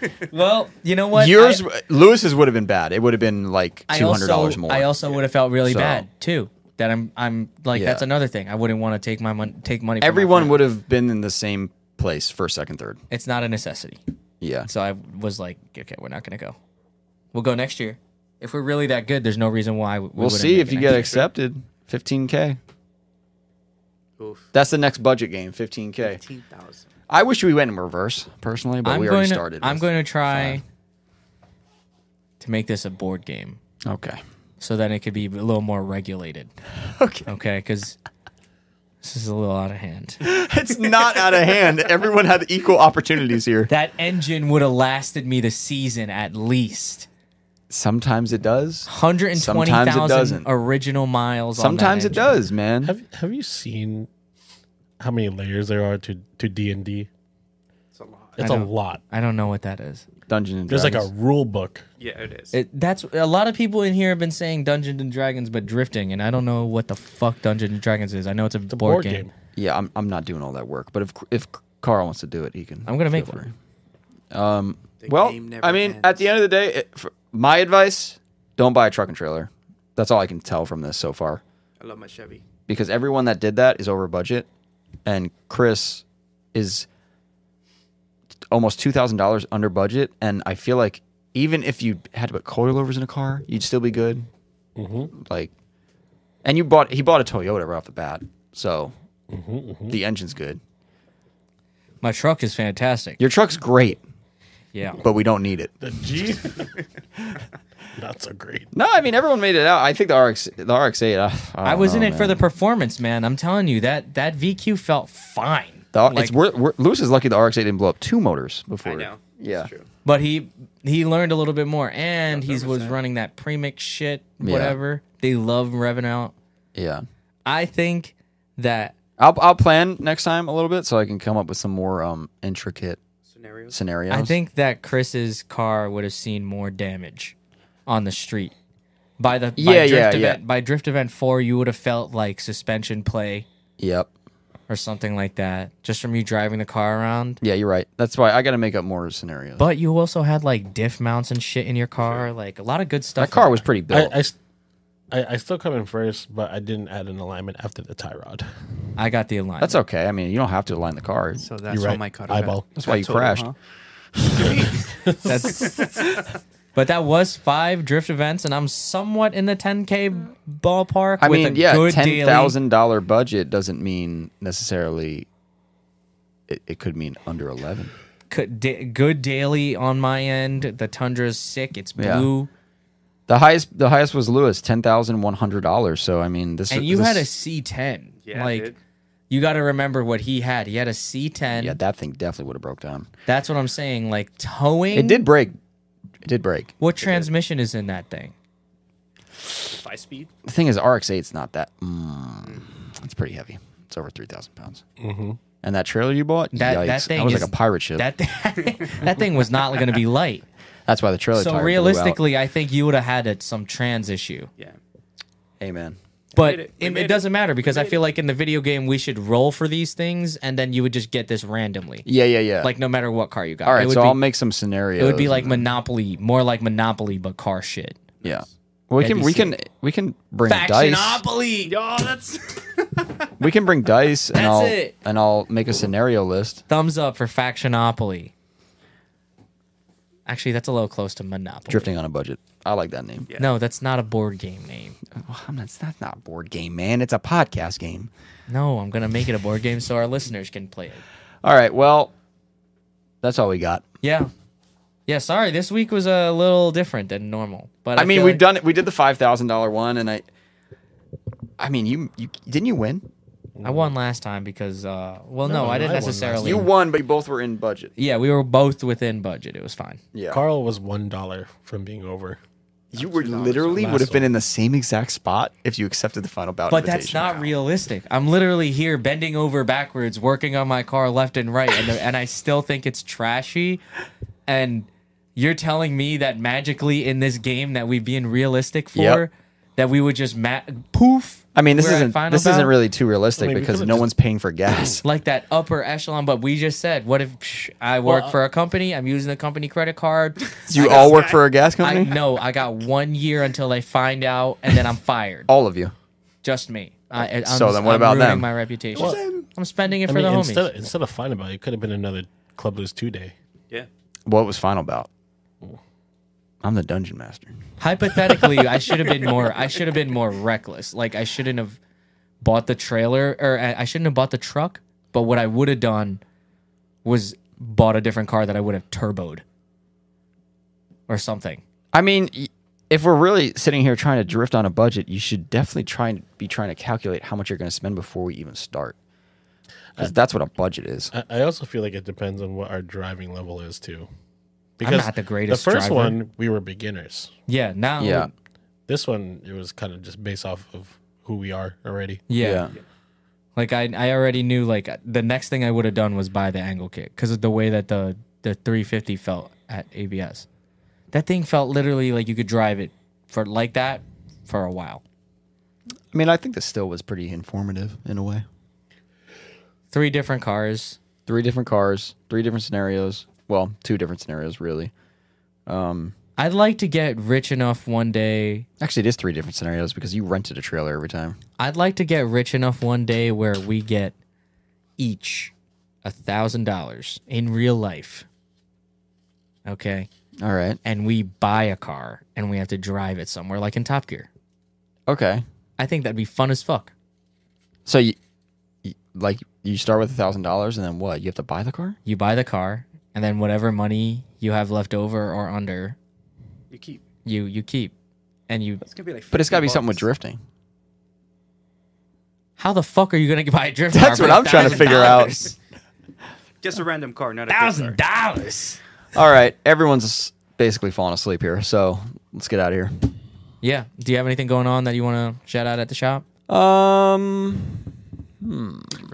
been good. Well, you know what? Yours, I, Lewis's would have been bad. It would have been like I two hundred dollars also- more. I also would have felt really So- bad too. that I'm I'm like Yeah. that's another thing. I wouldn't want to take my mon- take money. From my Everyone friend. would have been in the same place first, second, third. It's not a necessity. Yeah. So I was like, okay, we're not gonna go. We'll go next year. If we're really that good, there's no reason why we We'll wouldn't see make if it you next get year. accepted. 15K. Oof. That's the next budget game, 15K. Fifteen thousand. I wish we went in reverse, personally, but I'm we going already to, started. I'm with- going to try to make this a board game Okay. so that it could be a little more regulated. Okay. Okay, because this is a little out of hand. It's not out of hand. Everyone had equal opportunities here. That engine would have lasted me the season at least. Sometimes it does. Sometimes it 120,000 doesn't. original miles. Sometimes on it that engine. does, man. Have Have you seen how many layers there are to to D and D? It's a lot. It's I a know. lot. I don't know what that is. Dungeon and There's like a Dragons. rule book. Yeah, it is. It, that's a lot of people in here have been saying Dungeons and Dragons, but drifting, and I don't know what the fuck Dungeons and Dragons is. I know it's a, It's a board, game. Yeah, I'm, I'm not doing all that work, but if if Carl wants to do it, he can. I'm gonna make feel one. free. Um, The well, game never I mean, at ends. the end of the day, it, for my advice: don't buy a truck and trailer. That's all I can tell from this so far, I love my Chevy. because everyone that did that is over budget, and Chris is almost two thousand dollars under budget, and I feel like even if you had to put coilovers in a car, you'd still be good. Mm-hmm, Like, and you bought he bought a Toyota right off the bat, so Mm-hmm, the engine's good. My truck is fantastic. Your truck's great, Yeah. but we don't need it. The G. Not so great. No, I mean everyone made it out. I think the RX the RX8. I, uh, I, I don't was in know, it for Oh, the man. performance, man. I'm telling you that that VQ felt fine. The- Like, it's worth, worth, Lewis is lucky the RX8 didn't blow up two motors before. I know. Yeah. It's true. but he he learned a little bit more, and he was running that premix shit, Yeah. whatever. They love revving out. Yeah. I think that I'll I'll plan next time a little bit so I can come up with some more um intricate Scenarios. scenarios. I think that Chris's car would have seen more damage on the street. By the by Yeah, drift yeah, yeah. event by drift event four, you would have felt like suspension play Yep. or something like that, just from you driving the car around. Yeah, you're right. That's why I got to make up more scenarios. But you also had like diff mounts and shit in your car, like a lot of good stuff. that car in was there. pretty I, built. I, s- I- I still come in first, but I didn't add an alignment after the tie rod. I got the alignment. that's okay. I mean, you don't have to align the car. So that's You're why right. my car. Eyeball. That's why you crashed. That's, but that was five drift events, and I'm somewhat in the 10k ballpark. I with mean, a yeah, good ten daily- thousand dollar budget doesn't mean necessarily. It, it could mean under eleven. could- da- good daily on my end. The Tundra's sick. It's Yeah. blue. The highest the highest was Lewis, ten thousand one hundred dollars. So I mean this and you this- had a C10. Yeah, like dude. you got to remember what he had. He had a C10. Yeah, that thing definitely would have broke down. That's what I'm saying. Like towing. It did break. It did break. What transmission is in that thing? Five speed. The thing is, RX 8's not that. Mm, it's pretty heavy. It's over three thousand pounds. Mm-hmm. And that trailer you bought, That- yikes, that thing was is- like a pirate ship. That thing, that thing was not going to be light. That's why the trailer. so tire blew out. realistically, I think you would have had it, some trans issue. Yeah. amen. But made it, it. We it made it. doesn't matter because I feel like in the video game we should roll for these things, and then you would just get this randomly, Yeah, yeah, yeah. like no matter what car you got. all it right, would so be, I'll make some scenarios. it would be like and then- Monopoly, more like Monopoly, but car shit. yeah. Well, we That'd can be we can we can bring dice. Factionopoly. Yo, that's. We can bring dice, and That's I'll it. and I'll make a scenario list. Thumbs up for Factionopoly. Actually, that's a little close to Monopoly. Drifting on a budget. I like that name. Yeah. No, that's not a board game name. Well, I'm not, that's not a board game, man. It's a podcast game. No, I'm gonna make it a board game so our listeners can play it. All right. Well, that's all we got. Yeah, yeah. Sorry, this week was a little different than normal. But I, I, mean, feel we've like- done it. We did the five thousand dollar one, and I. I mean, you you didn't you win? I won last time because, uh, well, no, No, I I didn't won last necessarily. You won, but you both were in budget. Yeah, we were both within budget. It was fine. Yeah, Carl was one dollar from being over. you were literally Last would have been one. in the same exact spot if you accepted the final bout. But that's invitation. not realistic. I'm literally here bending over backwards, working on my car left and right, and, and I still think it's trashy. And you're telling me that magically in this game that we've been realistic for, Yep. that we would just ma- poof. I mean, this we're at isn't final this bout? isn't really too realistic I mean, we because could've no just- one's paying for gas. like that upper echelon. But we just said, what if psh, I work Well, for a company? I'm using the company credit card. Do you all work for a gas I company? know I got one year until they find out, and then I'm fired. All of you. Just me. I, I'm So then what I'm about ruining them? My reputation. I'm spending it I for mean, the homies. instead, instead of fighting about it, it could have been another Club Lose 2 day. Yeah. What was final bout? I'm the dungeon master. Hypothetically, I should have been more. I should have been more reckless. Like I shouldn't have bought the trailer, or I I shouldn't have bought the truck. But what I would have done was bought a different car that I would have turboed or something. I mean, y- if we're really sitting here trying to drift on a budget, you should definitely try and be trying to calculate how much you're going to spend before we even start. Because that's what a budget is. I, I also feel like it depends on what our driving level is, too. not the greatest The first driver. one, we were beginners. Yeah. Now. yeah, This one, it was kind of just based off of who we are already. Yeah. yeah. Like I, I already knew. Like the next thing I would have done was buy the angle kick because of the way that the the 350 felt at ABS. That thing felt literally like you could drive it for like that for a while. I mean, I think this still was pretty informative in a way. Three different cars. Three different cars, three different scenarios. Well, two different scenarios, really. I'd like to get rich enough one day. Actually, it is three different scenarios because you rented a trailer every time. I'd like to get rich enough one day where we get each a thousand dollars in real life. Okay. All right. And we buy a car and we have to drive it somewhere like in Top Gear. Okay. I think that'd be fun as fuck. So you, you like you start with a thousand dollars and then what? You have to buy the car? You buy the car and then whatever money you have left over or under, You keep. you you keep. And you It's gonna be like. But it's got to be 50 something with bucks. drifting. how the fuck are you gonna buy a drift car? That's for what I'm trying to figure out. $1,000? Just a random car, not a thousand. dollars. All right, everyone's basically falling asleep here, so let's get out of here. Yeah. Do you have anything going on that you wanna shout out at the shop? Um,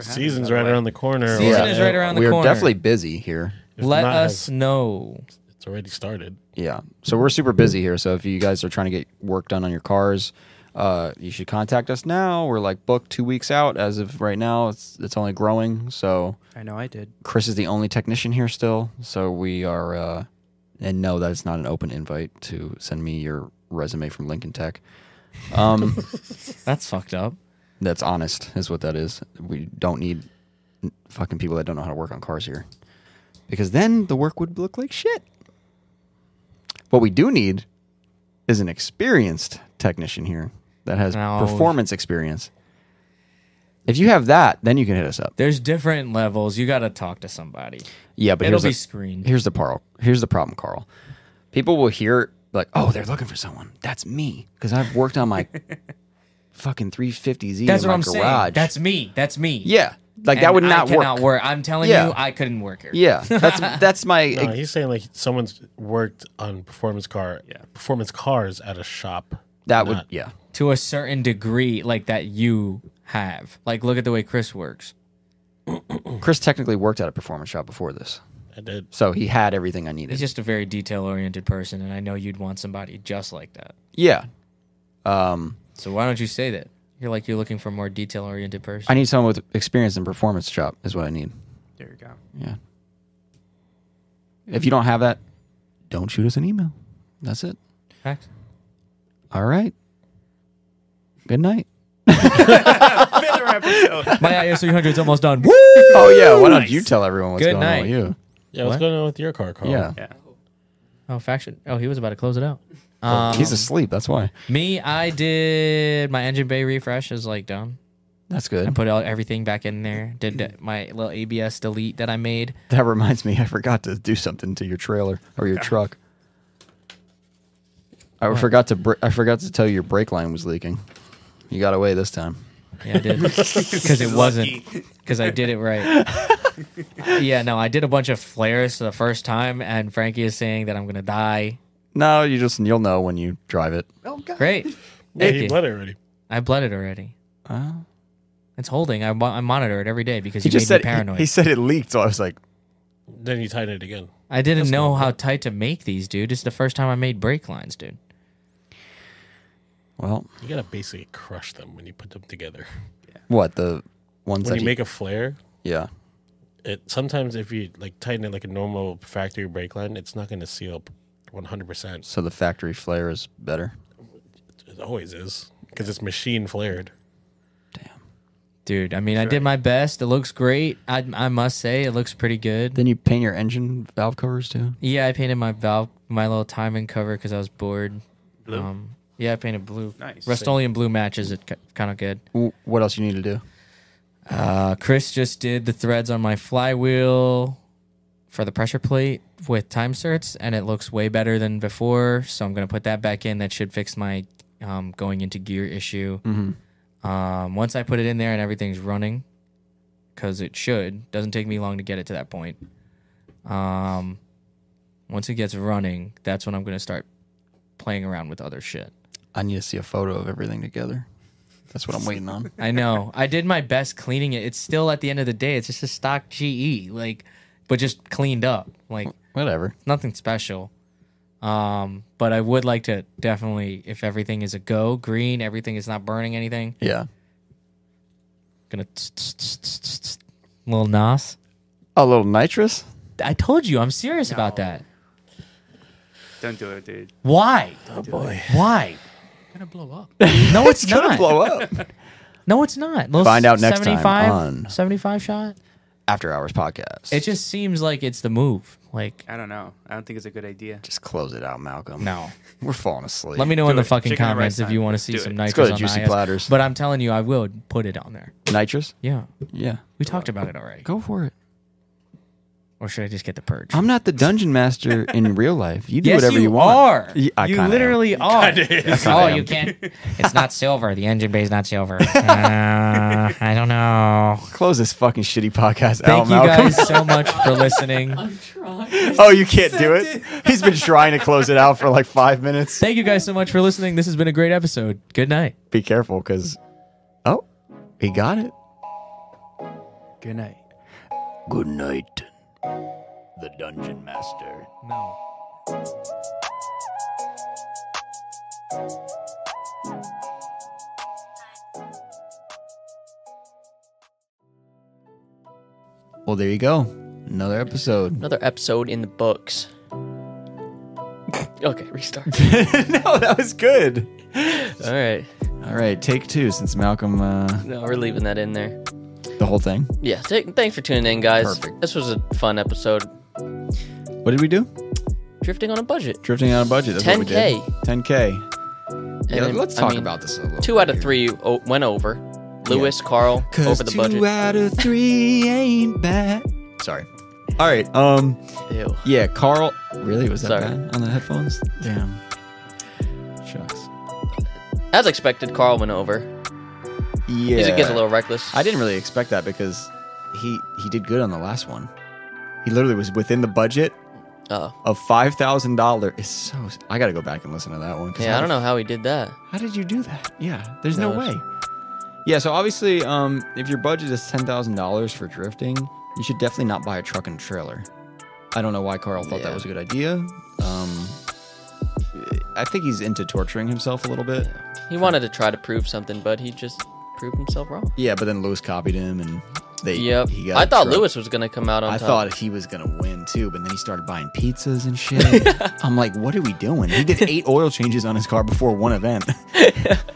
Season's right around the corner. or- Season is right around the we're corner. definitely busy here. if Let not, us know. It's already started. Yeah, so we're super busy here. So if you guys are trying to get work done on your cars, uh, you should contact us now. We're like booked two weeks out as of right now. It's it's only growing. So I know I did. Chris is the only technician here still. So we are, uh, and no, that's not an open invite to send me your resume from Lincoln Tech. Um. That's fucked up. That's honest, is what that is. We don't need n- fucking people that don't know how to work on cars here. Because then the work would look like shit. What we do need is an experienced technician here that has No. performance experience. If you have that, then you can hit us up. There's different levels. You gotta talk to somebody. Yeah, but It'll here's be the- screened. Here's the problem. Here's the problem, Carl. People will hear like, "Oh, they're looking for someone." That's me because I've worked on my fucking 350Z That's in what my I'm garage. saying. That's me. That's me. yeah, like that And would I not cannot work. I'm telling Yeah. you, I couldn't work here. Yeah, that's that's my No, he's saying like someone's worked on performance car, Yeah. performance cars at a shop. that would not- yeah. To a certain degree, like that you have. Like, look at the way Chris works. Chris technically worked at a performance shop before this, I did. so he had everything I needed. He's just a very detail oriented person, and I know you'd want somebody just like that. yeah, um, So why don't you say that? You're like you're looking for a more detail oriented person. I need someone with experience in performance shop is what I need. There you go. Yeah. If you don't have that, don't shoot us an email. That's it. Facts. All right. Good night. Another episode. My IS 300 is almost done. Woo! Oh yeah, why don't you tell everyone what's Good going night. on with you? Yeah, what's What? going on with your car, Carl? Yeah. Yeah. Oh, faction. Oh, he was about to close it out. Um, He's asleep, that's why. Me, I did my engine bay refresh is like done. That's I good. put all everything back in there. Did that- my little ABS delete that I made. That reminds me, I forgot to do something to your trailer or your truck. I forgot to br- I forgot to tell you your brake line was leaking. You got away this time. Yeah, I did because it wasn't because I did it right. Uh, yeah, no, I did a bunch of flares for the first time, and Frankie is saying that I'm gonna die. No, you just you'll know when you drive it. Great, Yeah, Thank he you. bled already. I bled it already. Uh, It's holding. I, mo- I monitor it every day because he Oh. you made just said me paranoid. He, said it leaked, so I was like, Then you tied it again. I didn't know how tight to make these, dude. It's the first time I made brake lines, dude. well, You gotta basically crush them when you put them together. what the ones When that you he- make a flare, yeah. it sometimes if you like tighten it like a normal factory brake line, it's not gonna seal 100. percent So the factory flare is better. It always is because it's machine flared. dude. I mean, I did my best. It looks great. I, I must say, it looks pretty good. Then you paint your engine valve covers too. Yeah, I painted my valve, my little timing cover because I was bored. Blue? Um, yeah, I painted blue. Nice. Rust-Oleum blue matches it kind of good. W- What else you need to do? Uh, Chris just did the threads on my flywheel for the pressure plate with time certs, and it looks way better than before. So I'm gonna put that back in. That should fix my um, going into gear issue. Um, once I put it in there and everything's running, because it should, doesn't take me long to get it to that point. Um, once it gets running, that's when I'm gonna start playing around with other shit. I need to see a photo of everything together. That's what I'm waiting on. I know. I did my best cleaning it. It's still at the end of the day, it's just a stock GE, like, but just cleaned up, like Whatever. nothing special. Um, but I would like to definitely, if everything is a go, green, everything is not burning anything. Yeah. Gonna tss, tss, tss, tss, tss, tss. little Nas. A little nitrous. I told you, I'm serious about No. that. Don't do it, dude. Why? Oh boy. Why? Gonna blow up. No, it's, not. Blow up. No, it's not. Little Find out next time 75, on- 75 shot. After hours podcast. It just seems like it's the move. Like I don't know. I don't think it's a good idea. just close it out, Malcolm. no. We're falling asleep. Let me know in the it. fucking Chicken and comments rice if you time. want to Let's see do some it. Let's nitrous go to on Juicy the IS. Platters. But I'm telling you, I will put it on there. nitrous. Yeah, Yeah. we talked about it already. Go for it. Or should I just get the purge? I'm not the dungeon master in real life. You do yes, whatever you, you, want. are. Yeah, I you kinda literally are. I oh, am. you can't. It's not silver. The engine bay's not silver. Uh, I don't know. Close this fucking shitty podcast out, Thank you Malcolm. guys so much for listening. I'm trying. Oh, you can't do it. He's been trying to close it out for like five minutes. Thank you guys so much for listening. This has been a great episode. Good night. Be careful, because oh, he got it. Good night. Good night, the dungeon master. No. Well, there you go. Another episode. Another episode in the books. okay, restart. no, that was good. All right. All right, take two. Since Malcolm, uh, No, we're leaving that in there. the whole thing. Yeah, th- thanks for tuning in, guys. Perfect. This was a fun episode. What did we do? Drifting on a budget. Drifting out of budget. That's what we did. 10K. 10k. Yeah, And, let's I talk mean, about this a little. Two bit out of here. three o- went over. Lewis, Carl, over the two budget. out of three ain't bad. Sorry. All right. Um. Ew. Yeah, Carl. Really? Was that Sorry. bad on the headphones? Damn. Shucks. As expected, Carl went over. Yeah. He gets a little reckless. I didn't really expect that because he he did good on the last one. He literally was within the budget Oh. of five thousand dollars. It's so. I got to go back and listen to that one. 'cause Yeah, I how don't the know how he did that. How did you do that? Yeah, there's no, No, way. it's- Yeah, so obviously, um, if your budget is ten thousand dollars for drifting, you should definitely not buy a truck and trailer. I don't know why Carl thought that Yeah. was a good idea. Um, I think he's into torturing himself a little bit. He wanted to try to prove something, but he just proved himself wrong. Yeah, but then Lewis copied him, and they. Yep. He got I a thought truck. Lewis was going to come out on I top. thought he was gonna win too, but then he started buying pizzas and shit. I'm like, what are we doing? He did eight oil changes on his car before one event.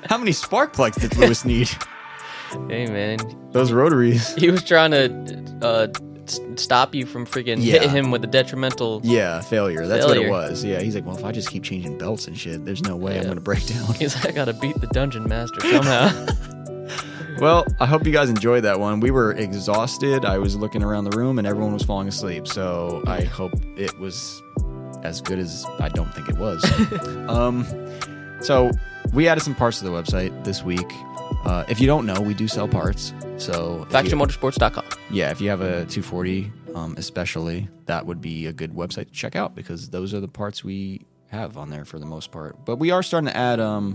How many spark plugs did Lewis need? Hey, man. Those rotaries. He was trying to uh, s- stop you from freaking Yeah. hitting him with a detrimental. Yeah, failure. That's Failure. what it was. Yeah, he's like, well, if I just keep changing belts and shit, there's no way I'm Yeah. gonna break down. He's like, I got to beat the dungeon master somehow. well, I hope you guys enjoyed that one. We were exhausted. I was looking around the room and everyone was falling asleep. So I hope it was as good as I don't think it was. um, so we added some parts to the website this week. Uh, if you don't know, we do sell parts. So if you- FactionMotorsports.com. yeah, if you have a 240, um, especially, that would be a good website to check out because those are the parts we have on there for the most part. But we are starting to add um,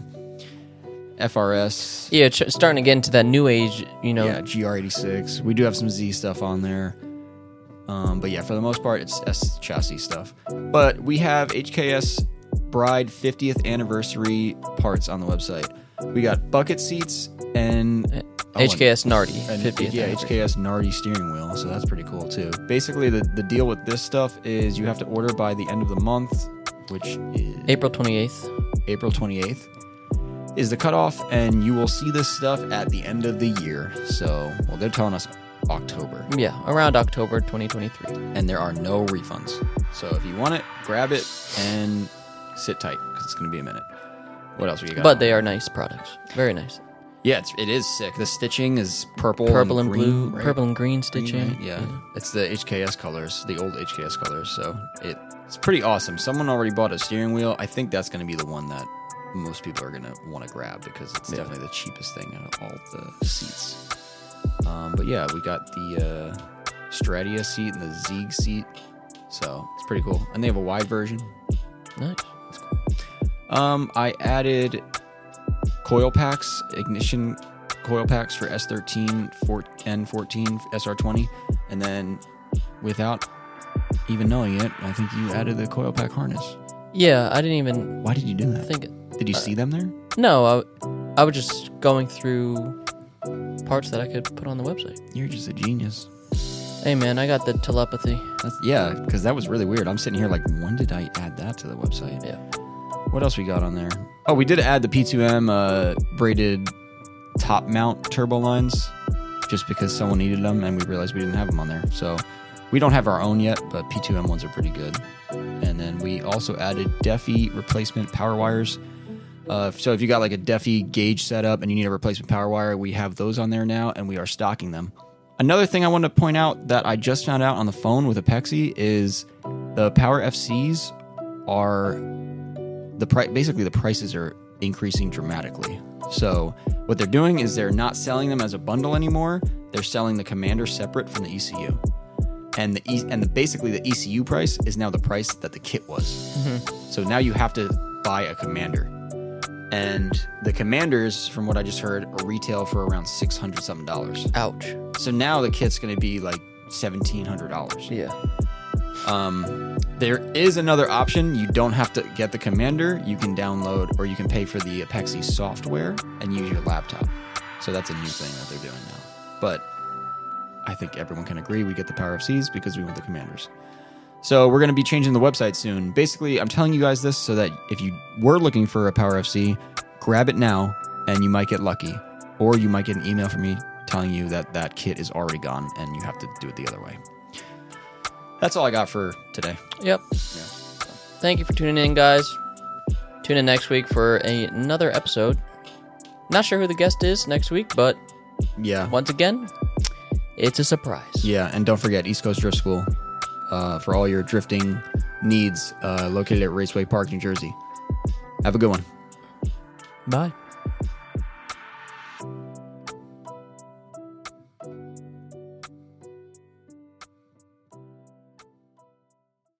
FRS, Yeah, it's starting to get into that new age, you know. yeah, GR86. We do have some Z stuff on there. Um, but yeah, for the most part, it's S chassis stuff. But we have HKS Bride 50th anniversary parts on the website. We got bucket seats and Eh. oh, and- HKS Nardi. and 50th yeah, anniversary. HKS Nardi steering wheel, so that's pretty cool too. Basically, the, the deal with this stuff is you have to order by the end of the month, which is April 28th. April 28th. is the cutoff, and you will see this stuff at the end of the year. So, well, they're telling us October, Yeah, around October 2023. and there are no refunds. So, if you want it, grab it and sit tight because it's going to be a minute. What else we got? But they are nice products. Very nice. yeah, it's, it is sick. The stitching is purple, Purple and and, blue, green, right? purple and green stitching. Right, Yeah. it's the HKS colors, the old HKS colors. So it, it's pretty awesome. Someone already bought a steering wheel. I think that's going to be the one that most people are going to want to grab because it's definitely the cheapest thing out of all the seats. Um, but yeah, we got the uh, Stradia seat and the Zieg seat. So it's pretty cool. And they have a wide version. Nice. Um, I added coil packs, ignition coil packs for S13, 4, N14, SR20, and then without even knowing it, I think you added the coil pack harness. Yeah, I didn't even Why did you do that? think. did you see them there? No, I, w- I was just going through parts that I could put on the website. You're just a genius. Hey, man, I got the telepathy. That's, yeah, because that was really weird. I'm sitting here like, when did I add that to the website? Yeah. What else we got on there? Oh, we did add the P2M uh, braided top mount turbo lines just because someone needed them and we realized we didn't have them on there. So we don't have our own yet, but P2M ones are pretty good. And then we also added Defi replacement power wires. Uh, so if you got like a Defi gauge setup and you need a replacement power wire, we have those on there now and we are stocking them. Another thing I want to point out that I just found out on the phone with Apexi is the Power FCs are the price basically the prices are increasing dramatically. So what they're doing is they're not selling them as a bundle anymore. They're selling the commander separate from the ECU. And the e- and the, basically the ECU price is now the price that the kit was. So now you have to buy a commander. And the commanders, from what I just heard, are retail for around six hundred something dollars. Ouch. So now the kit's going to be like seventeen hundred dollars. Yeah. Um, there is another option. You don't have to get the commander. You can download or you can pay for the Apexi software and use your laptop. So that's a new thing that they're doing now. But I think everyone can agree we get the power of C's because we want the commanders. So we're going to be changing the website soon. Basically, I'm telling you guys this so that if you were looking for a Power FC, grab it now and you might get lucky. Or you might get an email from me telling you that that kit is already gone and you have to do it the other way. That's all I got for today. Yep. Thank you for tuning in, guys. Tune in next week for a- another episode. Not sure who the guest is next week, but Yeah. once again, it's a surprise. Yeah, and don't forget East Coast Drift School uh, for all your drifting needs, uh, located at Raceway Park, New Jersey. Have a good one. Bye.